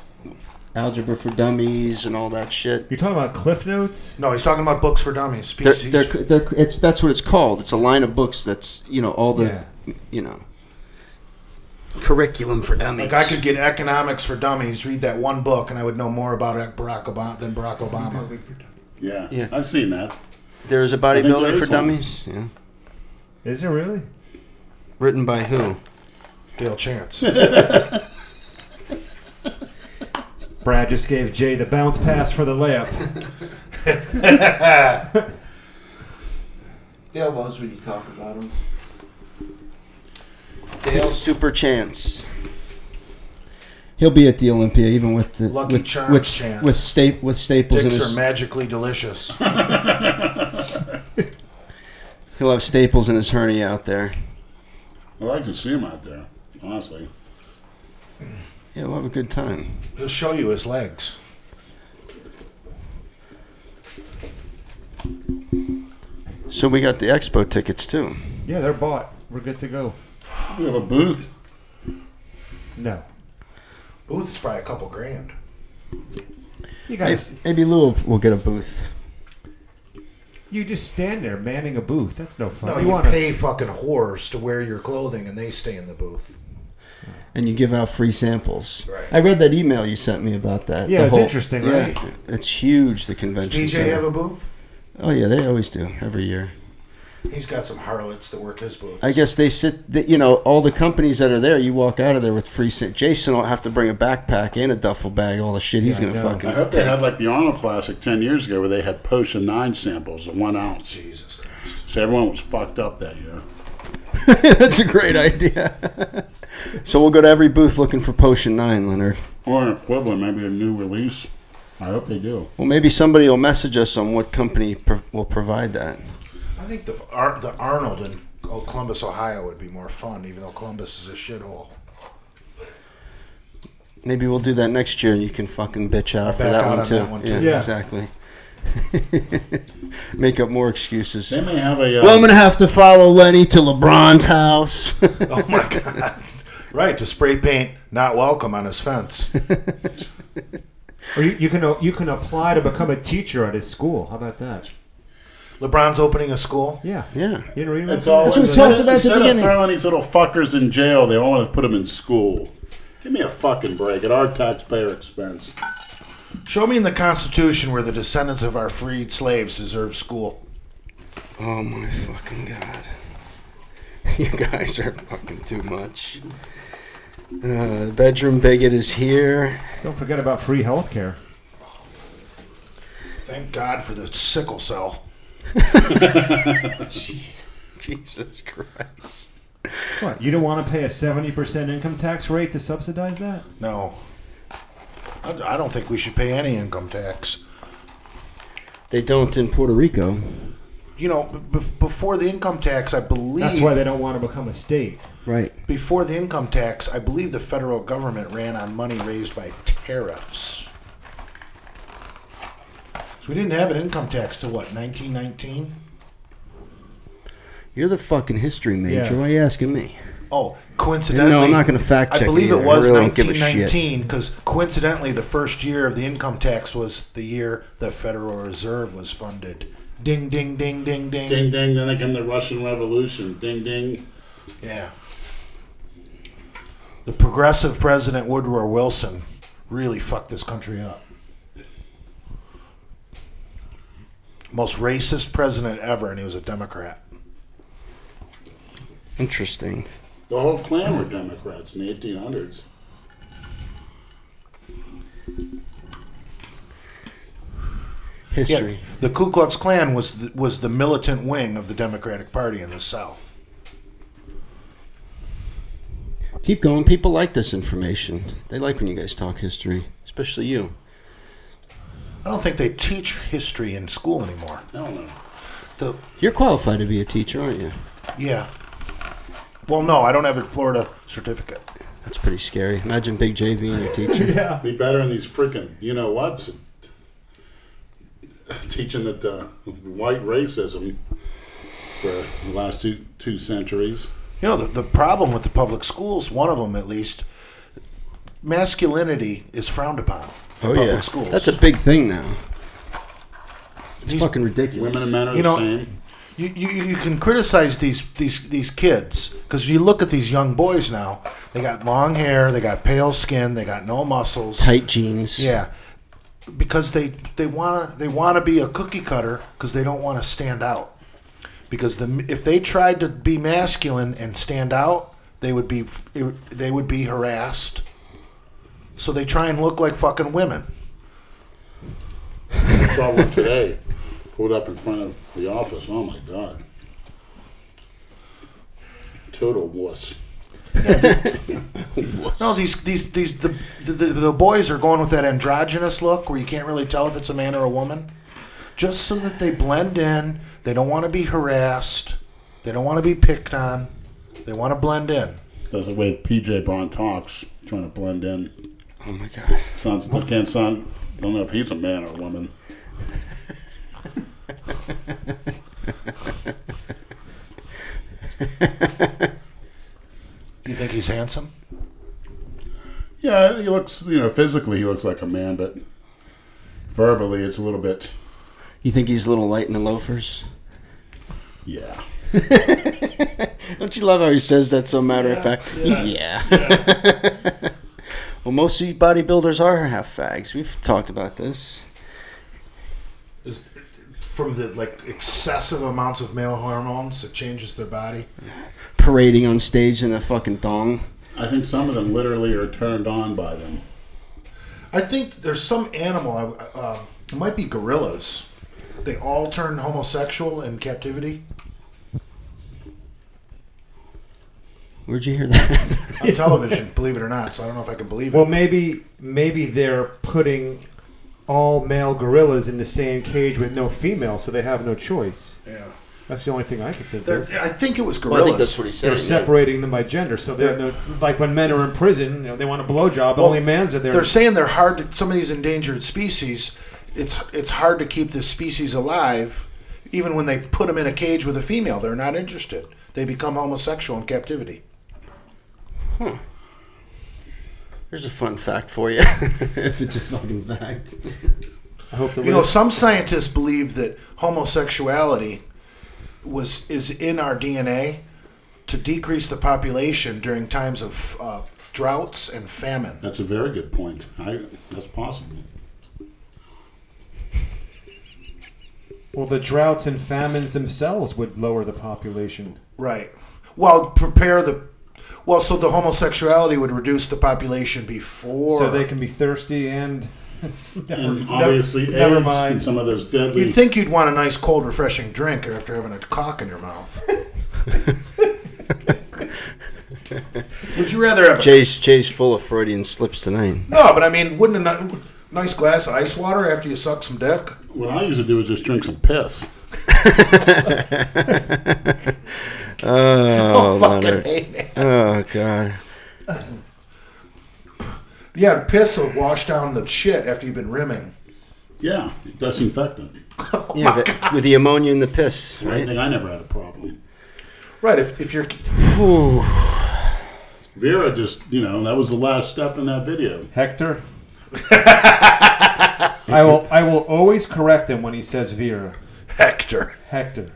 [SPEAKER 7] Algebra for dummies and all that shit.
[SPEAKER 4] You're talking about Cliff Notes?
[SPEAKER 2] No, he's talking about books for dummies.
[SPEAKER 7] They're,
[SPEAKER 2] PCs.
[SPEAKER 7] they're, they're, it's that's what it's called. It's a line of books that's you know all the
[SPEAKER 4] Yeah.
[SPEAKER 7] you know curriculum for dummies.
[SPEAKER 2] Like I could get economics for dummies, read that one book, and I would know more about Barack Obama than Barack Obama.
[SPEAKER 6] Yeah,
[SPEAKER 7] Yeah.
[SPEAKER 6] I've seen that.
[SPEAKER 7] There's a
[SPEAKER 6] think there
[SPEAKER 7] bodybuilder
[SPEAKER 6] is
[SPEAKER 7] for
[SPEAKER 6] one.
[SPEAKER 7] dummies. Yeah.
[SPEAKER 4] Is it really?
[SPEAKER 7] Written by who?
[SPEAKER 2] Dale Chance.
[SPEAKER 4] Brad just gave Jay the bounce pass for the layup.
[SPEAKER 3] Dale loves when you talk about him.
[SPEAKER 7] Dale Super Chance. He'll be at the Olympia, even with the,
[SPEAKER 2] Lucky
[SPEAKER 7] with,
[SPEAKER 2] Charms
[SPEAKER 7] with,
[SPEAKER 2] Chance.
[SPEAKER 7] with, sta- with staples in
[SPEAKER 2] Dicks are
[SPEAKER 7] his.
[SPEAKER 2] magically delicious.
[SPEAKER 7] He'll have staples in his hernia out there.
[SPEAKER 6] Well, I can see him out there, honestly.
[SPEAKER 7] Yeah, we'll have a good time.
[SPEAKER 2] He'll show you his legs.
[SPEAKER 7] So we got the expo tickets too.
[SPEAKER 4] Yeah, they're bought. We're good to go.
[SPEAKER 6] We have a booth.
[SPEAKER 4] No.
[SPEAKER 2] Booth is probably a couple grand.
[SPEAKER 4] You
[SPEAKER 7] Maybe,
[SPEAKER 4] guys,
[SPEAKER 7] maybe Lou will get a booth.
[SPEAKER 4] you just stand there manning a booth. That's no fun.
[SPEAKER 2] No,
[SPEAKER 4] you,
[SPEAKER 2] you,
[SPEAKER 4] want
[SPEAKER 2] pay
[SPEAKER 4] to?
[SPEAKER 2] fucking whores to wear your clothing, and they stay in the booth.
[SPEAKER 7] And you give out free samples.
[SPEAKER 2] Right.
[SPEAKER 7] I read that email you sent me about that.
[SPEAKER 4] Yeah,
[SPEAKER 7] the
[SPEAKER 4] it's interesting, right?
[SPEAKER 7] It's huge. The convention.
[SPEAKER 2] DJ
[SPEAKER 7] center.
[SPEAKER 2] have a booth?
[SPEAKER 7] oh yeah, they always do every year.
[SPEAKER 2] He's got some harlots that work his booth.
[SPEAKER 7] I guess they sit. th- You know, all the companies that are there, you walk out of there with free. Sa- Jason will have to bring a backpack and a duffel bag. All the shit he's
[SPEAKER 4] Yeah, I
[SPEAKER 7] gonna
[SPEAKER 4] know.
[SPEAKER 7] fucking.
[SPEAKER 6] I hope they had like the Arnold Classic ten years ago, where they had potion nine samples, the one ounce.
[SPEAKER 2] Jesus Christ.
[SPEAKER 6] So everyone was fucked up that year.
[SPEAKER 7] That's a great idea. so we'll go to every booth looking for potion nine, Leonard.
[SPEAKER 6] Or an equivalent, maybe a new release. I hope they do.
[SPEAKER 7] Well, maybe somebody will message us on what company pro- will provide that.
[SPEAKER 2] I think the Ar- the Arnold in oh, Columbus, Ohio would be more fun, even though Columbus is a shithole.
[SPEAKER 7] Maybe we'll do that next year, and you can fucking bitch out for
[SPEAKER 2] Back
[SPEAKER 7] that,
[SPEAKER 2] out
[SPEAKER 7] one
[SPEAKER 2] on
[SPEAKER 7] too.
[SPEAKER 2] that one, too.
[SPEAKER 7] Yeah,
[SPEAKER 4] Yeah.
[SPEAKER 7] exactly. Make up more excuses.
[SPEAKER 6] They may have a. Uh,
[SPEAKER 7] Well, I'm gonna have to follow Lenny to LeBron's house.
[SPEAKER 2] Oh my God. Right, to spray paint not welcome on his fence.
[SPEAKER 4] Or you, you can uh, you can apply to become a teacher at his school. How about that?
[SPEAKER 2] LeBron's opening a school.
[SPEAKER 4] Yeah.
[SPEAKER 7] yeah.
[SPEAKER 4] You didn't read about
[SPEAKER 6] it's
[SPEAKER 4] that?
[SPEAKER 6] all
[SPEAKER 7] That's what we talked about at the
[SPEAKER 6] instead of
[SPEAKER 7] beginning.
[SPEAKER 6] throwing these little fuckers in jail, they all want to put them in school. Give me a fucking break at our taxpayer expense.
[SPEAKER 2] Show me in the Constitution where the descendants of our freed slaves deserve school.
[SPEAKER 7] Oh my fucking god. You guys are fucking too much. Uh, the bedroom bigot is here.
[SPEAKER 4] Don't forget about free healthcare.
[SPEAKER 2] Thank God for the sickle cell.
[SPEAKER 7] Jesus Christ.
[SPEAKER 4] What? You don't want to pay a seventy percent income tax rate to subsidize that?
[SPEAKER 2] No. I, I don't think we should pay any income tax.
[SPEAKER 7] They don't in Puerto Rico.
[SPEAKER 2] You know, b- b- before the income tax, I believe
[SPEAKER 4] That's why they don't want to become a state.
[SPEAKER 7] Right.
[SPEAKER 2] before the income tax, I believe the federal government ran on money raised by tariffs. So we didn't have an income tax till what, 1919?
[SPEAKER 7] You're the fucking history
[SPEAKER 4] Yeah.
[SPEAKER 7] major. Why are you asking me?
[SPEAKER 2] Oh, coincidentally,
[SPEAKER 7] No, I'm not gonna fact check
[SPEAKER 2] I
[SPEAKER 7] it
[SPEAKER 2] believe it
[SPEAKER 7] either. I
[SPEAKER 2] was
[SPEAKER 7] really don't give a shit.
[SPEAKER 2] 1919 because coincidentally, the first year of the income tax was the year the Federal Reserve was funded. Ding, ding, ding, ding, ding.
[SPEAKER 6] Ding ding, then they come the Russian Revolution. Ding ding.
[SPEAKER 2] Yeah. The progressive president Woodrow Wilson really fucked this country up. Most racist president ever, and he was a Democrat.
[SPEAKER 7] Interesting.
[SPEAKER 6] The whole clan were Democrats in the 1800s.
[SPEAKER 7] History.
[SPEAKER 2] The Ku Klux Klan was the, was the militant wing of the Democratic Party in the South.
[SPEAKER 7] Keep going. People like this information. They like when you guys talk history, especially you.
[SPEAKER 2] I don't think they teach history in school anymore.
[SPEAKER 6] I don't know.
[SPEAKER 2] The
[SPEAKER 7] You're qualified to be a teacher, aren't you?
[SPEAKER 2] yeah. Well, no, I don't have a Florida certificate.
[SPEAKER 7] That's pretty scary. Imagine Big J being your teacher.
[SPEAKER 4] Yeah.
[SPEAKER 6] Be better in these freaking, you know what's teaching that uh, white racism for the last two two centuries.
[SPEAKER 2] You know, the, the problem with the public schools, one of them at least, masculinity is frowned upon in
[SPEAKER 7] Oh
[SPEAKER 2] public
[SPEAKER 7] yeah,
[SPEAKER 2] schools.
[SPEAKER 7] that's a big thing now. It's
[SPEAKER 2] These-
[SPEAKER 7] fucking ridiculous.
[SPEAKER 6] Women and men are
[SPEAKER 2] You
[SPEAKER 6] the
[SPEAKER 2] know-
[SPEAKER 6] same.
[SPEAKER 2] you, you, you can criticize these these these kids because you look at these young boys now. They got long hair, they got pale skin, they got no muscles.
[SPEAKER 7] tight jeans.
[SPEAKER 2] Yeah, because they they wanna they wanna be a cookie cutter because they don't want to stand out. Because the if they tried to be masculine and stand out, they would be they would be harassed. So they try and look like fucking women.
[SPEAKER 6] I saw one today pulled up in front of the office. Oh my god, total wuss.
[SPEAKER 2] No, these these these the, the the boys are going with that androgynous look where you can't really tell if it's a man or a woman, just so that they blend in. They don't want to be harassed. They don't want to be picked on. They want to blend in.
[SPEAKER 6] That's the way PJ Bond talks, trying to blend in.
[SPEAKER 7] Oh my god.
[SPEAKER 6] Sounds again, son. Don't know if he's a man or a woman.
[SPEAKER 2] Do you think he's handsome?
[SPEAKER 6] Yeah, he looks. You know, physically he looks like a man, but verbally it's a little bit.
[SPEAKER 7] You think he's a little light in the loafers?
[SPEAKER 6] Yeah.
[SPEAKER 7] Don't you love how he says that so matter of fact? Yeah. well, most of you bodybuilders are half fags. We've talked about this.
[SPEAKER 2] Is, from the like excessive amounts of male hormones, it changes their body.
[SPEAKER 7] Parading on stage in a fucking thong.
[SPEAKER 6] I think some of them literally are turned on by them.
[SPEAKER 2] I think there's some animal. I- Uh, it might be gorillas. They all turn homosexual in captivity.
[SPEAKER 7] Where'd you hear that?
[SPEAKER 2] on television, believe it or not. So I don't know if I can believe
[SPEAKER 4] Well,
[SPEAKER 2] it.
[SPEAKER 4] maybe maybe they're putting all male gorillas in the same cage with no female, so they have no choice.
[SPEAKER 2] Yeah.
[SPEAKER 4] That's the only thing I can think
[SPEAKER 2] They're,
[SPEAKER 4] of.
[SPEAKER 2] I think it was
[SPEAKER 7] Well,
[SPEAKER 2] gorillas.
[SPEAKER 7] I think that's what he said.
[SPEAKER 4] They're separating them by gender, so they're,
[SPEAKER 2] They're-
[SPEAKER 4] they're- like when men are in prison, you know, they want a blowjob.
[SPEAKER 2] Well,
[SPEAKER 4] only mans are there.
[SPEAKER 2] They're saying they're hard. To, some of these endangered species, it's it's hard to keep this species alive, even when they put them in a cage with a female. They're not interested. They become homosexual in captivity.
[SPEAKER 7] Here's a fun fact for you. if it's a fucking fact.
[SPEAKER 4] I hope the
[SPEAKER 2] You know,
[SPEAKER 4] list-
[SPEAKER 2] some scientists believe that homosexuality was is in our DNA to decrease the population during times of uh, droughts and famine.
[SPEAKER 6] That's a very good point. I, that's possible.
[SPEAKER 4] well, the droughts and famines themselves would lower the population.
[SPEAKER 2] Right. Well, prepare the. Well, so the homosexuality would reduce the population before.
[SPEAKER 4] so they can be thirsty and. never,
[SPEAKER 6] And obviously,
[SPEAKER 4] never, never
[SPEAKER 6] AIDS and
[SPEAKER 4] mind.
[SPEAKER 6] some of those deadly.
[SPEAKER 2] You'd think you'd want a nice, cold, refreshing drink after having a cock in your mouth. Would you rather have a,
[SPEAKER 7] Jay's, Jay's full of Freudian slips tonight.
[SPEAKER 2] no? But I mean, wouldn't a ni- nice glass of ice water after you suck some dick?
[SPEAKER 6] what I used to do is just drink some piss.
[SPEAKER 7] Oh,
[SPEAKER 2] fucking
[SPEAKER 7] Leonard.
[SPEAKER 2] hate it.
[SPEAKER 7] Oh, God.
[SPEAKER 2] Yeah, piss will wash down the shit after you've been rimming.
[SPEAKER 6] Yeah, disinfectant.
[SPEAKER 7] yeah, the, with the ammonia in the piss,
[SPEAKER 6] I
[SPEAKER 7] right?
[SPEAKER 6] think I never had a problem.
[SPEAKER 2] Right. If, if you're
[SPEAKER 6] Vera just, you know, that was the last step in that video.
[SPEAKER 4] Hector. I will. I will always correct him when he says Vera.
[SPEAKER 2] Hector.
[SPEAKER 4] Hector.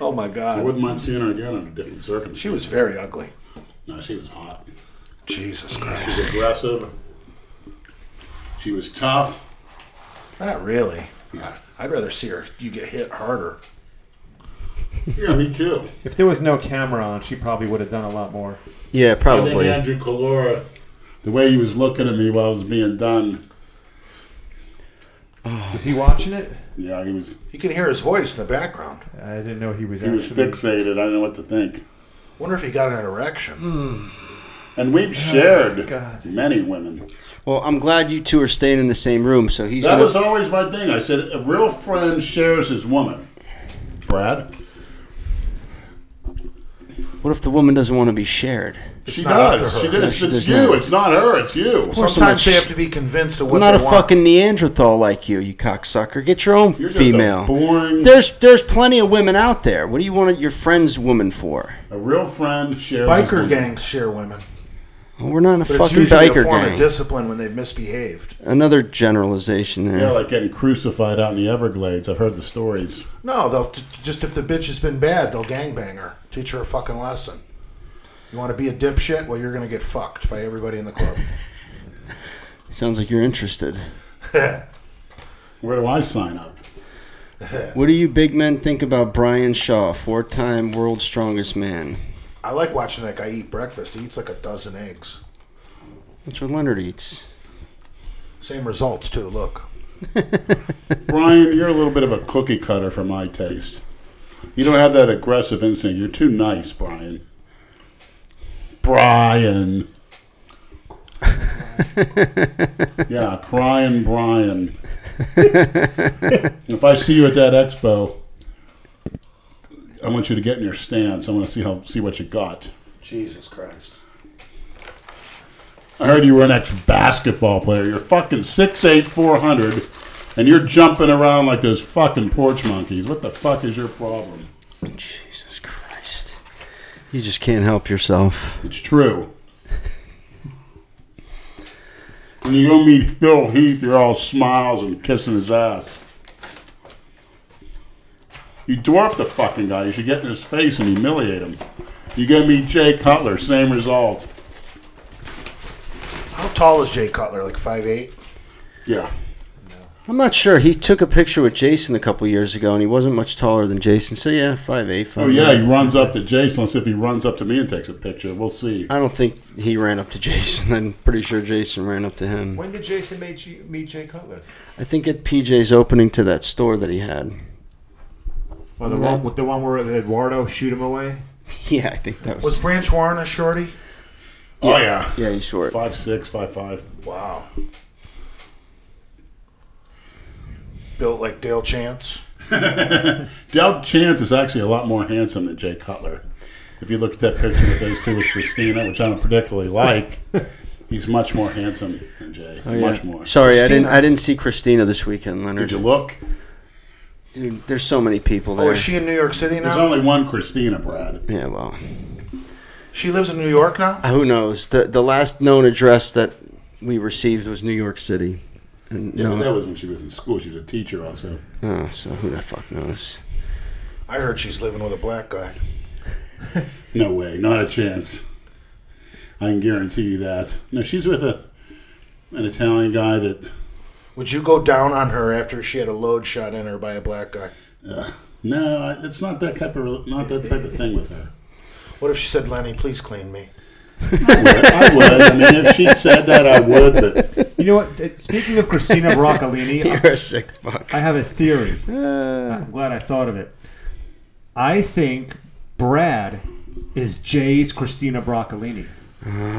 [SPEAKER 2] Oh my
[SPEAKER 6] I
[SPEAKER 2] God.
[SPEAKER 6] wouldn't mind seeing her again under different
[SPEAKER 2] She
[SPEAKER 6] circumstances.
[SPEAKER 2] was very ugly.
[SPEAKER 6] No, she was hot.
[SPEAKER 2] Jesus
[SPEAKER 6] She
[SPEAKER 2] Christ.
[SPEAKER 6] was aggressive. She was tough.
[SPEAKER 2] Not really. I'd rather see her. You get hit harder.
[SPEAKER 6] Yeah, me too.
[SPEAKER 4] If there was no camera on, she probably would have done a lot more.
[SPEAKER 6] I
[SPEAKER 7] Yeah,
[SPEAKER 6] think
[SPEAKER 7] probably.
[SPEAKER 6] Andrew Calora, the way he was looking at me while I was being done,
[SPEAKER 4] Was he watching it?
[SPEAKER 6] yeah, he was
[SPEAKER 2] You can hear his voice in the background.
[SPEAKER 4] I didn't know he was.
[SPEAKER 6] he was
[SPEAKER 4] actually-
[SPEAKER 6] fixated. I didn't know what to think.
[SPEAKER 2] Wonder if he got an
[SPEAKER 7] Hmm.
[SPEAKER 2] erection.
[SPEAKER 6] And we've shared
[SPEAKER 4] God.
[SPEAKER 6] many women.
[SPEAKER 7] Well, I'm glad you two are staying in the same room, so he's
[SPEAKER 6] That
[SPEAKER 7] gonna-
[SPEAKER 6] was always my thing. I said, a real friend shares his woman. Brad,
[SPEAKER 7] What if the woman doesn't want to be shared?
[SPEAKER 6] she
[SPEAKER 2] not up to
[SPEAKER 6] does.
[SPEAKER 2] her.
[SPEAKER 6] She does.
[SPEAKER 7] she
[SPEAKER 6] it's
[SPEAKER 7] does
[SPEAKER 6] you.
[SPEAKER 7] not.
[SPEAKER 6] It's not her. It's you.
[SPEAKER 7] course I'm
[SPEAKER 2] Sometimes
[SPEAKER 7] not
[SPEAKER 2] they
[SPEAKER 7] sh-
[SPEAKER 2] have to be convinced of what
[SPEAKER 7] I'm not
[SPEAKER 2] they
[SPEAKER 7] a
[SPEAKER 2] want.
[SPEAKER 7] fucking Neanderthal like you, you cocksucker. Get your own
[SPEAKER 6] You're just
[SPEAKER 7] female.
[SPEAKER 6] a boring.
[SPEAKER 7] There's there's plenty of women out there. What do you want your friend's woman for?
[SPEAKER 6] A real friend shares. his
[SPEAKER 2] biker
[SPEAKER 6] woman.
[SPEAKER 2] gangs share women,
[SPEAKER 7] Well, we're not a
[SPEAKER 2] but it's
[SPEAKER 7] fucking
[SPEAKER 2] usually a
[SPEAKER 7] biker
[SPEAKER 2] form
[SPEAKER 7] gang.
[SPEAKER 2] of discipline when they've misbehaved.
[SPEAKER 7] Another generalization there.
[SPEAKER 6] Yeah, like getting crucified out in the Everglades. I've heard the stories.
[SPEAKER 2] No, they'll t- just if the bitch has been bad, they'll gangbang her, teach her a fucking lesson. You want to be a dipshit? Well, you're gonna get fucked by everybody in the club.
[SPEAKER 7] Sounds like you're interested.
[SPEAKER 6] Where do I sign up?
[SPEAKER 7] What do you big men think about Brian Shaw, four-time world's strongest man?
[SPEAKER 2] I like watching that guy eat breakfast. He eats like a dozen eggs.
[SPEAKER 7] That's what Leonard eats.
[SPEAKER 2] Same results too. Look,
[SPEAKER 6] Brian, you're a little bit of a cookie cutter for my taste. You don't have that aggressive instinct. You're too nice, Brian. Brian. yeah, crying Brian. if I see you at that expo, I want you to get in your stance. I want to see how see what you got.
[SPEAKER 2] Jesus Christ.
[SPEAKER 6] I heard you were an ex basketball player. You're fucking 6'8, 400, and you're jumping around like those fucking porch monkeys. What the fuck is your problem?
[SPEAKER 7] Jesus Christ. You just can't help yourself.
[SPEAKER 6] It's true. When you go meet Phil Heath, you're all smiles and kissing his ass. You dwarf the fucking guy. You should get in his face and humiliate him. You go meet Jay Cutler, same result.
[SPEAKER 2] How tall is Jay Cutler? Like five eight.
[SPEAKER 6] Yeah.
[SPEAKER 7] I'm not sure. He took a picture with Jason a couple years ago, and he wasn't much taller than Jason. So yeah, five eight.
[SPEAKER 6] Oh yeah, he runs up to Jason. Let's see if he runs up to me and takes a picture. We'll see.
[SPEAKER 7] I don't think he ran up to Jason. I'm pretty sure Jason ran up to him.
[SPEAKER 4] When did Jason meet, you, meet Jay Cutler?
[SPEAKER 7] I think at PJ's opening to that store that he had.
[SPEAKER 4] Well, the one with the one where Eduardo shoot him away.
[SPEAKER 7] Yeah, I think that was.
[SPEAKER 2] Was Branch Warren a shorty?
[SPEAKER 6] Oh yeah.
[SPEAKER 7] Yeah, he's short.
[SPEAKER 6] Five six, five five.
[SPEAKER 2] Wow. Built like Dale Chance.
[SPEAKER 6] Dell Chance is actually a lot more handsome than Jay Cutler. If you look at that picture of those two with Christina, which I don't particularly like, he's much more handsome than Jay. Much more.
[SPEAKER 7] Oh, Sorry, I didn't.
[SPEAKER 2] Christina.
[SPEAKER 7] I didn't see Christina this weekend, Leonard.
[SPEAKER 6] Did you look?
[SPEAKER 7] Dude, there's so many people
[SPEAKER 2] Oh,
[SPEAKER 7] there.
[SPEAKER 2] is she in New York City
[SPEAKER 6] There's
[SPEAKER 2] now?
[SPEAKER 6] only one Christina, Brad.
[SPEAKER 7] yeah, well,
[SPEAKER 2] she lives in New York now?
[SPEAKER 7] who knows? The the last known address that we received was New York City, and
[SPEAKER 6] Yeah,
[SPEAKER 7] no,
[SPEAKER 6] but that was when she was in school. She was a teacher also.
[SPEAKER 7] oh, so who the fuck knows?
[SPEAKER 2] I heard she's living with a black guy.
[SPEAKER 6] No way, not a chance. I can guarantee you that. No, she's with a an Italian guy that
[SPEAKER 2] Would you go down on her after she had a load shot in her by a black guy?
[SPEAKER 6] uh, no, I- it's not that type of not that type of thing with her.
[SPEAKER 2] What if she said, Lenny, please clean me?
[SPEAKER 6] I would. I mean, if she said that, I would. But
[SPEAKER 4] You know what? It- Speaking of Christina Broccolini,
[SPEAKER 7] You're a sick fuck.
[SPEAKER 4] I have a theory. I'm glad I thought of it. I think Brad is Jay's Christina Broccolini.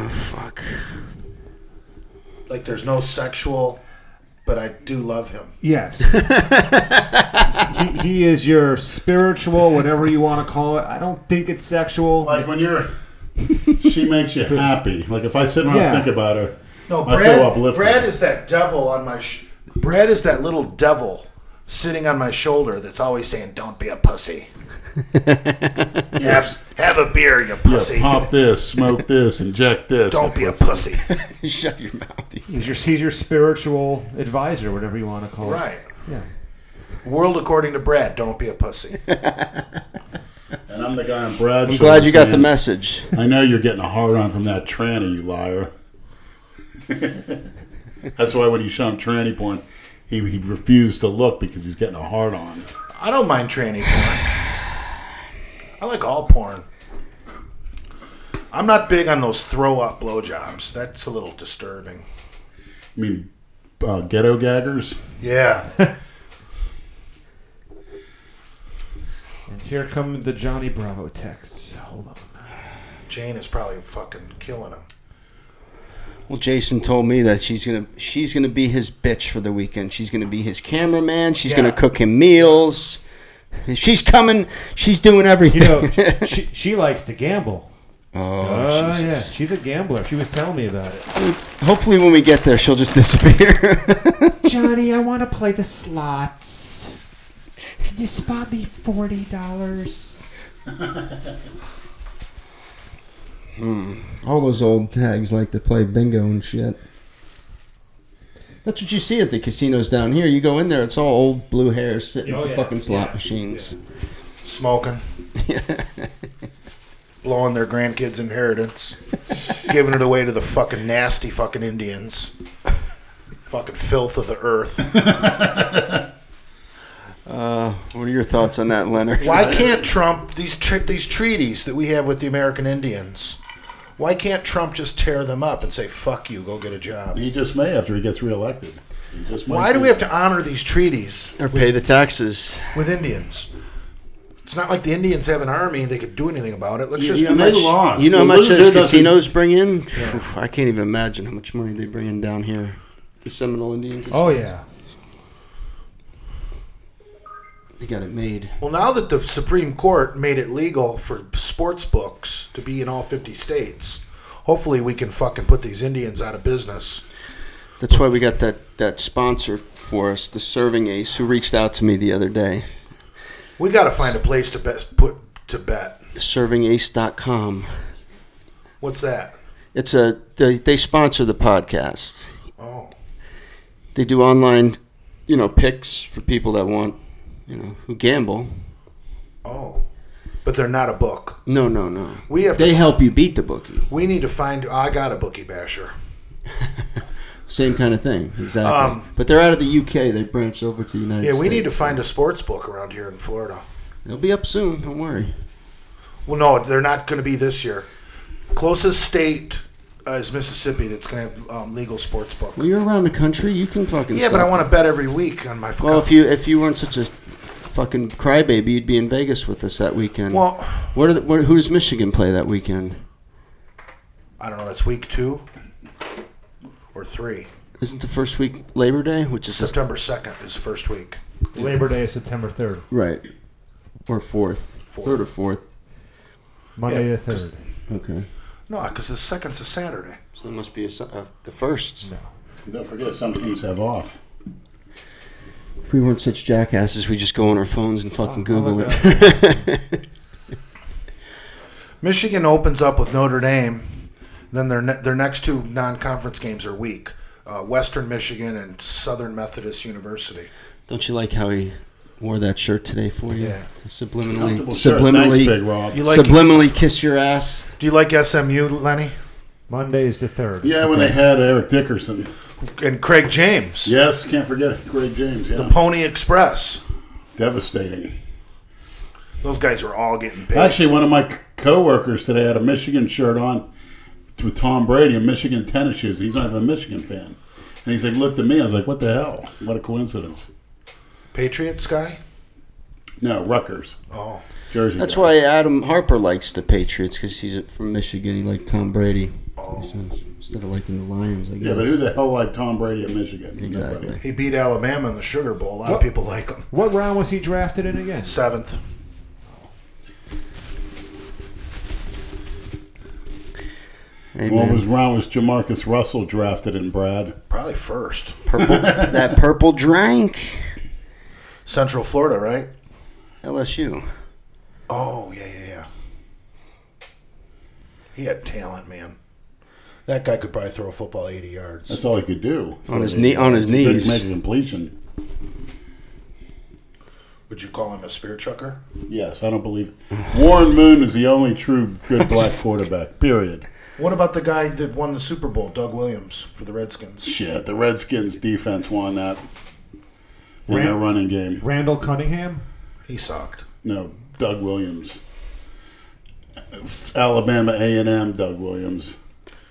[SPEAKER 7] Fuck.
[SPEAKER 2] Like, there's no sexual, but I do love him.
[SPEAKER 4] Yes. he, he is your spiritual, whatever you want to call it. I don't think it's sexual.
[SPEAKER 6] like when you're, she makes you happy. Like if I sit around
[SPEAKER 4] Yeah.
[SPEAKER 6] and think about her,
[SPEAKER 2] No,
[SPEAKER 6] I
[SPEAKER 2] Brad,
[SPEAKER 6] feel uplifted.
[SPEAKER 2] Brad is that devil on my. Sh- Brad is that little devil sitting on my shoulder that's always saying, "Don't be a pussy. have have a beer, you pussy.
[SPEAKER 6] pop this, smoke this, inject this.
[SPEAKER 2] Don't be a pussy."
[SPEAKER 7] Shut your mouth. you-
[SPEAKER 4] He's your, he's your spiritual advisor, whatever you want to call it.
[SPEAKER 2] right.
[SPEAKER 4] Yeah.
[SPEAKER 2] World according to Brad. Don't be a pussy.
[SPEAKER 6] And I'm the guy on Brad.
[SPEAKER 7] I'm glad you got the message.
[SPEAKER 6] I know you're getting a hard on from that tranny, you liar. That's why when you shot him tranny porn, he, he refused to look because he's getting a hard on.
[SPEAKER 2] I don't mind tranny porn. I like all porn. I'm not big on those throw up blowjobs. That's a little disturbing.
[SPEAKER 6] I mean, uh, ghetto gaggers.
[SPEAKER 2] Yeah.
[SPEAKER 4] And here come the Johnny Bravo texts. Hold on.
[SPEAKER 2] Jane is probably fucking killing him.
[SPEAKER 7] Well, Jason told me that she's gonna she's gonna be his bitch for the weekend. She's gonna be his cameraman. She's gonna
[SPEAKER 4] Yeah.
[SPEAKER 7] cook him meals. She's coming. She's doing everything.
[SPEAKER 4] You know, she, she likes to gamble.
[SPEAKER 7] oh,
[SPEAKER 4] Oh, yeah.
[SPEAKER 7] Jesus.
[SPEAKER 4] She's a gambler. She was telling me about it.
[SPEAKER 7] Hopefully, when we get there, she'll just disappear.
[SPEAKER 4] Johnny, I want to play the slots. Can you spot me $40?
[SPEAKER 11] All those old tags like to play bingo and shit.
[SPEAKER 7] That's what you see at the casinos down here. You go in there, it's all old blue hairs sitting
[SPEAKER 4] Oh,
[SPEAKER 7] at the
[SPEAKER 4] yeah.
[SPEAKER 7] fucking slot
[SPEAKER 4] Yeah.
[SPEAKER 7] machines.
[SPEAKER 2] smoking, blowing their grandkids' inheritance, giving it away to the fucking nasty fucking Indians, fucking filth of the earth.
[SPEAKER 7] What are your thoughts on that, Leonard?
[SPEAKER 2] Why can't Trump these tre- these treaties that we have with the American Indians? Why can't Trump just tear them up and say "fuck you, go get a job"?
[SPEAKER 6] He just may after he gets reelected. He just might
[SPEAKER 2] Why do we have to honor these treaties
[SPEAKER 7] Or pay the taxes.
[SPEAKER 2] with Indians? It's not like the Indians have an army; they could do anything about it. Let's
[SPEAKER 6] Yeah,
[SPEAKER 2] just
[SPEAKER 6] yeah, they lost.
[SPEAKER 7] You know how
[SPEAKER 6] The
[SPEAKER 7] much
[SPEAKER 6] loser
[SPEAKER 7] those
[SPEAKER 6] doesn't-
[SPEAKER 7] casinos bring in? Phew, I can't even imagine how much money they bring in down here. The Seminole Indian Casino.
[SPEAKER 4] Oh, yeah.
[SPEAKER 7] They got it made.
[SPEAKER 2] Well, now that the Supreme Court made it legal for sports books to be in all 50 states, hopefully we can fucking put these Indians out of business.
[SPEAKER 7] That's why we got that, that sponsor for us, the Serving Ace, who reached out to me the other day.
[SPEAKER 2] We got to find a place to bet, put to bet.
[SPEAKER 7] ServingAce.com.
[SPEAKER 2] What's that?
[SPEAKER 7] It's a they, they sponsor the podcast.
[SPEAKER 2] Oh.
[SPEAKER 7] They do online, you know, picks for people that want, you know, who gamble.
[SPEAKER 2] Oh. But they're not a book.
[SPEAKER 7] No, no, no.
[SPEAKER 2] We have
[SPEAKER 7] They
[SPEAKER 2] to,
[SPEAKER 7] help you beat the bookie.
[SPEAKER 2] we need to find I got a bookie basher.
[SPEAKER 7] Same kind of thing, exactly.
[SPEAKER 2] Um,
[SPEAKER 7] but they're out of the UK. They branched over to the United
[SPEAKER 2] Yeah,
[SPEAKER 7] States.
[SPEAKER 2] we need to find a sports book around here in Florida.
[SPEAKER 7] They'll be up soon. Don't worry.
[SPEAKER 2] Well, no, they're not going to be this year. Closest state uh, is Mississippi that's going to have um, legal sports book.
[SPEAKER 7] Well, you're around the country. You can fucking.
[SPEAKER 2] Yeah, but I want to bet every week on my.
[SPEAKER 7] Well, if you if you weren't such a fucking crybaby, you'd be in Vegas with us that weekend.
[SPEAKER 2] well,
[SPEAKER 7] what, are the, what who does Michigan play that weekend?
[SPEAKER 2] I don't know. It's week two or three.
[SPEAKER 7] Is it the first week Labor Day, which is this-
[SPEAKER 2] September second is first week.
[SPEAKER 4] Labor Day is September 3rd.
[SPEAKER 7] right, or fourth,
[SPEAKER 2] Fourth.
[SPEAKER 7] third or fourth?
[SPEAKER 4] Monday
[SPEAKER 2] Yeah,
[SPEAKER 4] the 3rd.
[SPEAKER 7] Okay,
[SPEAKER 2] No, because the second's a Saturday.
[SPEAKER 7] so it must be a, s- uh, the first.
[SPEAKER 6] Don't forget, some teams have off.
[SPEAKER 7] If we weren't such jackasses, we just go on our phones and fucking
[SPEAKER 4] I'll
[SPEAKER 7] Google
[SPEAKER 4] look
[SPEAKER 7] it.
[SPEAKER 2] Michigan opens up with Notre Dame. Then their ne- their next two non-conference games are weak. Uh, Western Michigan and Southern Methodist University.
[SPEAKER 7] Don't you like how he wore that shirt today for you?
[SPEAKER 2] Yeah.
[SPEAKER 7] To subliminally,
[SPEAKER 6] Sure,
[SPEAKER 7] subliminally,
[SPEAKER 6] Thanks, Big Rob.
[SPEAKER 2] You like
[SPEAKER 7] subliminally kiss your ass.
[SPEAKER 2] Do you like SMU, Lenny,
[SPEAKER 4] Monday is the 3rd.
[SPEAKER 6] Yeah, when they had Eric Dickerson.
[SPEAKER 2] and Craig James?
[SPEAKER 6] Yes, can't forget it. Greg James. Yeah,
[SPEAKER 2] Pony Express.
[SPEAKER 6] devastating.
[SPEAKER 2] Those guys were all getting paid.
[SPEAKER 6] Actually, one of my c- coworkers today had a Michigan shirt on with Tom Brady and Michigan tennis shoes. He's not even a Michigan fan, and he's like, looked at me. I was like, what the hell? What a coincidence.
[SPEAKER 2] Patriots guy.
[SPEAKER 6] No, Rutgers,
[SPEAKER 2] Oh,
[SPEAKER 6] Jersey.
[SPEAKER 7] That's
[SPEAKER 6] guy.
[SPEAKER 7] why Adam Harper likes the Patriots because he's from Michigan. He liked Tom Brady
[SPEAKER 2] oh.
[SPEAKER 7] So, instead of liking the Lions. I guess.
[SPEAKER 6] Yeah, but who the hell liked Tom Brady at Michigan?
[SPEAKER 7] Exactly.
[SPEAKER 6] Nobody.
[SPEAKER 2] He beat Alabama in the Sugar Bowl. A lot of
[SPEAKER 4] What?
[SPEAKER 2] people like him.
[SPEAKER 4] What round was he drafted in again?
[SPEAKER 2] Seventh.
[SPEAKER 7] Hey,
[SPEAKER 6] What
[SPEAKER 7] man,
[SPEAKER 6] was wrong was Jamarcus Russell drafted in Brad.
[SPEAKER 2] Probably first.
[SPEAKER 7] purple, that purple drink.
[SPEAKER 2] Central Florida, right?
[SPEAKER 7] LSU.
[SPEAKER 2] Oh, yeah, yeah, yeah. He had talent, man. That guy could probably throw a football 80 yards.
[SPEAKER 6] That's all he could do
[SPEAKER 7] On his knee- on his
[SPEAKER 6] He couldn't
[SPEAKER 7] knees.
[SPEAKER 6] Make a completion.
[SPEAKER 2] Would you call him a spear chucker?
[SPEAKER 6] Yes, I don't believe Warren Moon is the only true good black quarterback. Period.
[SPEAKER 2] What about the guy that won the Super Bowl, Doug Williams, for the Redskins?
[SPEAKER 6] Shit, the Redskins defense won that in their
[SPEAKER 4] Ran-
[SPEAKER 6] running game.
[SPEAKER 4] Randall Cunningham?
[SPEAKER 2] He sucked.
[SPEAKER 6] No, Doug Williams, Alabama A and M. Doug Williams.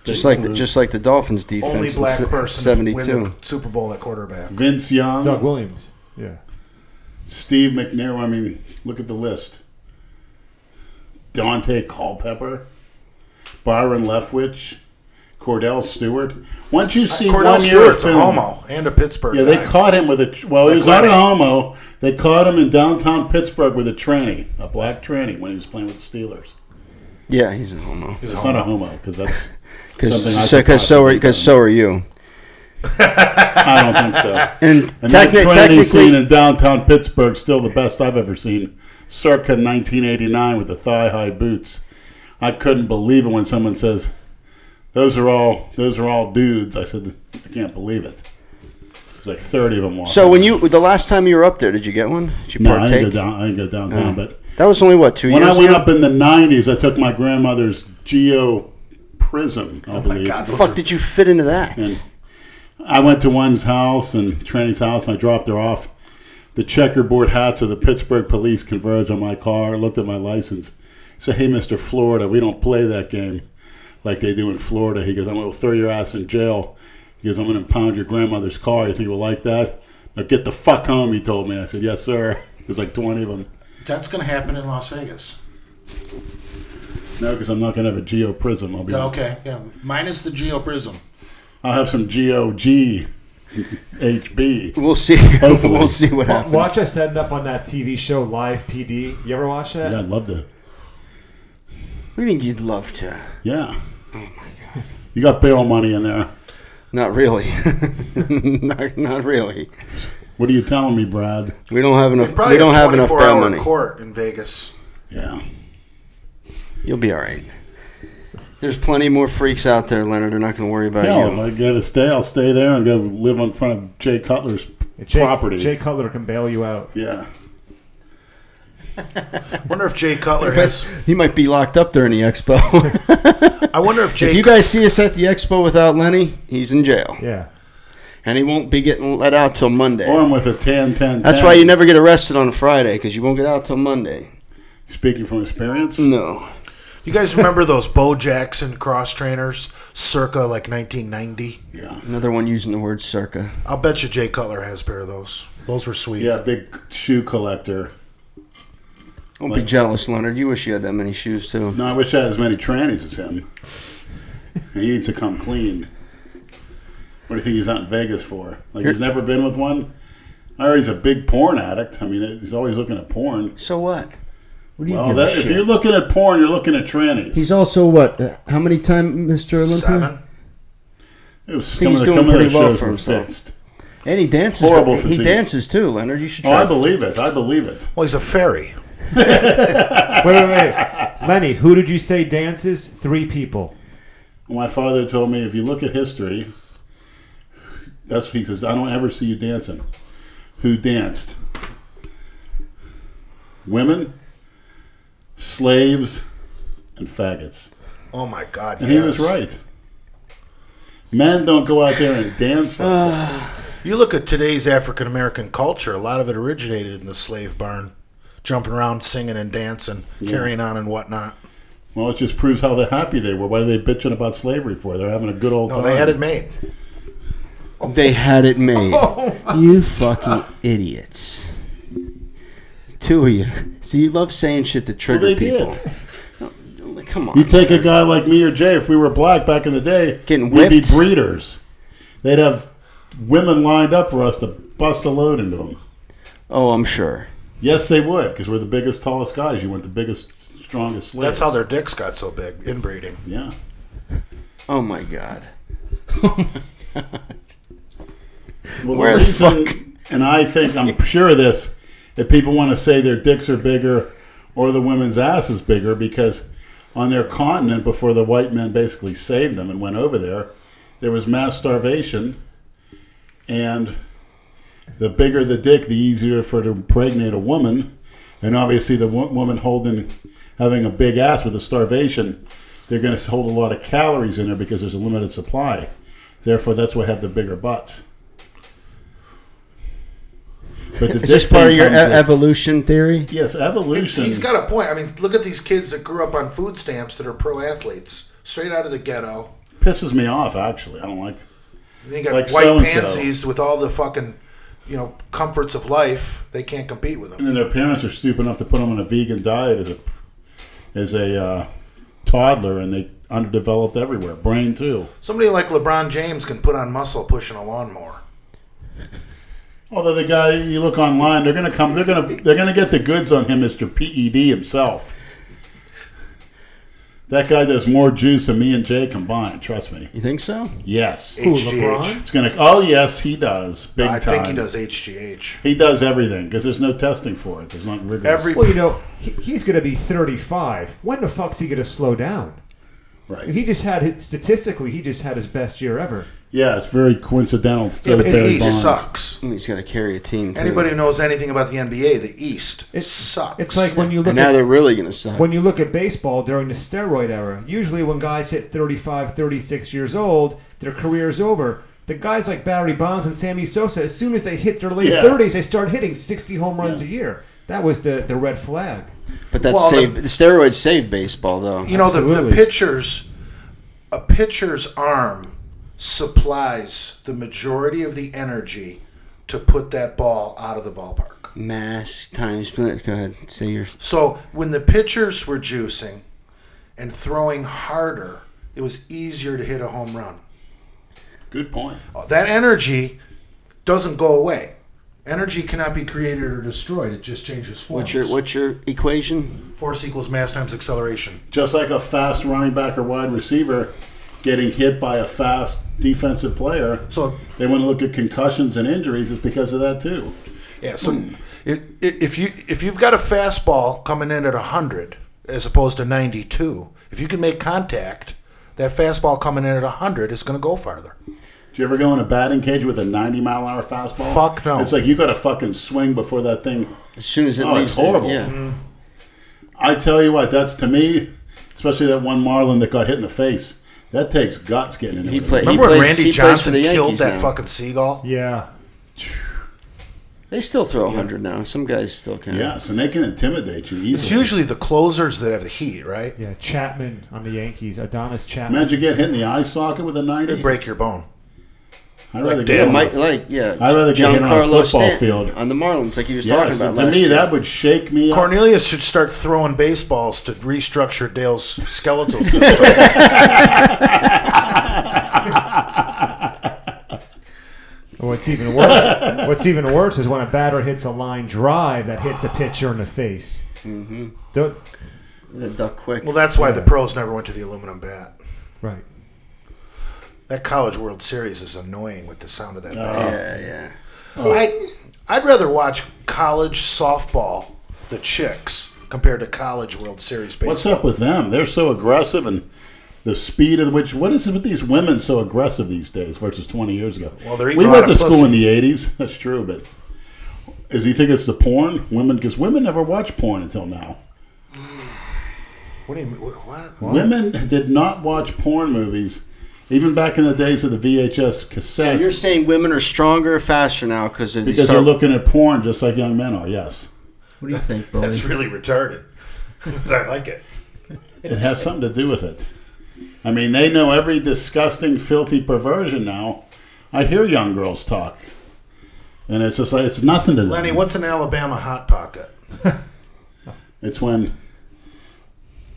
[SPEAKER 7] Just like the, just like the Dolphins defense.
[SPEAKER 2] Only black
[SPEAKER 7] in se-
[SPEAKER 2] person to win the
[SPEAKER 7] Seventy-two.
[SPEAKER 2] Super Bowl at quarterback.
[SPEAKER 6] Vince Young,
[SPEAKER 4] Doug Williams. Yeah.
[SPEAKER 6] Steve McNair. I mean, look at the list. Dante Culpepper, Byron Leftwich, Cordell Stewart. Once you see
[SPEAKER 2] Uh, Cordell
[SPEAKER 6] one year of
[SPEAKER 2] Stewart's a
[SPEAKER 6] film-
[SPEAKER 2] homo and a Pittsburgh
[SPEAKER 6] Yeah, they
[SPEAKER 2] guy.
[SPEAKER 6] caught him with a. Well, he was
[SPEAKER 2] caught
[SPEAKER 6] not a
[SPEAKER 2] him.
[SPEAKER 6] homo. They caught him in downtown Pittsburgh with a tranny, a black tranny, when he was playing with the Steelers.
[SPEAKER 7] Yeah, he's a homo.
[SPEAKER 6] It's not a homo because that's something I could
[SPEAKER 7] Because so are
[SPEAKER 6] possibly
[SPEAKER 7] because
[SPEAKER 6] do.
[SPEAKER 7] so are you.
[SPEAKER 6] I don't think so.
[SPEAKER 7] And,
[SPEAKER 6] And that
[SPEAKER 7] techni-
[SPEAKER 6] tranny scene
[SPEAKER 7] technically,
[SPEAKER 6] in downtown Pittsburgh still the best I've ever seen, circa 1989 with the thigh high boots. I couldn't believe it when someone says, "Those are all those are all dudes." I said, "I can't believe it." There's like 30 of them. walking.
[SPEAKER 7] so when you the last time you were up there, did you get one? Did you
[SPEAKER 6] no, I didn't
[SPEAKER 7] partake? Oh.
[SPEAKER 6] go down. I didn't go downtown, but.
[SPEAKER 7] That was only what two
[SPEAKER 6] When I
[SPEAKER 7] years
[SPEAKER 6] went
[SPEAKER 7] ago.
[SPEAKER 6] up in the '90s, I took my grandmother's Geo Prism, I believe.
[SPEAKER 2] Oh God,
[SPEAKER 7] the fuck did you fit into that?
[SPEAKER 6] And I went to one's house and Tranny's house, and I dropped her off. The checkerboard hats of the Pittsburgh police converged on my car. Looked at my license. Said, "Hey, Mister Florida, we don't play that game like they do in Florida." He goes, "I'm going to throw your ass in jail." He goes, "I'm going to impound your grandmother's car. You think you will like that?" Now get the fuck home. He told me. I said, "Yes, sir." There's like 20 of them.
[SPEAKER 2] That's going to happen in Las Vegas.
[SPEAKER 6] No, because I'm not going to have a Geo Prism. I'll be
[SPEAKER 2] Okay, yeah. Minus the Geo Prism.
[SPEAKER 6] I'll have some G O G H B.
[SPEAKER 7] We'll see.
[SPEAKER 6] Hopefully.
[SPEAKER 7] we'll see what
[SPEAKER 4] Wa-
[SPEAKER 7] happens.
[SPEAKER 4] Watch us end up on that TV show Live PD. You ever watch that?
[SPEAKER 6] Yeah, I'd love to.
[SPEAKER 7] What do you mean you'd love to?
[SPEAKER 6] Yeah. Oh my god. You got bail money in there.
[SPEAKER 7] Not really. not, not really.
[SPEAKER 6] What are you telling me, Brad?
[SPEAKER 7] We don't have
[SPEAKER 2] They
[SPEAKER 7] enough.
[SPEAKER 2] probably
[SPEAKER 7] We don't have enough
[SPEAKER 2] 24
[SPEAKER 7] bail
[SPEAKER 2] hour
[SPEAKER 7] money.
[SPEAKER 2] court in Vegas.
[SPEAKER 6] Yeah.
[SPEAKER 7] You'll be all right. There's plenty more freaks out there, Leonard. They're not going to worry about
[SPEAKER 6] Hell, if
[SPEAKER 7] you.
[SPEAKER 6] I gotta stay, I'll stay there and go live in front of Jay Cutler's
[SPEAKER 4] Jay,
[SPEAKER 6] property.
[SPEAKER 4] Jay Cutler can bail you out.
[SPEAKER 6] Yeah.
[SPEAKER 2] Wonder if Jay Cutler has.
[SPEAKER 7] He might be locked up during the expo.
[SPEAKER 2] I wonder if Jay.
[SPEAKER 7] if you guys see us at the expo without Lenny, he's in jail,
[SPEAKER 4] Yeah.
[SPEAKER 7] and he won't be getting let out till Monday.
[SPEAKER 6] Or I'm with a 10 10
[SPEAKER 7] That's why you never get arrested on a Friday because you won't get out till Monday.
[SPEAKER 6] Speaking from experience?
[SPEAKER 7] No.
[SPEAKER 2] you guys remember those Bo Jackson cross trainers, circa like 1990?
[SPEAKER 6] Yeah.
[SPEAKER 7] Another one using the word circa.
[SPEAKER 2] I'll bet you Jay Cutler has a pair of those. Those were sweet.
[SPEAKER 6] Yeah, big shoe collector.
[SPEAKER 7] Don't be jealous, Leonard. You wish you had that many shoes, too.
[SPEAKER 6] No, I wish I had as many trannies as him. he needs to come clean. What do you think he's out in Vegas for? Like, he's never been with one? I heard he's a big porn addict. I mean, he's always looking at porn.
[SPEAKER 7] So what?
[SPEAKER 12] What do you
[SPEAKER 6] Well,
[SPEAKER 12] give a
[SPEAKER 6] that, if
[SPEAKER 12] shit?
[SPEAKER 6] you're looking at porn, you're looking at trannies.
[SPEAKER 12] He's also what? Uh, how many time Mr. Olympia?
[SPEAKER 2] Seven.
[SPEAKER 6] it was
[SPEAKER 7] think
[SPEAKER 6] some
[SPEAKER 7] he's
[SPEAKER 6] of the,
[SPEAKER 7] doing
[SPEAKER 6] some of their
[SPEAKER 7] pretty well
[SPEAKER 6] shows
[SPEAKER 7] for
[SPEAKER 6] were
[SPEAKER 7] himself.
[SPEAKER 6] fixed.
[SPEAKER 7] And he dances.
[SPEAKER 6] Horrible
[SPEAKER 7] he
[SPEAKER 6] physique.
[SPEAKER 7] dances, too, Leonard. You should
[SPEAKER 6] Oh,
[SPEAKER 7] try.
[SPEAKER 6] I believe it. I believe it.
[SPEAKER 2] Well, he's a fairy.
[SPEAKER 4] Wait, wait, wait. Lenny, who did you say dances? Three people.
[SPEAKER 6] My father told me if you look at history, that's what he says. I don't ever see you dancing. Who danced? Women, slaves, and faggots.
[SPEAKER 2] Oh my God.
[SPEAKER 6] And he was
[SPEAKER 2] yes.
[SPEAKER 6] right. Men don't go out there and dance. Like that.
[SPEAKER 2] You look at today's African American culture, a lot of it originated in the slave barn, jumping around, singing and dancing, carrying on and whatnot.
[SPEAKER 6] Well, it just proves how happy they were. What are they bitching about slavery for? They're having a good old
[SPEAKER 2] No,
[SPEAKER 6] time.
[SPEAKER 2] they had it made.
[SPEAKER 7] They had it made. you fucking idiots. Two of you. See, you love saying shit to trigger
[SPEAKER 6] they
[SPEAKER 7] people. No, come on.
[SPEAKER 6] You take a guy like me or Jay, if we were black back in the day,
[SPEAKER 7] Getting
[SPEAKER 6] we'd be
[SPEAKER 7] whipped.
[SPEAKER 6] breeders. They'd have women lined up for us to bust a load into them.
[SPEAKER 7] oh, I'm sure.
[SPEAKER 6] Yes, they would, because we're the biggest, tallest guys. You want the biggest, strongest slaves.
[SPEAKER 2] That's how their dicks got so big, inbreeding.
[SPEAKER 6] Yeah.
[SPEAKER 7] Oh, my God.
[SPEAKER 6] Well,
[SPEAKER 7] Where
[SPEAKER 6] the
[SPEAKER 7] the
[SPEAKER 6] reason,
[SPEAKER 7] fuck?
[SPEAKER 6] and I think, I'm sure of this, that people want to say their dicks are bigger or the women's ass is bigger because on their continent, before the white men basically saved them and went over there, there was mass starvation. And the bigger the dick, the easier for it to impregnate a woman. And obviously, the wo- woman holding, having a big ass with the starvation, they're going to hold a lot of calories in there because there's a limited supply. Therefore, that's why I have the bigger butts. But the
[SPEAKER 7] Is this
[SPEAKER 6] dick
[SPEAKER 7] part of
[SPEAKER 6] thing
[SPEAKER 7] your e-
[SPEAKER 6] comes with-
[SPEAKER 7] evolution theory?
[SPEAKER 6] Yes, evolution.
[SPEAKER 2] He's got a point. I mean, look at these kids that grew up on food stamps that are pro athletes, straight out of the ghetto.
[SPEAKER 6] pisses me off. Actually, I don't like.
[SPEAKER 2] And then you got
[SPEAKER 6] Like
[SPEAKER 2] white
[SPEAKER 6] so-and-so.
[SPEAKER 2] pansies with all the fucking, you know, comforts of life. They can't compete with them.
[SPEAKER 6] And then their parents are stupid enough to put them on a vegan diet as a as a uh, toddler, and they underdeveloped everywhere, brain too.
[SPEAKER 2] Somebody like LeBron James can put on muscle pushing a lawnmower.
[SPEAKER 6] Although the guy you look online, they're gonna come. They're gonna they're gonna get the goods on him, Mister Ped himself. That guy does more juice than me and Jay combined. Trust me.
[SPEAKER 7] You think so?
[SPEAKER 6] Yes,
[SPEAKER 2] HGH.
[SPEAKER 6] it's gonna. Oh yes, he does. Big
[SPEAKER 2] I
[SPEAKER 6] time.
[SPEAKER 2] think he does HGH.
[SPEAKER 6] He does everything because there's no testing for it. There's not rigorous.
[SPEAKER 2] Every
[SPEAKER 4] Well, you know, he, he's going to be 35. When the fuck's he going to slow down?
[SPEAKER 6] right.
[SPEAKER 4] He just had, his- statistically, he just had his best year ever.
[SPEAKER 6] Yeah, it's very coincidental.
[SPEAKER 2] yeah, but the
[SPEAKER 6] Terry
[SPEAKER 2] East
[SPEAKER 6] Bonds.
[SPEAKER 2] sucks.
[SPEAKER 7] He's got to carry a team, too.
[SPEAKER 2] Anybody who knows anything about the NBA, the East
[SPEAKER 4] It's-
[SPEAKER 2] sucks.
[SPEAKER 4] It's like when you
[SPEAKER 7] and
[SPEAKER 4] look
[SPEAKER 7] now
[SPEAKER 4] at
[SPEAKER 7] they're really going to suck.
[SPEAKER 4] when you look at baseball during the steroid era, usually when guys hit 35, 36 years old, their career's over. The guys like Barry Bonds and Sammy Sosa, as soon as they hit their late
[SPEAKER 6] Yeah.
[SPEAKER 4] 30s, they start hitting 60 home runs a year. That was the, the red flag.
[SPEAKER 7] but that
[SPEAKER 2] Well,
[SPEAKER 7] saved,
[SPEAKER 2] the-
[SPEAKER 7] the, steroids saved baseball, though.
[SPEAKER 2] you know the, the
[SPEAKER 4] Absolutely.
[SPEAKER 2] pitcher's a pitcher's arm supplies the majority of the energy to put that ball out of the ballpark.
[SPEAKER 7] Mass times. Go ahead. Say your.
[SPEAKER 2] So when the pitchers were juicing and throwing harder, it was easier to hit a home run. Uh,
[SPEAKER 6] Good point.
[SPEAKER 2] That energy doesn't go away. Energy cannot be created or destroyed. It just changes forms.
[SPEAKER 7] What's your, what's your equation?
[SPEAKER 2] Force equals mass times acceleration.
[SPEAKER 6] Just like a fast running back or wide receiver getting hit by a fast defensive player,
[SPEAKER 2] So
[SPEAKER 6] they want to look at concussions and injuries. It's because of that too.
[SPEAKER 2] Yeah, so Hmm. it, it, if you if you've got a fastball coming in at 100 as opposed to 92, if you can make contact, that fastball coming in at 100 is going to go farther.
[SPEAKER 6] Do you ever go in a batting cage with a 90 mile an hour fastball?
[SPEAKER 2] Fuck no.
[SPEAKER 6] It's like you got to fucking swing before that thing.
[SPEAKER 7] As soon as it
[SPEAKER 6] Oh,
[SPEAKER 7] leaves,
[SPEAKER 6] it's horrible.
[SPEAKER 7] It, yeah.
[SPEAKER 6] I tell you what, that's to me, especially that one Marlin that got hit in the face. That takes guts getting in.
[SPEAKER 7] He played.
[SPEAKER 2] Remember
[SPEAKER 7] he
[SPEAKER 2] when
[SPEAKER 7] plays, he
[SPEAKER 2] Randy
[SPEAKER 7] plays
[SPEAKER 2] Johnson
[SPEAKER 7] for the
[SPEAKER 2] killed
[SPEAKER 7] Yankees
[SPEAKER 2] that
[SPEAKER 7] now.
[SPEAKER 2] fucking seagull?
[SPEAKER 4] Yeah.
[SPEAKER 7] They still throw 100 now. Some guys still can.
[SPEAKER 6] Yes, and they can intimidate you easily.
[SPEAKER 2] It's usually the closers that have the heat, right?
[SPEAKER 4] Yeah. Chapman on the Yankees. Adonis Chapman.
[SPEAKER 6] Imagine getting hit in the eye socket with a 90.
[SPEAKER 2] They break your bone.
[SPEAKER 6] I'd rather
[SPEAKER 2] like damn
[SPEAKER 6] get hit on a
[SPEAKER 7] Mike, like yeah,
[SPEAKER 6] I'd rather get hit on a football
[SPEAKER 7] Stanton
[SPEAKER 6] field.
[SPEAKER 7] on the Marlins, like he was talking
[SPEAKER 6] Yes,
[SPEAKER 7] about.
[SPEAKER 6] to
[SPEAKER 7] last
[SPEAKER 6] me
[SPEAKER 7] year.
[SPEAKER 6] that would shake me up.
[SPEAKER 2] Cornelius should start throwing baseballs to restructure Dale's skeletal system.
[SPEAKER 4] What's even worse? what's even worse is when a batter hits a line drive that hits a pitcher in the face. Mm-hmm. Don't,
[SPEAKER 7] It'd duck quick.
[SPEAKER 2] well, that's why the pros never went to the aluminum bat.
[SPEAKER 4] right.
[SPEAKER 2] That College World Series is annoying with the sound of
[SPEAKER 6] Oh.
[SPEAKER 2] that
[SPEAKER 7] yeah, yeah.
[SPEAKER 2] bat. I, I'd rather watch college softball, the chicks, compared to College World Series baseball.
[SPEAKER 6] What's up with them? They're so aggressive and the speed of which. What is it with these women so aggressive these days versus 20 years ago?
[SPEAKER 2] Well, they're eating
[SPEAKER 6] we
[SPEAKER 2] a
[SPEAKER 6] went
[SPEAKER 2] lot
[SPEAKER 6] to
[SPEAKER 2] of
[SPEAKER 6] school in
[SPEAKER 2] pussy.
[SPEAKER 6] the 80s. That's true, but is you think it's the porn women? Because women never watched porn until now.
[SPEAKER 2] What do you mean? What? what?
[SPEAKER 6] Women did not watch porn movies, even back in the days of the VHS
[SPEAKER 7] So
[SPEAKER 6] cassette.
[SPEAKER 7] you're saying women are stronger, faster now because of
[SPEAKER 6] because
[SPEAKER 7] these
[SPEAKER 6] they're
[SPEAKER 7] tar-
[SPEAKER 6] looking at porn just like young men are. Yes,
[SPEAKER 13] What do you think, Billy?
[SPEAKER 2] That's really retarded. but I like it.
[SPEAKER 6] it has something to do with it. I mean, they know every disgusting, filthy perversion now. I hear young girls talk, and it's just like it's nothing to them.
[SPEAKER 2] Lenny, what's an Alabama hot pocket?
[SPEAKER 6] It's when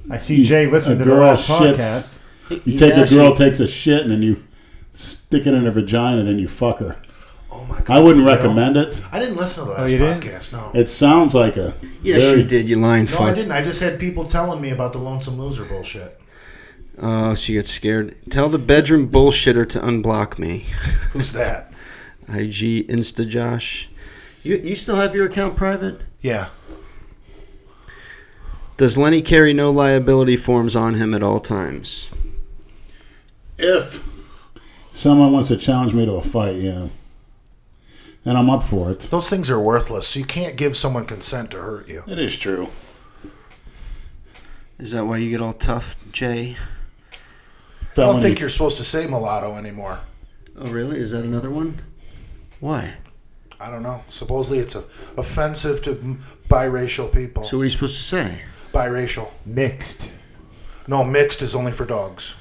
[SPEAKER 4] I see Jay
[SPEAKER 6] a
[SPEAKER 4] listened to the
[SPEAKER 6] girl
[SPEAKER 4] last
[SPEAKER 6] shits.
[SPEAKER 4] podcast.
[SPEAKER 7] He-
[SPEAKER 6] you
[SPEAKER 7] he's
[SPEAKER 6] take a girl
[SPEAKER 7] actually-
[SPEAKER 6] takes a shit and then you stick it in her vagina, then you fuck her.
[SPEAKER 2] Oh my god!
[SPEAKER 6] I wouldn't
[SPEAKER 2] no.
[SPEAKER 6] recommend it.
[SPEAKER 2] I didn't listen to the last
[SPEAKER 4] Oh, you didn't?
[SPEAKER 2] podcast. No,
[SPEAKER 6] It sounds like a
[SPEAKER 7] Yes,
[SPEAKER 6] very
[SPEAKER 7] you did. You lying
[SPEAKER 2] no, I
[SPEAKER 7] fuck.
[SPEAKER 2] didn't. I just had people telling me about the lonesome loser bullshit.
[SPEAKER 7] Oh, she gets scared. Tell the bedroom bullshitter to unblock me.
[SPEAKER 2] Who's that?
[SPEAKER 7] IG Insta Josh. You you still have your account private?
[SPEAKER 2] Yeah.
[SPEAKER 7] Does Lenny carry no liability forms on him at all times?
[SPEAKER 6] if someone wants to challenge me to a fight, yeah, and I'm up for it.
[SPEAKER 2] Those things are worthless. you can't give someone consent to hurt you.
[SPEAKER 6] It is true.
[SPEAKER 7] Is that why you get all tough, Jay?
[SPEAKER 2] I
[SPEAKER 6] Felony.
[SPEAKER 2] don't think you're supposed to say mulatto anymore.
[SPEAKER 7] Oh, really? Is that another one? Why?
[SPEAKER 2] I don't know. Supposedly it's a, offensive to m- biracial people.
[SPEAKER 7] So what are you supposed to say?
[SPEAKER 2] biracial.
[SPEAKER 4] Mixed.
[SPEAKER 2] No, mixed is only for dogs.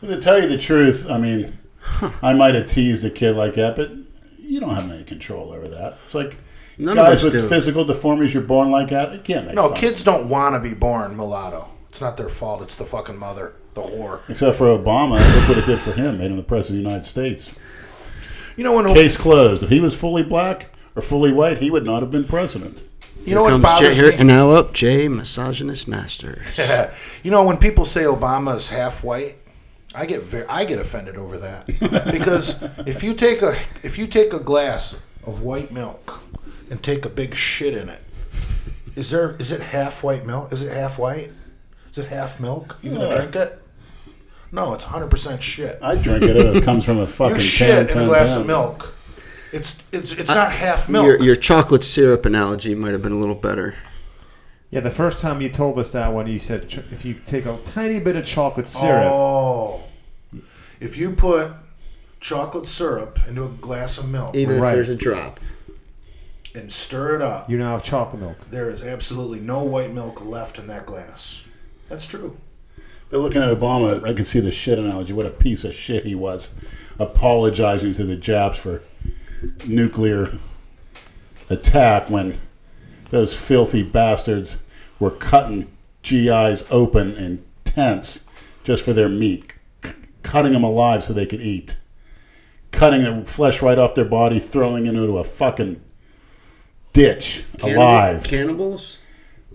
[SPEAKER 6] to tell you the truth, I mean, I might have teased a kid like that, but you don't have any control over that. It's like
[SPEAKER 7] None of
[SPEAKER 6] guys
[SPEAKER 7] us
[SPEAKER 6] with
[SPEAKER 7] do.
[SPEAKER 6] physical deformities, you're born like that. I can't make
[SPEAKER 2] No,
[SPEAKER 6] fun.
[SPEAKER 2] kids don't want to be born mulatto. It's not their fault. It's the fucking mother, the whore.
[SPEAKER 6] Except for Obama, look what it did for him, made him the president of the United States.
[SPEAKER 2] You know when
[SPEAKER 6] Case closed. If he was fully black or fully white, he would not have been president.
[SPEAKER 2] you know what
[SPEAKER 7] Comes Jay
[SPEAKER 2] bothers
[SPEAKER 7] here,
[SPEAKER 2] me.
[SPEAKER 7] and now up, Jay, misogynist masters.
[SPEAKER 2] you know when people say Obama is half white, I get very, I get offended over that because if you take a if you take a glass of white milk and take a big shit in it, is there is it half white milk? Is it half white? Is it half milk? You gonna
[SPEAKER 6] Yeah.
[SPEAKER 2] drink it? No, it's hundred percent shit.
[SPEAKER 6] I drink it. It comes from a fucking
[SPEAKER 2] You
[SPEAKER 6] can
[SPEAKER 2] shit in a
[SPEAKER 6] turned
[SPEAKER 2] glass
[SPEAKER 6] down.
[SPEAKER 2] of milk. It's it's it's not half milk.
[SPEAKER 7] Your, your chocolate syrup analogy might have been a little better.
[SPEAKER 4] Yeah, the first time you told us that one, you said ch- if you take a tiny bit of chocolate syrup.
[SPEAKER 2] oh, if you put chocolate syrup into a glass of milk
[SPEAKER 7] Even
[SPEAKER 4] Right.
[SPEAKER 7] if there's a drop.
[SPEAKER 2] and stir it up.
[SPEAKER 4] You now have chocolate milk.
[SPEAKER 2] There is absolutely no white milk left in that glass. That's true.
[SPEAKER 6] But looking at Obama, I can see the shit analogy. What a piece of shit he was, apologizing to the Japs for nuclear attack when those filthy bastards were cutting GIs open in tents just for their meat, c- cutting them alive so they could eat, cutting the flesh right off their body, throwing it into a fucking ditch
[SPEAKER 7] Cannibal-
[SPEAKER 6] alive.
[SPEAKER 7] Cannibals?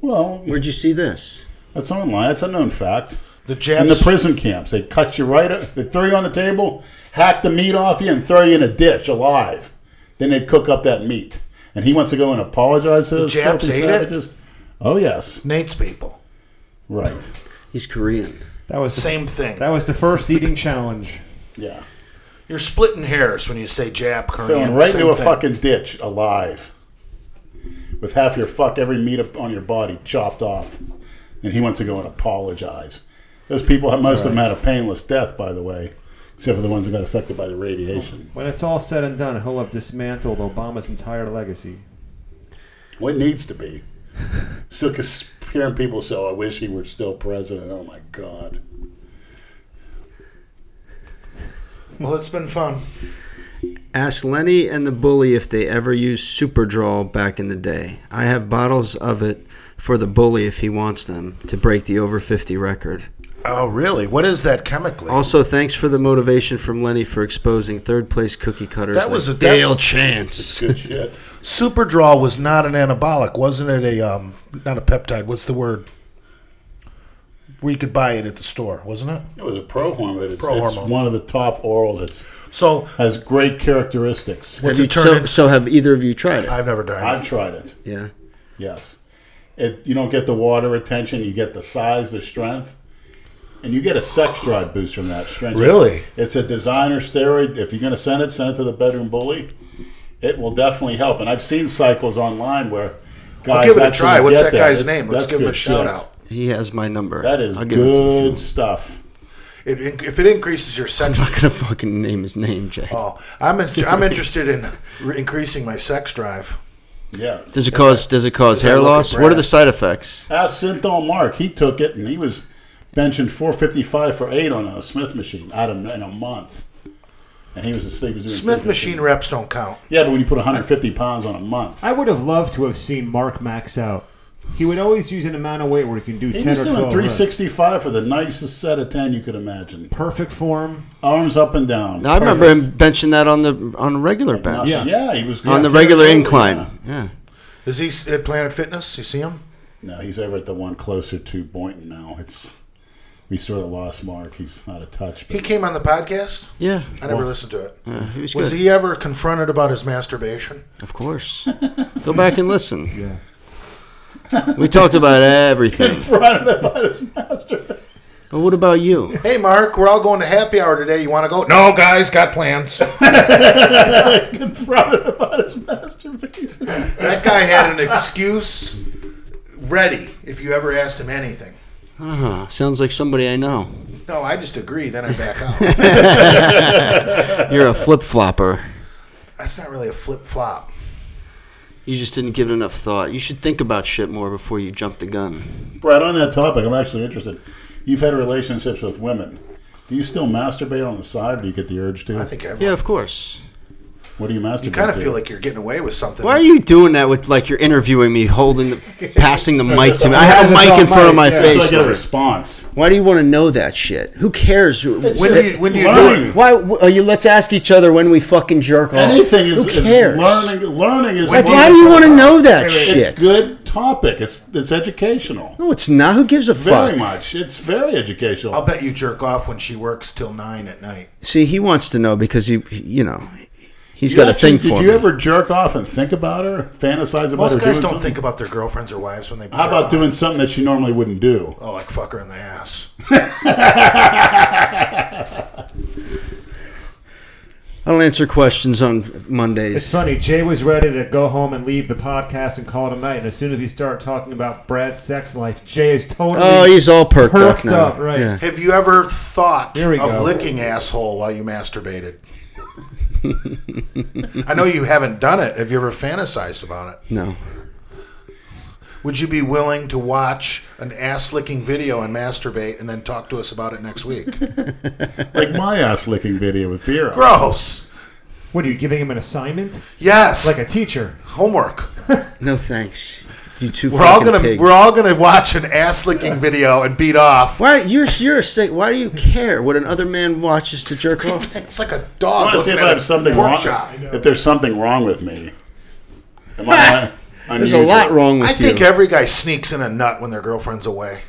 [SPEAKER 6] well,
[SPEAKER 7] Where'd you see this?
[SPEAKER 6] that's online. That's a known fact.
[SPEAKER 2] The
[SPEAKER 6] In the
[SPEAKER 2] Japs,
[SPEAKER 6] prison camps, they cut you right. up- They throw you on the table, hack the meat off you, and throw you in a ditch alive. Then they'd cook up that meat. And he wants to go and apologize to those
[SPEAKER 2] Japs
[SPEAKER 6] filthy
[SPEAKER 2] ate it?
[SPEAKER 6] savages. Oh yes,
[SPEAKER 2] Nate's people.
[SPEAKER 6] right.
[SPEAKER 7] He's Korean.
[SPEAKER 4] That was the,
[SPEAKER 2] Same thing.
[SPEAKER 4] That was the first eating challenge.
[SPEAKER 6] Yeah.
[SPEAKER 2] You're splitting hairs when you say Jap
[SPEAKER 6] So
[SPEAKER 2] Korean.
[SPEAKER 6] and right
[SPEAKER 2] Same
[SPEAKER 6] into a
[SPEAKER 2] thing.
[SPEAKER 6] fucking ditch alive. With half your fuck, every meat up on your body chopped off. And he wants to go and apologize. Those people, most of them had a painless death, by the way, except for the ones that got affected by the radiation.
[SPEAKER 4] When it's all said and done, he'll have dismantled Obama's entire legacy.
[SPEAKER 6] What needs to be? Still, cause hearing people say, oh, I wish he were still president. Oh my God.
[SPEAKER 2] Well, it's been fun.
[SPEAKER 7] Ask Lenny and the bully if they ever used Superdraw back in the day. I have bottles of it for the bully if he wants them to break the over 50 record.
[SPEAKER 2] Oh, really? What is that chemically?
[SPEAKER 7] Also, thanks for the motivation from Lenny for exposing third place cookie cutters.
[SPEAKER 2] That was
[SPEAKER 7] like
[SPEAKER 2] a- that-
[SPEAKER 7] Dale Chance.
[SPEAKER 6] Good shit.
[SPEAKER 2] Superdraw was not an anabolic, wasn't it? A um, not a peptide. What's the word? We could buy it at the store, wasn't it?
[SPEAKER 6] It was a pro hormone. It's, it's
[SPEAKER 2] Pro-hormone.
[SPEAKER 6] one of the top orals. It's
[SPEAKER 2] So
[SPEAKER 6] has great characteristics.
[SPEAKER 2] what's
[SPEAKER 7] Have you-
[SPEAKER 2] it turned
[SPEAKER 7] so,
[SPEAKER 2] into?
[SPEAKER 7] so have either of you tried it?
[SPEAKER 2] I've never died.
[SPEAKER 6] I've tried it.
[SPEAKER 7] yeah.
[SPEAKER 6] Yes. It, you don't get the water retention, you get the size, the strength, and you get a sex drive boost from that strength.
[SPEAKER 2] Really?
[SPEAKER 6] It's a designer steroid. If you're going to send it, send it to the bedroom bully. It will definitely help. And I've seen cycles online where guys
[SPEAKER 2] give it a
[SPEAKER 6] actually
[SPEAKER 2] try. What's
[SPEAKER 6] get
[SPEAKER 2] that guy's name? Let's
[SPEAKER 6] that's
[SPEAKER 2] give him a
[SPEAKER 6] good
[SPEAKER 2] shout
[SPEAKER 6] shit.
[SPEAKER 2] out.
[SPEAKER 7] He has my number.
[SPEAKER 6] That is
[SPEAKER 7] I'll give it to you.
[SPEAKER 6] good stuff.
[SPEAKER 2] It, in- if it increases your sex,
[SPEAKER 7] I'm not going to fucking name his name, Jay.
[SPEAKER 2] oh, I'm in, I'm interested in re- increasing my sex drive.
[SPEAKER 6] Yeah.
[SPEAKER 7] Does it cause does it cause
[SPEAKER 2] that
[SPEAKER 7] hair
[SPEAKER 2] look at
[SPEAKER 7] loss? What are
[SPEAKER 2] Brad?
[SPEAKER 7] the side effects?
[SPEAKER 6] Ask Synthol Mark. He took it and he was benching 455 for eight on a Smith machine out of in a month. And he was asleep. He was doing
[SPEAKER 2] Smith
[SPEAKER 6] sleep-
[SPEAKER 2] machine reps don't count.
[SPEAKER 6] Yeah, but when you put 150 pounds on a month,
[SPEAKER 4] I would have loved to have seen Mark max out. He would always use an amount of weight where he can do
[SPEAKER 6] he
[SPEAKER 4] 10
[SPEAKER 6] was
[SPEAKER 4] or
[SPEAKER 6] doing
[SPEAKER 4] 12 reps.
[SPEAKER 6] 365 for the nicest set of 10 you could imagine.
[SPEAKER 4] Perfect form.
[SPEAKER 6] Arms up and down.
[SPEAKER 7] Now, I remember
[SPEAKER 6] Perfect.
[SPEAKER 7] him benching that on the on a regular bench.
[SPEAKER 6] Yeah.
[SPEAKER 4] Yeah.
[SPEAKER 6] yeah, he was
[SPEAKER 7] On the
[SPEAKER 6] yeah,
[SPEAKER 7] regular
[SPEAKER 6] yeah.
[SPEAKER 7] incline. Yeah.
[SPEAKER 2] Is he s- at Planet Fitness? You see him?
[SPEAKER 6] No, he's over at the one closer to Boynton now. It's we sort of lost Mark. He's out of touch. But
[SPEAKER 2] He came on the podcast.
[SPEAKER 7] Yeah.
[SPEAKER 2] I never listened to it.
[SPEAKER 7] Yeah, he was,
[SPEAKER 2] Was
[SPEAKER 7] good.
[SPEAKER 2] he ever confronted about his masturbation?
[SPEAKER 7] Of course. Go back and listen.
[SPEAKER 4] Yeah.
[SPEAKER 7] We talked about everything.
[SPEAKER 6] confronted about his masturbation.
[SPEAKER 7] But what about you?
[SPEAKER 2] Hey, Mark, we're all going to happy hour today. You want to go? No, guys, got plans.
[SPEAKER 6] confronted about his masturbation.
[SPEAKER 2] that guy had an excuse ready if you ever asked him anything.
[SPEAKER 7] Uh, sounds like somebody I know.
[SPEAKER 2] No, I just agree. Then I back out.
[SPEAKER 7] You're a flip flopper.
[SPEAKER 2] That's not really a flip flop.
[SPEAKER 7] You just didn't give it enough thought. You should think about shit more before you jump the gun.
[SPEAKER 6] Brad, on that topic, I'm actually interested. You've had relationships with women. Do you still masturbate on the side, or do you get the urge to?
[SPEAKER 2] I think everyone.
[SPEAKER 7] Yeah, of course.
[SPEAKER 6] What do you masturbate?
[SPEAKER 2] you kind of
[SPEAKER 6] to?
[SPEAKER 2] feel like you're getting away with something.
[SPEAKER 7] Why are you doing that with like you're interviewing me, holding the, passing the mic to me? I
[SPEAKER 4] Why
[SPEAKER 7] have
[SPEAKER 4] is
[SPEAKER 7] a
[SPEAKER 4] it
[SPEAKER 7] mic
[SPEAKER 4] on
[SPEAKER 7] in front
[SPEAKER 4] mic?
[SPEAKER 7] of my
[SPEAKER 4] Yeah,
[SPEAKER 6] Just so I
[SPEAKER 7] face.
[SPEAKER 6] get a
[SPEAKER 7] Larry.
[SPEAKER 6] response.
[SPEAKER 7] Why do you want to know that shit? Who cares?
[SPEAKER 2] When do you, when do you do
[SPEAKER 6] learning.
[SPEAKER 2] it?
[SPEAKER 7] Why are you? Let's ask each other when we fucking jerk off.
[SPEAKER 6] Anything is,
[SPEAKER 7] Who
[SPEAKER 6] is
[SPEAKER 7] cares?
[SPEAKER 6] learning. Learning is.
[SPEAKER 7] Like,
[SPEAKER 6] one
[SPEAKER 7] why
[SPEAKER 6] of
[SPEAKER 7] do
[SPEAKER 6] the-
[SPEAKER 7] you want to know that shit?
[SPEAKER 6] It's good topic. It's it's educational.
[SPEAKER 7] No, it's not. Who gives a
[SPEAKER 6] Very
[SPEAKER 7] fuck?
[SPEAKER 6] much. It's very educational.
[SPEAKER 2] I'll bet you jerk off when she works till nine at night.
[SPEAKER 7] See, he wants to know because he, he- you know, he's
[SPEAKER 6] You
[SPEAKER 7] got
[SPEAKER 6] actually-
[SPEAKER 7] a thing for
[SPEAKER 6] Did
[SPEAKER 7] me.
[SPEAKER 6] you ever jerk off and think about her, fantasize about her?
[SPEAKER 2] Most guys
[SPEAKER 6] doing
[SPEAKER 2] don't
[SPEAKER 6] something?
[SPEAKER 2] think about their girlfriends or wives when they.
[SPEAKER 6] How
[SPEAKER 2] jerk
[SPEAKER 6] about
[SPEAKER 2] off.
[SPEAKER 6] doing something that you normally wouldn't do?
[SPEAKER 2] Oh, like fuck her in the ass.
[SPEAKER 7] I don't answer questions on
[SPEAKER 4] It's
[SPEAKER 7] Mondays.
[SPEAKER 4] funny. Jay was ready to go home and leave the podcast and call it a night. And as soon as we start talking about Brad's sex life, Jay is totally.
[SPEAKER 7] Oh, he's all perked, up
[SPEAKER 4] Perked
[SPEAKER 7] now.
[SPEAKER 4] up, right.
[SPEAKER 7] Yeah.
[SPEAKER 2] Have you ever thought of
[SPEAKER 4] Here we go.
[SPEAKER 2] licking asshole while you masturbated? I know you haven't done it. Have you ever fantasized about it?
[SPEAKER 7] No.
[SPEAKER 2] Would you be willing to watch an ass licking video and masturbate and then talk to us about it next week?
[SPEAKER 6] Like my ass licking video with Vera.
[SPEAKER 2] Gross.
[SPEAKER 4] What are you giving him an assignment?
[SPEAKER 2] Yes.
[SPEAKER 4] Like
[SPEAKER 2] Like
[SPEAKER 4] a teacher.
[SPEAKER 2] homework.
[SPEAKER 7] No thanks. You two
[SPEAKER 2] We're all
[SPEAKER 7] fucking
[SPEAKER 2] gonna
[SPEAKER 7] pigs.
[SPEAKER 2] we're all gonna watch an ass licking video and beat off.
[SPEAKER 7] Why you're you're sick? Why do you care what another man watches to jerk off to?
[SPEAKER 2] It's like a
[SPEAKER 6] I
[SPEAKER 2] dog.
[SPEAKER 6] want to see
[SPEAKER 2] looking
[SPEAKER 6] if
[SPEAKER 2] at
[SPEAKER 6] I
[SPEAKER 2] a
[SPEAKER 6] have something
[SPEAKER 2] pork
[SPEAKER 6] wrong.
[SPEAKER 2] chop.
[SPEAKER 6] If there's something wrong with me, am I? un-
[SPEAKER 7] There's a
[SPEAKER 6] unusual?
[SPEAKER 7] lot wrong with
[SPEAKER 2] I
[SPEAKER 7] you.
[SPEAKER 2] think every guy sneaks in a nut when their girlfriend's away.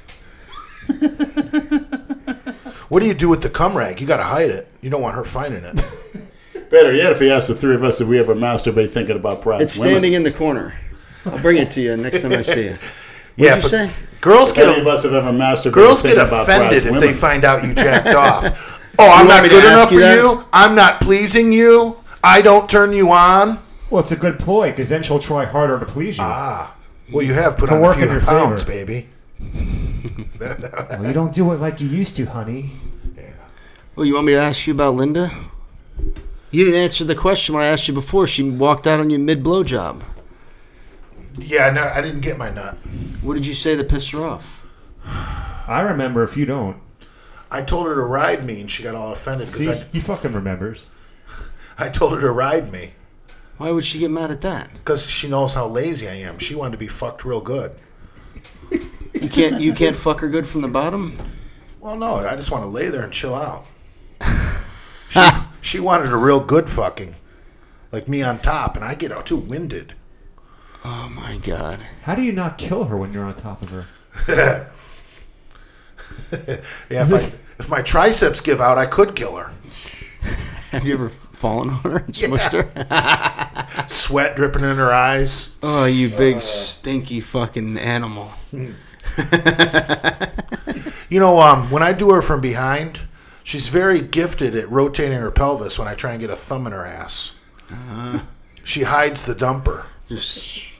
[SPEAKER 2] what do you do with the cum rag? You got to hide it. You don't want her finding it.
[SPEAKER 6] Better yet, if he asked the three of us if we ever masturbate thinking about Brad's
[SPEAKER 7] it's standing in the corner. I'll bring it to you next time I see you. What'd
[SPEAKER 2] Yeah,
[SPEAKER 7] you
[SPEAKER 2] but-
[SPEAKER 7] say?
[SPEAKER 2] Girls
[SPEAKER 6] If
[SPEAKER 2] get
[SPEAKER 6] any
[SPEAKER 2] a-
[SPEAKER 6] of us have ever masturbated.
[SPEAKER 2] Girls get
[SPEAKER 6] thinking about
[SPEAKER 2] offended
[SPEAKER 6] Brad's
[SPEAKER 2] if
[SPEAKER 6] women.
[SPEAKER 2] they find out you jacked off. Oh, I'm
[SPEAKER 14] You want
[SPEAKER 2] not
[SPEAKER 14] me to
[SPEAKER 2] good
[SPEAKER 14] ask
[SPEAKER 2] enough
[SPEAKER 14] you
[SPEAKER 2] for
[SPEAKER 14] that?
[SPEAKER 2] you. I'm not pleasing you. I don't turn you on.
[SPEAKER 4] Well, it's a good ploy because then she'll try harder to please you.
[SPEAKER 2] Well, you have put
[SPEAKER 4] It'll
[SPEAKER 2] on a
[SPEAKER 4] work
[SPEAKER 2] few
[SPEAKER 4] in your
[SPEAKER 2] pounds,
[SPEAKER 4] favor.
[SPEAKER 2] baby.
[SPEAKER 4] Well, you don't do it like you used to, honey.
[SPEAKER 7] Well, you want me to ask you about Linda? You didn't answer the question when I asked you before. She walked out on you mid blowjob.
[SPEAKER 2] Yeah, no, I didn't get my nut.
[SPEAKER 7] What did you say that pissed her off?
[SPEAKER 4] I remember if you don't.
[SPEAKER 2] I told her to ride me, and she got all offended because
[SPEAKER 4] See,
[SPEAKER 2] I,
[SPEAKER 4] he fucking remembers.
[SPEAKER 2] I told her to ride me
[SPEAKER 7] Why would she get mad at that?
[SPEAKER 2] because she knows how lazy I am. She wanted to be fucked real good.
[SPEAKER 7] You can't you can't fuck her good from the bottom.
[SPEAKER 2] Well, no, I just want to lay there and chill out. She, she wanted a real good fucking, like me on top, and I get out too winded.
[SPEAKER 7] Oh my god.
[SPEAKER 4] How do you not kill her when you're on top of her?
[SPEAKER 2] Yeah, if, I, if my triceps give out, I could kill her.
[SPEAKER 7] Have you ever fallen on her and smushed her?
[SPEAKER 2] Sweat dripping in her eyes.
[SPEAKER 7] Oh, you big
[SPEAKER 6] Uh,
[SPEAKER 7] stinky fucking animal.
[SPEAKER 2] You know, um, when I do her from behind, she's very gifted at rotating her pelvis when I try and get a thumb in her ass. She hides the dumper.
[SPEAKER 7] Just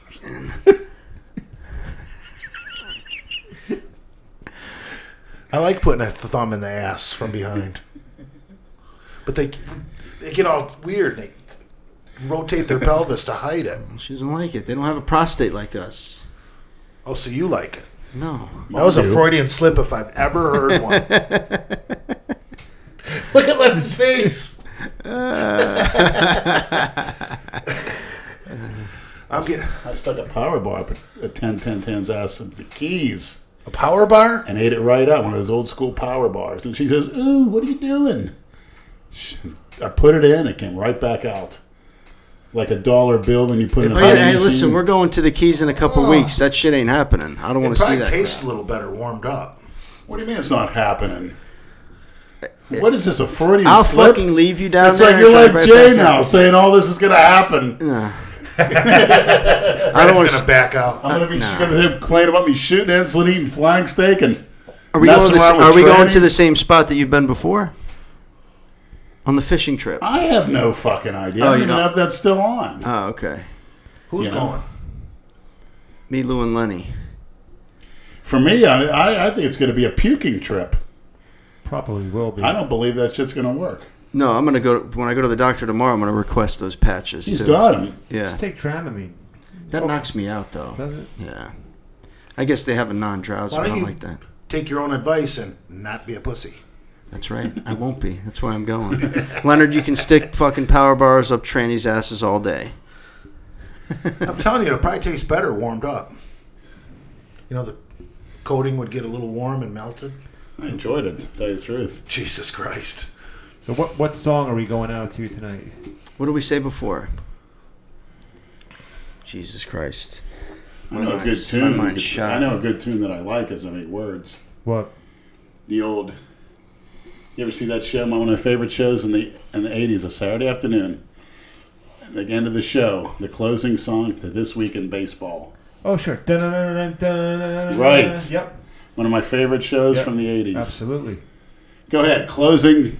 [SPEAKER 2] I like putting a thumb in the ass from behind. But they they get all weird. They rotate their pelvis to hide it.
[SPEAKER 7] she doesn't like it. They don't have a prostate like us.
[SPEAKER 2] Oh, so you like it.
[SPEAKER 7] No. Oh,
[SPEAKER 2] That was a Freudian slip if I've ever heard one. Look at Leonard's face. I'm getting
[SPEAKER 6] I stuck a power bar up a 10 10 10's ass in the keys
[SPEAKER 2] a power bar.
[SPEAKER 6] and ate it right up, one of those old school power bars. And she says, Ooh, what are you doing? She- I put it in, it came right back out. Like a dollar bill, then you put it in a
[SPEAKER 7] Hey,
[SPEAKER 6] vending
[SPEAKER 7] hey, listen,
[SPEAKER 6] machine.
[SPEAKER 7] we're going to the keys in a couple
[SPEAKER 6] Oh.
[SPEAKER 7] weeks. That shit ain't happening. I don't
[SPEAKER 2] It
[SPEAKER 7] want to see
[SPEAKER 2] probably
[SPEAKER 7] that.
[SPEAKER 2] tastes
[SPEAKER 7] crap.
[SPEAKER 2] a little better warmed up.
[SPEAKER 6] What do you mean it's not happening? What is this, a Freudian
[SPEAKER 7] I'll
[SPEAKER 6] slip?
[SPEAKER 7] fucking leave you down
[SPEAKER 6] it's
[SPEAKER 7] there.
[SPEAKER 6] like
[SPEAKER 7] and
[SPEAKER 6] you're
[SPEAKER 7] drive
[SPEAKER 6] like
[SPEAKER 7] right
[SPEAKER 6] Jay
[SPEAKER 7] back
[SPEAKER 6] now,
[SPEAKER 7] up.
[SPEAKER 6] saying all this is going to happen.
[SPEAKER 7] I don't
[SPEAKER 2] It's
[SPEAKER 7] want
[SPEAKER 2] gonna
[SPEAKER 7] to.
[SPEAKER 2] back out.
[SPEAKER 6] I'm going to be she's gonna complain about me shooting insulin, eating flying steak, and
[SPEAKER 7] Are we, going
[SPEAKER 6] messing
[SPEAKER 7] to, the-
[SPEAKER 6] around with
[SPEAKER 7] are we going to the
[SPEAKER 6] trannies.
[SPEAKER 7] same spot that you've been before? On the fishing trip.
[SPEAKER 6] I have no fucking idea.
[SPEAKER 7] Oh,
[SPEAKER 6] I don't
[SPEAKER 7] you
[SPEAKER 6] even
[SPEAKER 7] don't-
[SPEAKER 6] have that still on.
[SPEAKER 7] Oh, okay.
[SPEAKER 2] Who's
[SPEAKER 6] Yeah.
[SPEAKER 2] going?
[SPEAKER 7] Me, Lou, and Lenny.
[SPEAKER 6] For me, I, I, I think it's going to be a puking trip.
[SPEAKER 4] Probably will be.
[SPEAKER 6] I don't believe that shit's going to work.
[SPEAKER 7] No, I'm gonna go when I go to the doctor tomorrow. I'm gonna request those patches.
[SPEAKER 6] He's
[SPEAKER 7] too.
[SPEAKER 6] got him.
[SPEAKER 7] Yeah,
[SPEAKER 4] Just take Dramamine.
[SPEAKER 7] that knocks me out though.
[SPEAKER 4] Does it?
[SPEAKER 7] Yeah, I guess they have a non-drowsy.
[SPEAKER 2] Why
[SPEAKER 7] I
[SPEAKER 2] don't you-
[SPEAKER 7] don't like that.
[SPEAKER 2] Take your own advice and not be a pussy.
[SPEAKER 7] That's right. I won't be. That's why I'm going. Leonard, you can stick fucking power bars up trannies' asses all day.
[SPEAKER 2] I'm telling you, it'll probably taste better warmed up. You know, the coating would get a little warm and melted.
[SPEAKER 6] I enjoyed it, to tell you the truth.
[SPEAKER 2] Jesus Christ.
[SPEAKER 4] So what what song are we going out to tonight?
[SPEAKER 7] What did we say before? Jesus Christ.
[SPEAKER 6] I know a good
[SPEAKER 7] mind's- my
[SPEAKER 6] tune.
[SPEAKER 7] mind's
[SPEAKER 6] I could-
[SPEAKER 7] shot.
[SPEAKER 6] I know a good tune that I like is in eight words.
[SPEAKER 4] What?
[SPEAKER 6] The old. You ever see that show? My- One of my favorite shows in the in the eighties, a Saturday afternoon. At the end of the show, the closing song to this week in baseball.
[SPEAKER 4] Oh sure. Dun-dun-dun-dun-dun-dun-dun.
[SPEAKER 6] Right.
[SPEAKER 4] Yep.
[SPEAKER 6] One of my favorite shows
[SPEAKER 4] Yep.
[SPEAKER 6] from the eighties.
[SPEAKER 4] Absolutely.
[SPEAKER 6] Go ahead, closing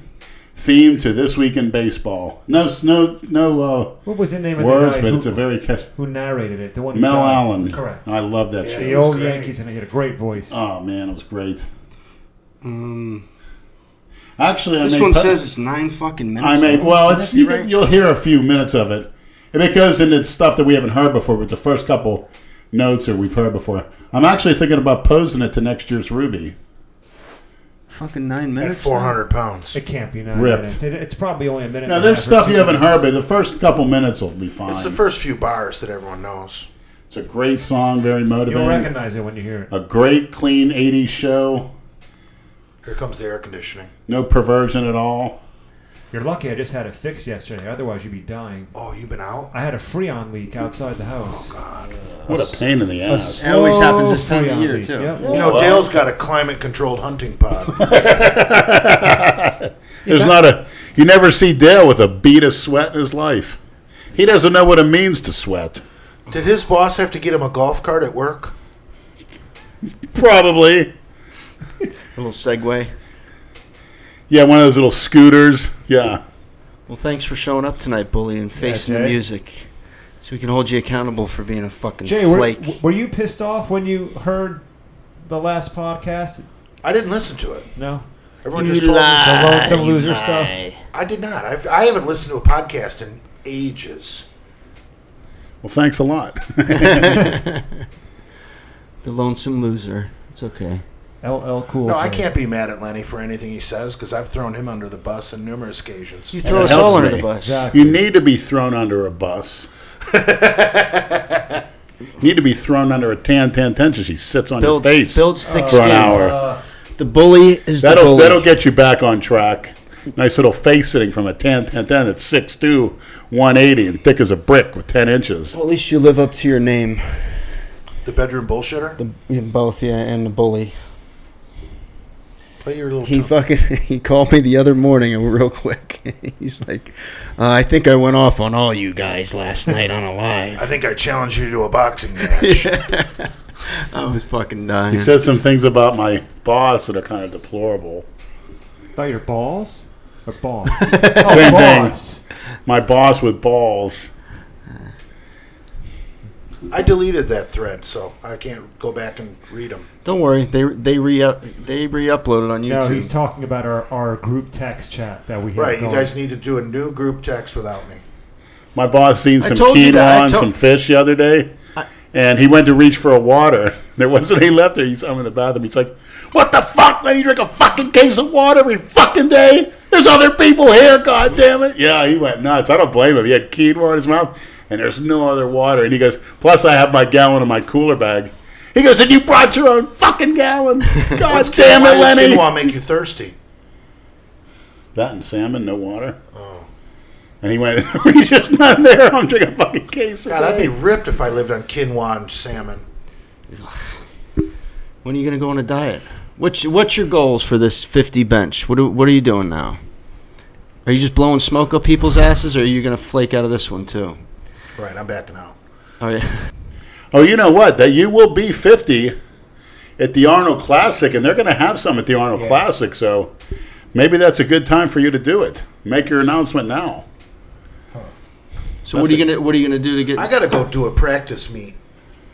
[SPEAKER 6] theme to this week in baseball. No, s- no, no
[SPEAKER 4] What was the name
[SPEAKER 6] uh,
[SPEAKER 4] of
[SPEAKER 6] words,
[SPEAKER 4] the guy
[SPEAKER 6] but
[SPEAKER 4] who,
[SPEAKER 6] it's a very catch.
[SPEAKER 4] who narrated it? The one who
[SPEAKER 6] Mel
[SPEAKER 4] died.
[SPEAKER 6] Allen. Uh,
[SPEAKER 4] Correct.
[SPEAKER 6] I love that show.
[SPEAKER 4] The old Yankees, and he had a great voice.
[SPEAKER 6] Oh man, it was great. Actually, I
[SPEAKER 7] Um, This
[SPEAKER 6] made
[SPEAKER 7] one
[SPEAKER 6] pu-
[SPEAKER 7] says it's nine fucking minutes.
[SPEAKER 6] I made well.
[SPEAKER 7] Would
[SPEAKER 6] It's
[SPEAKER 7] that be
[SPEAKER 6] you,
[SPEAKER 7] right?
[SPEAKER 6] you'll hear a few minutes of it, and it goes into stuff that we haven't heard before. But the first couple notes are we've heard before. I'm actually thinking about posing it to next year's Ruby.
[SPEAKER 7] fucking nine
[SPEAKER 2] At
[SPEAKER 7] minutes.
[SPEAKER 2] 400 pounds.
[SPEAKER 4] It can't be nine
[SPEAKER 6] Ripped.
[SPEAKER 4] minutes. It, it's probably only a minute.
[SPEAKER 6] Now
[SPEAKER 4] and a
[SPEAKER 6] there's
[SPEAKER 4] half or
[SPEAKER 6] stuff
[SPEAKER 4] two
[SPEAKER 6] you haven't
[SPEAKER 4] minutes.
[SPEAKER 6] heard, but the first couple minutes will be fine.
[SPEAKER 2] It's
[SPEAKER 6] It's,
[SPEAKER 2] the first few bars that everyone knows.
[SPEAKER 6] a great song, very
[SPEAKER 4] You'll
[SPEAKER 6] motivating.
[SPEAKER 4] recognize it when you hear it.
[SPEAKER 6] A great clean '80s show,
[SPEAKER 2] Here comes the air conditioning.
[SPEAKER 6] no perversion at all.
[SPEAKER 4] You're lucky I just had it fixed yesterday. Otherwise, you'd be dying.
[SPEAKER 2] Oh, you've been out?
[SPEAKER 4] I had a freon leak outside the house.
[SPEAKER 6] What a pain in the ass.
[SPEAKER 7] It always happens this
[SPEAKER 4] Slow
[SPEAKER 7] time of
[SPEAKER 4] freon
[SPEAKER 7] year
[SPEAKER 4] leak.
[SPEAKER 7] too.
[SPEAKER 4] Yep.
[SPEAKER 2] You know, Dale's got a climate controlled hunting pod.
[SPEAKER 6] There's not a. You never see Dale with a bead of sweat in his life. He doesn't know what it means to sweat.
[SPEAKER 2] Did his boss have to get him a golf cart at work?
[SPEAKER 6] Probably.
[SPEAKER 7] A little segue.
[SPEAKER 6] Yeah, one of those little scooters. Yeah.
[SPEAKER 7] Well, thanks for showing up tonight, Bully, and facing
[SPEAKER 4] Jay.
[SPEAKER 7] the music, so we can hold you accountable for being a fucking
[SPEAKER 4] Jay, were,
[SPEAKER 7] flake.
[SPEAKER 4] were you pissed off when you heard the last podcast?
[SPEAKER 2] I didn't listen to it.
[SPEAKER 4] No.
[SPEAKER 2] Everyone
[SPEAKER 7] You
[SPEAKER 2] just told me.
[SPEAKER 7] lie,
[SPEAKER 4] the lonesome
[SPEAKER 7] you
[SPEAKER 4] loser
[SPEAKER 7] lie.
[SPEAKER 4] stuff.
[SPEAKER 2] I did not. I've, I haven't listened to a podcast in ages.
[SPEAKER 6] Well, thanks a lot.
[SPEAKER 7] The lonesome loser. It's okay.
[SPEAKER 4] LL Cool.
[SPEAKER 2] No, I
[SPEAKER 4] J.
[SPEAKER 2] can't be mad at Lenny for anything he says because I've thrown him under the bus on numerous occasions.
[SPEAKER 7] You throw
[SPEAKER 6] it
[SPEAKER 7] us all
[SPEAKER 6] helps
[SPEAKER 7] under
[SPEAKER 6] me.
[SPEAKER 7] the bus.
[SPEAKER 4] Exactly.
[SPEAKER 6] you need to be thrown under a bus. you need to be thrown under a tan tan tension. She sits on
[SPEAKER 7] Builds,
[SPEAKER 6] your face
[SPEAKER 7] builds thick
[SPEAKER 6] for
[SPEAKER 7] skin.
[SPEAKER 6] an hour.
[SPEAKER 7] The bully is the
[SPEAKER 6] that'll
[SPEAKER 7] bully.
[SPEAKER 6] that'll get you back on track. Nice little face sitting from a tan tan tan that's 6'2", 180, and thick as a brick with ten inches.
[SPEAKER 7] well, at least you live up to your name.
[SPEAKER 2] The bedroom bullshitter.
[SPEAKER 7] The, in both, yeah, and the bully.
[SPEAKER 2] Play your little.
[SPEAKER 7] He
[SPEAKER 2] tune.
[SPEAKER 7] fucking he called me the other morning and real quick. He's like, uh, I think I went off on all you guys last night on a
[SPEAKER 2] I
[SPEAKER 7] live.
[SPEAKER 2] think I challenge you to a boxing match.
[SPEAKER 7] I was fucking dying.
[SPEAKER 6] He said some things about my boss that are kind of deplorable.
[SPEAKER 4] About your balls? Or balls?
[SPEAKER 15] Oh,
[SPEAKER 6] Same thing.
[SPEAKER 4] balls.
[SPEAKER 6] My boss with balls.
[SPEAKER 2] I deleted that thread, so I can't go back and read them.
[SPEAKER 7] Don't worry, they they re up they re uploaded on
[SPEAKER 4] No, he's
[SPEAKER 7] YouTube.
[SPEAKER 4] talking about our, our group text chat that we have.
[SPEAKER 2] Right, you
[SPEAKER 4] going.
[SPEAKER 2] guys need to do a new group text without me.
[SPEAKER 6] My boss seen some
[SPEAKER 7] told you that. I
[SPEAKER 6] quinoa and
[SPEAKER 7] told-
[SPEAKER 6] some fish the other day, and he went to reach for a water. There wasn't any left there. He's I'm in the bathroom. He's like, "What the fuck? Let you drink a fucking case of water every fucking day? There's other people here. God damn it!" Yeah, he went nuts. I don't blame him. He had quinoa in his mouth, and there's no other water. And he goes, "Plus, I have my gallon in my cooler bag." He goes, "And you brought your own fucking gallon? God damn
[SPEAKER 2] Why
[SPEAKER 6] it,
[SPEAKER 2] does
[SPEAKER 6] Lenny!"
[SPEAKER 2] quinoa make you thirsty?
[SPEAKER 6] That and salmon, no water. Oh. And he went, he's just not there. I'm drinking a fucking case.
[SPEAKER 2] God, I'd be ripped if I lived on quinoa and salmon.
[SPEAKER 7] When are you gonna go on a diet? What's what's your goals for this fifty bench? What are, what are you doing now? Are you just blowing smoke up people's asses, or are you gonna flake out of this one too?
[SPEAKER 2] Right, I'm backing out.
[SPEAKER 7] Oh yeah.
[SPEAKER 6] Oh, you know what? That you will be 50 at the Arnold Classic, and they're going to have some at the Arnold
[SPEAKER 2] Yeah.
[SPEAKER 6] Classic. So maybe that's a good time for you to do it. Make your announcement now.
[SPEAKER 7] So what are you gonna what are you gonna do to get?
[SPEAKER 2] I gotta go do a practice meet.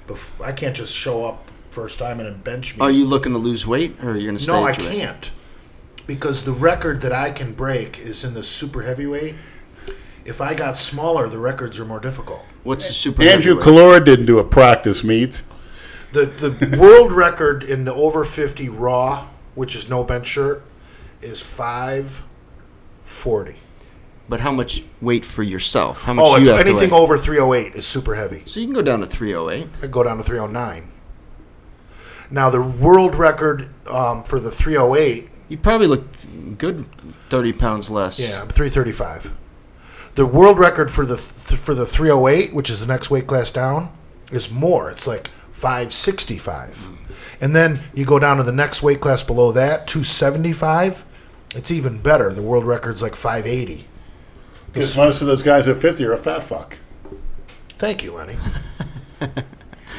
[SPEAKER 2] Before, I can't just show up first time and then bench me.
[SPEAKER 7] are Oh, you looking to lose weight, or are you gonna stay?
[SPEAKER 2] no, I
[SPEAKER 7] at your weight?
[SPEAKER 2] can't. Because the record that I can break is in the super heavyweight. If I got smaller, the records are more difficult.
[SPEAKER 7] What's the super?
[SPEAKER 6] Andrew
[SPEAKER 7] heavyweight?
[SPEAKER 6] Calora didn't do a practice meet.
[SPEAKER 2] The the world record in the over fifty raw, which is no bench shirt, is five forty.
[SPEAKER 7] But how much weight for yourself? How much
[SPEAKER 2] Oh, it's
[SPEAKER 7] you have
[SPEAKER 2] anything
[SPEAKER 7] to weigh?
[SPEAKER 2] over three oh eight is super heavy.
[SPEAKER 7] So you can go down to 308.
[SPEAKER 2] I go down to 309. Now the world record um, for the 308,
[SPEAKER 7] You probably look good 30 pounds less.
[SPEAKER 2] yeah, 335. The world record for the th- for the 308, which is the next weight class down, is more. It's like 565. And then you go down to the next weight class below that, 275. It's even better. The world record's like 580.
[SPEAKER 6] Because most of those guys at 50 are a fat fuck.
[SPEAKER 2] Thank you, Lenny.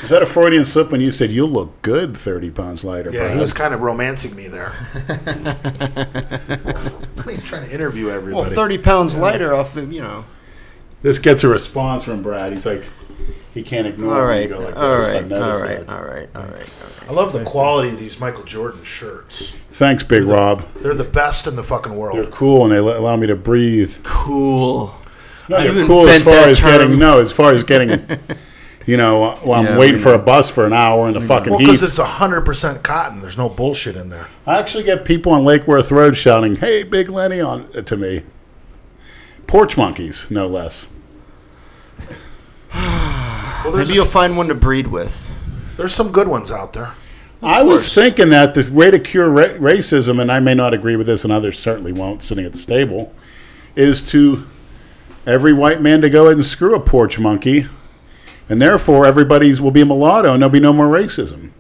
[SPEAKER 6] Is that a Freudian slip when you said you look good 30 pounds lighter?
[SPEAKER 2] Yeah, he
[SPEAKER 6] Brad?"
[SPEAKER 2] was kind of romancing me there. He's trying to interview
[SPEAKER 7] Well,
[SPEAKER 2] everybody.
[SPEAKER 7] 30 pounds lighter off of, you know.
[SPEAKER 6] This gets a response from Brad. He's like, he can't ignore it
[SPEAKER 7] All
[SPEAKER 6] when
[SPEAKER 7] right.
[SPEAKER 6] you go like
[SPEAKER 7] all
[SPEAKER 6] this. I
[SPEAKER 7] right. All
[SPEAKER 6] noticed
[SPEAKER 7] right.
[SPEAKER 6] that.
[SPEAKER 7] All right. All right.
[SPEAKER 2] I love the quality of these Michael Jordan shirts.
[SPEAKER 6] Thanks, Big Rob.
[SPEAKER 2] They're the best in the fucking
[SPEAKER 6] They're
[SPEAKER 2] world.
[SPEAKER 6] cool and they l- allow me to breathe.
[SPEAKER 7] Cool.
[SPEAKER 6] No, they're
[SPEAKER 7] You
[SPEAKER 6] cool as
[SPEAKER 7] invent
[SPEAKER 6] far
[SPEAKER 7] that
[SPEAKER 6] as getting
[SPEAKER 7] term.
[SPEAKER 6] no, as far as getting. You know, uh, while I'm
[SPEAKER 7] Yeah,
[SPEAKER 6] waiting
[SPEAKER 7] we
[SPEAKER 6] for a bus for an hour in the fucking
[SPEAKER 2] Well,
[SPEAKER 6] heat.
[SPEAKER 2] because it's hundred percent cotton. There's no bullshit in there.
[SPEAKER 6] I actually get people on Lake Worth Road shouting, "Hey, Big Lenny!" on uh, to me. Porch monkeys, no less.
[SPEAKER 2] Well, there's
[SPEAKER 7] Maybe
[SPEAKER 2] a,
[SPEAKER 7] you'll find one to breed with.
[SPEAKER 2] there's some good ones out there.
[SPEAKER 6] I was thinking that the way to cure ra- racism, and I may not agree with this, and others certainly won't, sitting at this table, is to every white man to go ahead and screw a porch monkey, and therefore everybody's will be mulatto, and there'll be no more racism.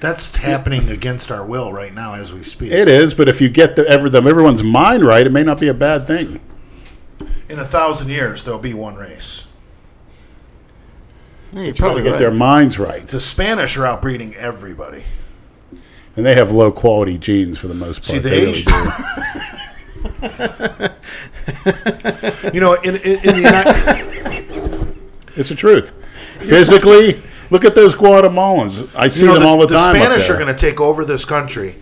[SPEAKER 2] That's happening against our will right now as we speak.
[SPEAKER 6] It is, but if you get the, ever, the everyone's mind right, it may not be a bad thing.
[SPEAKER 2] in a thousand years, there'll be one race.
[SPEAKER 7] Yeah, you're
[SPEAKER 6] Probably
[SPEAKER 7] probably
[SPEAKER 6] get
[SPEAKER 7] right.
[SPEAKER 6] their minds right.
[SPEAKER 2] The Spanish are outbreeding everybody.
[SPEAKER 6] and they have low quality jeans for the most part.
[SPEAKER 2] See, the
[SPEAKER 6] They
[SPEAKER 2] Asian- You know, in, in, in the
[SPEAKER 6] It's the truth. Physically, look at those Guatemalans. I see
[SPEAKER 2] you know,
[SPEAKER 6] them
[SPEAKER 2] the,
[SPEAKER 6] all the,
[SPEAKER 2] the
[SPEAKER 6] time. up
[SPEAKER 2] Spanish
[SPEAKER 6] there.
[SPEAKER 2] are going to take over this country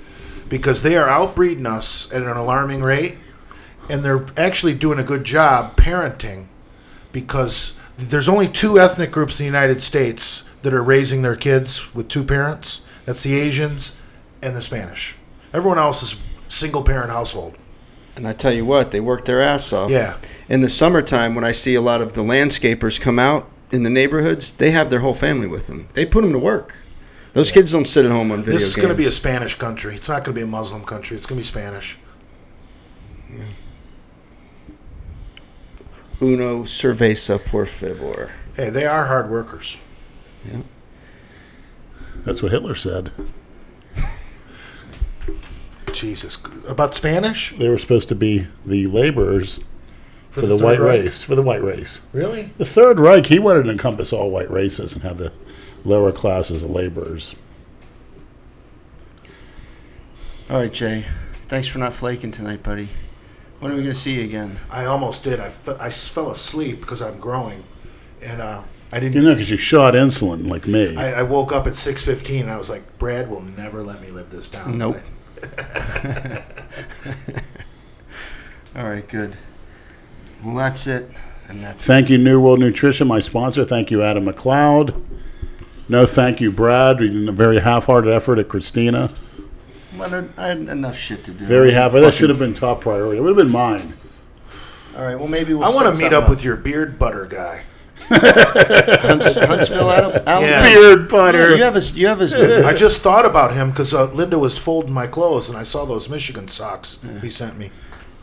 [SPEAKER 2] because they are outbreeding us at an alarming rate, and they're actually doing a good job parenting because there's only two ethnic groups in the United States that are raising their kids with two parents. That's the Asians and the Spanish. Everyone else is single parent household.
[SPEAKER 7] And I tell you what, they work their ass off.
[SPEAKER 2] Yeah.
[SPEAKER 7] In the summertime, when I see a lot of the landscapers come out in the neighborhoods, they have their whole family with them. They put them to work. Those kids don't sit at home on video
[SPEAKER 2] this is
[SPEAKER 7] games.
[SPEAKER 2] going to be a Spanish country. It's not going to be a Muslim country. It's going to be Spanish.
[SPEAKER 7] uno cerveza por favor.
[SPEAKER 2] Hey, they are hard workers.
[SPEAKER 6] That's what Hitler said.
[SPEAKER 2] Jesus. About Spanish?
[SPEAKER 6] They were supposed to be the laborers for, the,
[SPEAKER 2] Third
[SPEAKER 6] white
[SPEAKER 2] Reich?
[SPEAKER 6] race. For the white race.
[SPEAKER 2] Really?
[SPEAKER 6] The Third Reich, he wanted to encompass all white races and have the lower classes of laborers.
[SPEAKER 7] All right, Jay. Thanks for not flaking tonight, buddy. When are we going to see you again?
[SPEAKER 2] I almost did. I, fe- I s- fell asleep because I'm growing, and uh, I didn't.
[SPEAKER 6] You know, because you shot insulin like me.
[SPEAKER 2] I, I woke up at six fifteen, and I was like, "Brad will never let me live this down."
[SPEAKER 7] Nope. All right, good. Well, that's it. And that's
[SPEAKER 6] Thank you, New World Nutrition, my sponsor. Thank you, Adam McLeod. No, thank you, Brad. We did a very half-hearted effort at Christina.
[SPEAKER 7] Leonard, I had enough shit to do.
[SPEAKER 6] Very half. That
[SPEAKER 7] Fucking-
[SPEAKER 6] should have been top priority. It would have been mine.
[SPEAKER 7] All right, well, maybe we'll
[SPEAKER 2] I want
[SPEAKER 7] set
[SPEAKER 2] to meet
[SPEAKER 7] something
[SPEAKER 2] up with your beard butter guy.
[SPEAKER 7] Hunts, Huntsville, Adam.
[SPEAKER 2] Yeah.
[SPEAKER 7] Alabama.
[SPEAKER 6] Beard butter.
[SPEAKER 7] You have his. You have his.
[SPEAKER 2] I just thought about him because uh, Linda was folding my clothes, and I saw those Michigan socks he sent me.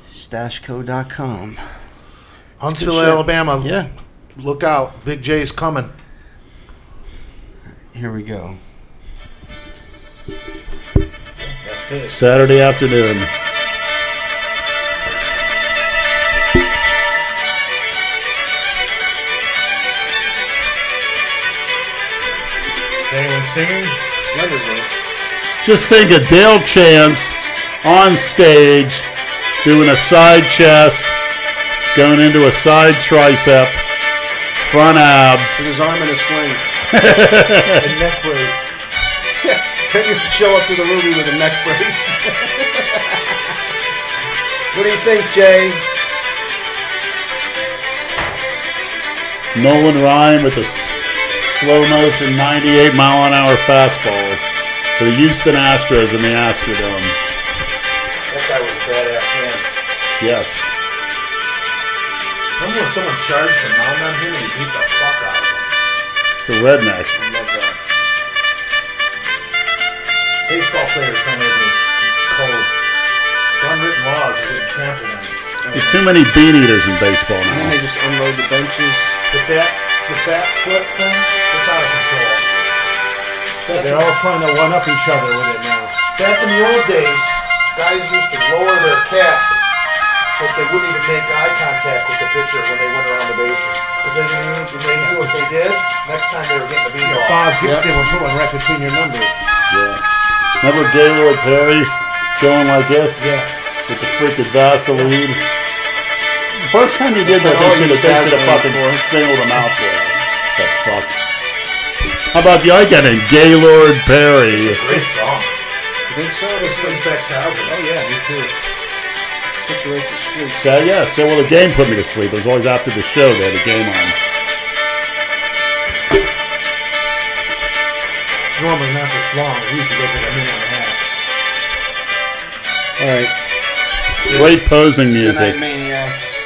[SPEAKER 7] Stashco.com.
[SPEAKER 2] Huntsville,
[SPEAKER 7] shit.
[SPEAKER 2] Alabama.
[SPEAKER 7] Yeah.
[SPEAKER 2] Look out, Big J's coming.
[SPEAKER 7] Here we go.
[SPEAKER 6] Saturday afternoon.
[SPEAKER 15] anyone singing?
[SPEAKER 6] Just think of Dale Chance on stage doing a side chest, going into a side tricep, front abs.
[SPEAKER 2] His arm in a sling.
[SPEAKER 15] The neck brace.
[SPEAKER 7] Can you show up to the Ruby with a neck brace? what do you think, Jay?
[SPEAKER 6] Nolan Ryan with a s- slow motion 98 mile an hour fastballs for the Houston Astros in the Astrodome.
[SPEAKER 2] That guy was a badass man.
[SPEAKER 6] Yes.
[SPEAKER 2] Remember when someone charged the mound on him and he beat the fuck out of him?
[SPEAKER 6] The redneck.
[SPEAKER 2] I love that. Baseball players don't have any code. The unwritten laws are getting trampled on.
[SPEAKER 6] There's too many bean eaters in baseball
[SPEAKER 7] And they
[SPEAKER 6] now.
[SPEAKER 7] just unload the benches.
[SPEAKER 2] The bat, the bat flip thing, that's out of control. Back
[SPEAKER 15] They're
[SPEAKER 2] in,
[SPEAKER 15] all trying to one up each other with it now.
[SPEAKER 2] back in the old days, guys used to lower their cap so that they wouldn't even make eye contact with the pitcher when they went around the bases. Because they knew, they knew if they did, next time they were getting the beat off.
[SPEAKER 15] Bob Gibson will put one right between your numbers.
[SPEAKER 6] Yeah. Remember Gaylord Perry going like this? With the freaking Vaseline. First time he did that,
[SPEAKER 7] all
[SPEAKER 6] they should
[SPEAKER 7] Oh, you
[SPEAKER 6] have, they should have fucking
[SPEAKER 7] Vaseline for.
[SPEAKER 6] singled him out for it. The fuck. How about the icon named Gaylord Perry?
[SPEAKER 2] Great song.
[SPEAKER 15] You think so?
[SPEAKER 2] This brings back childhood.
[SPEAKER 15] Oh yeah, me too.
[SPEAKER 7] Put you right to sleep.
[SPEAKER 6] So yeah, so well the game put me to sleep. It was always after the show they had the game on.
[SPEAKER 15] Normally not this long. We usually go for a minute and a half.
[SPEAKER 7] All right.
[SPEAKER 6] Great posing
[SPEAKER 7] Good night,
[SPEAKER 6] music.
[SPEAKER 7] maniacs.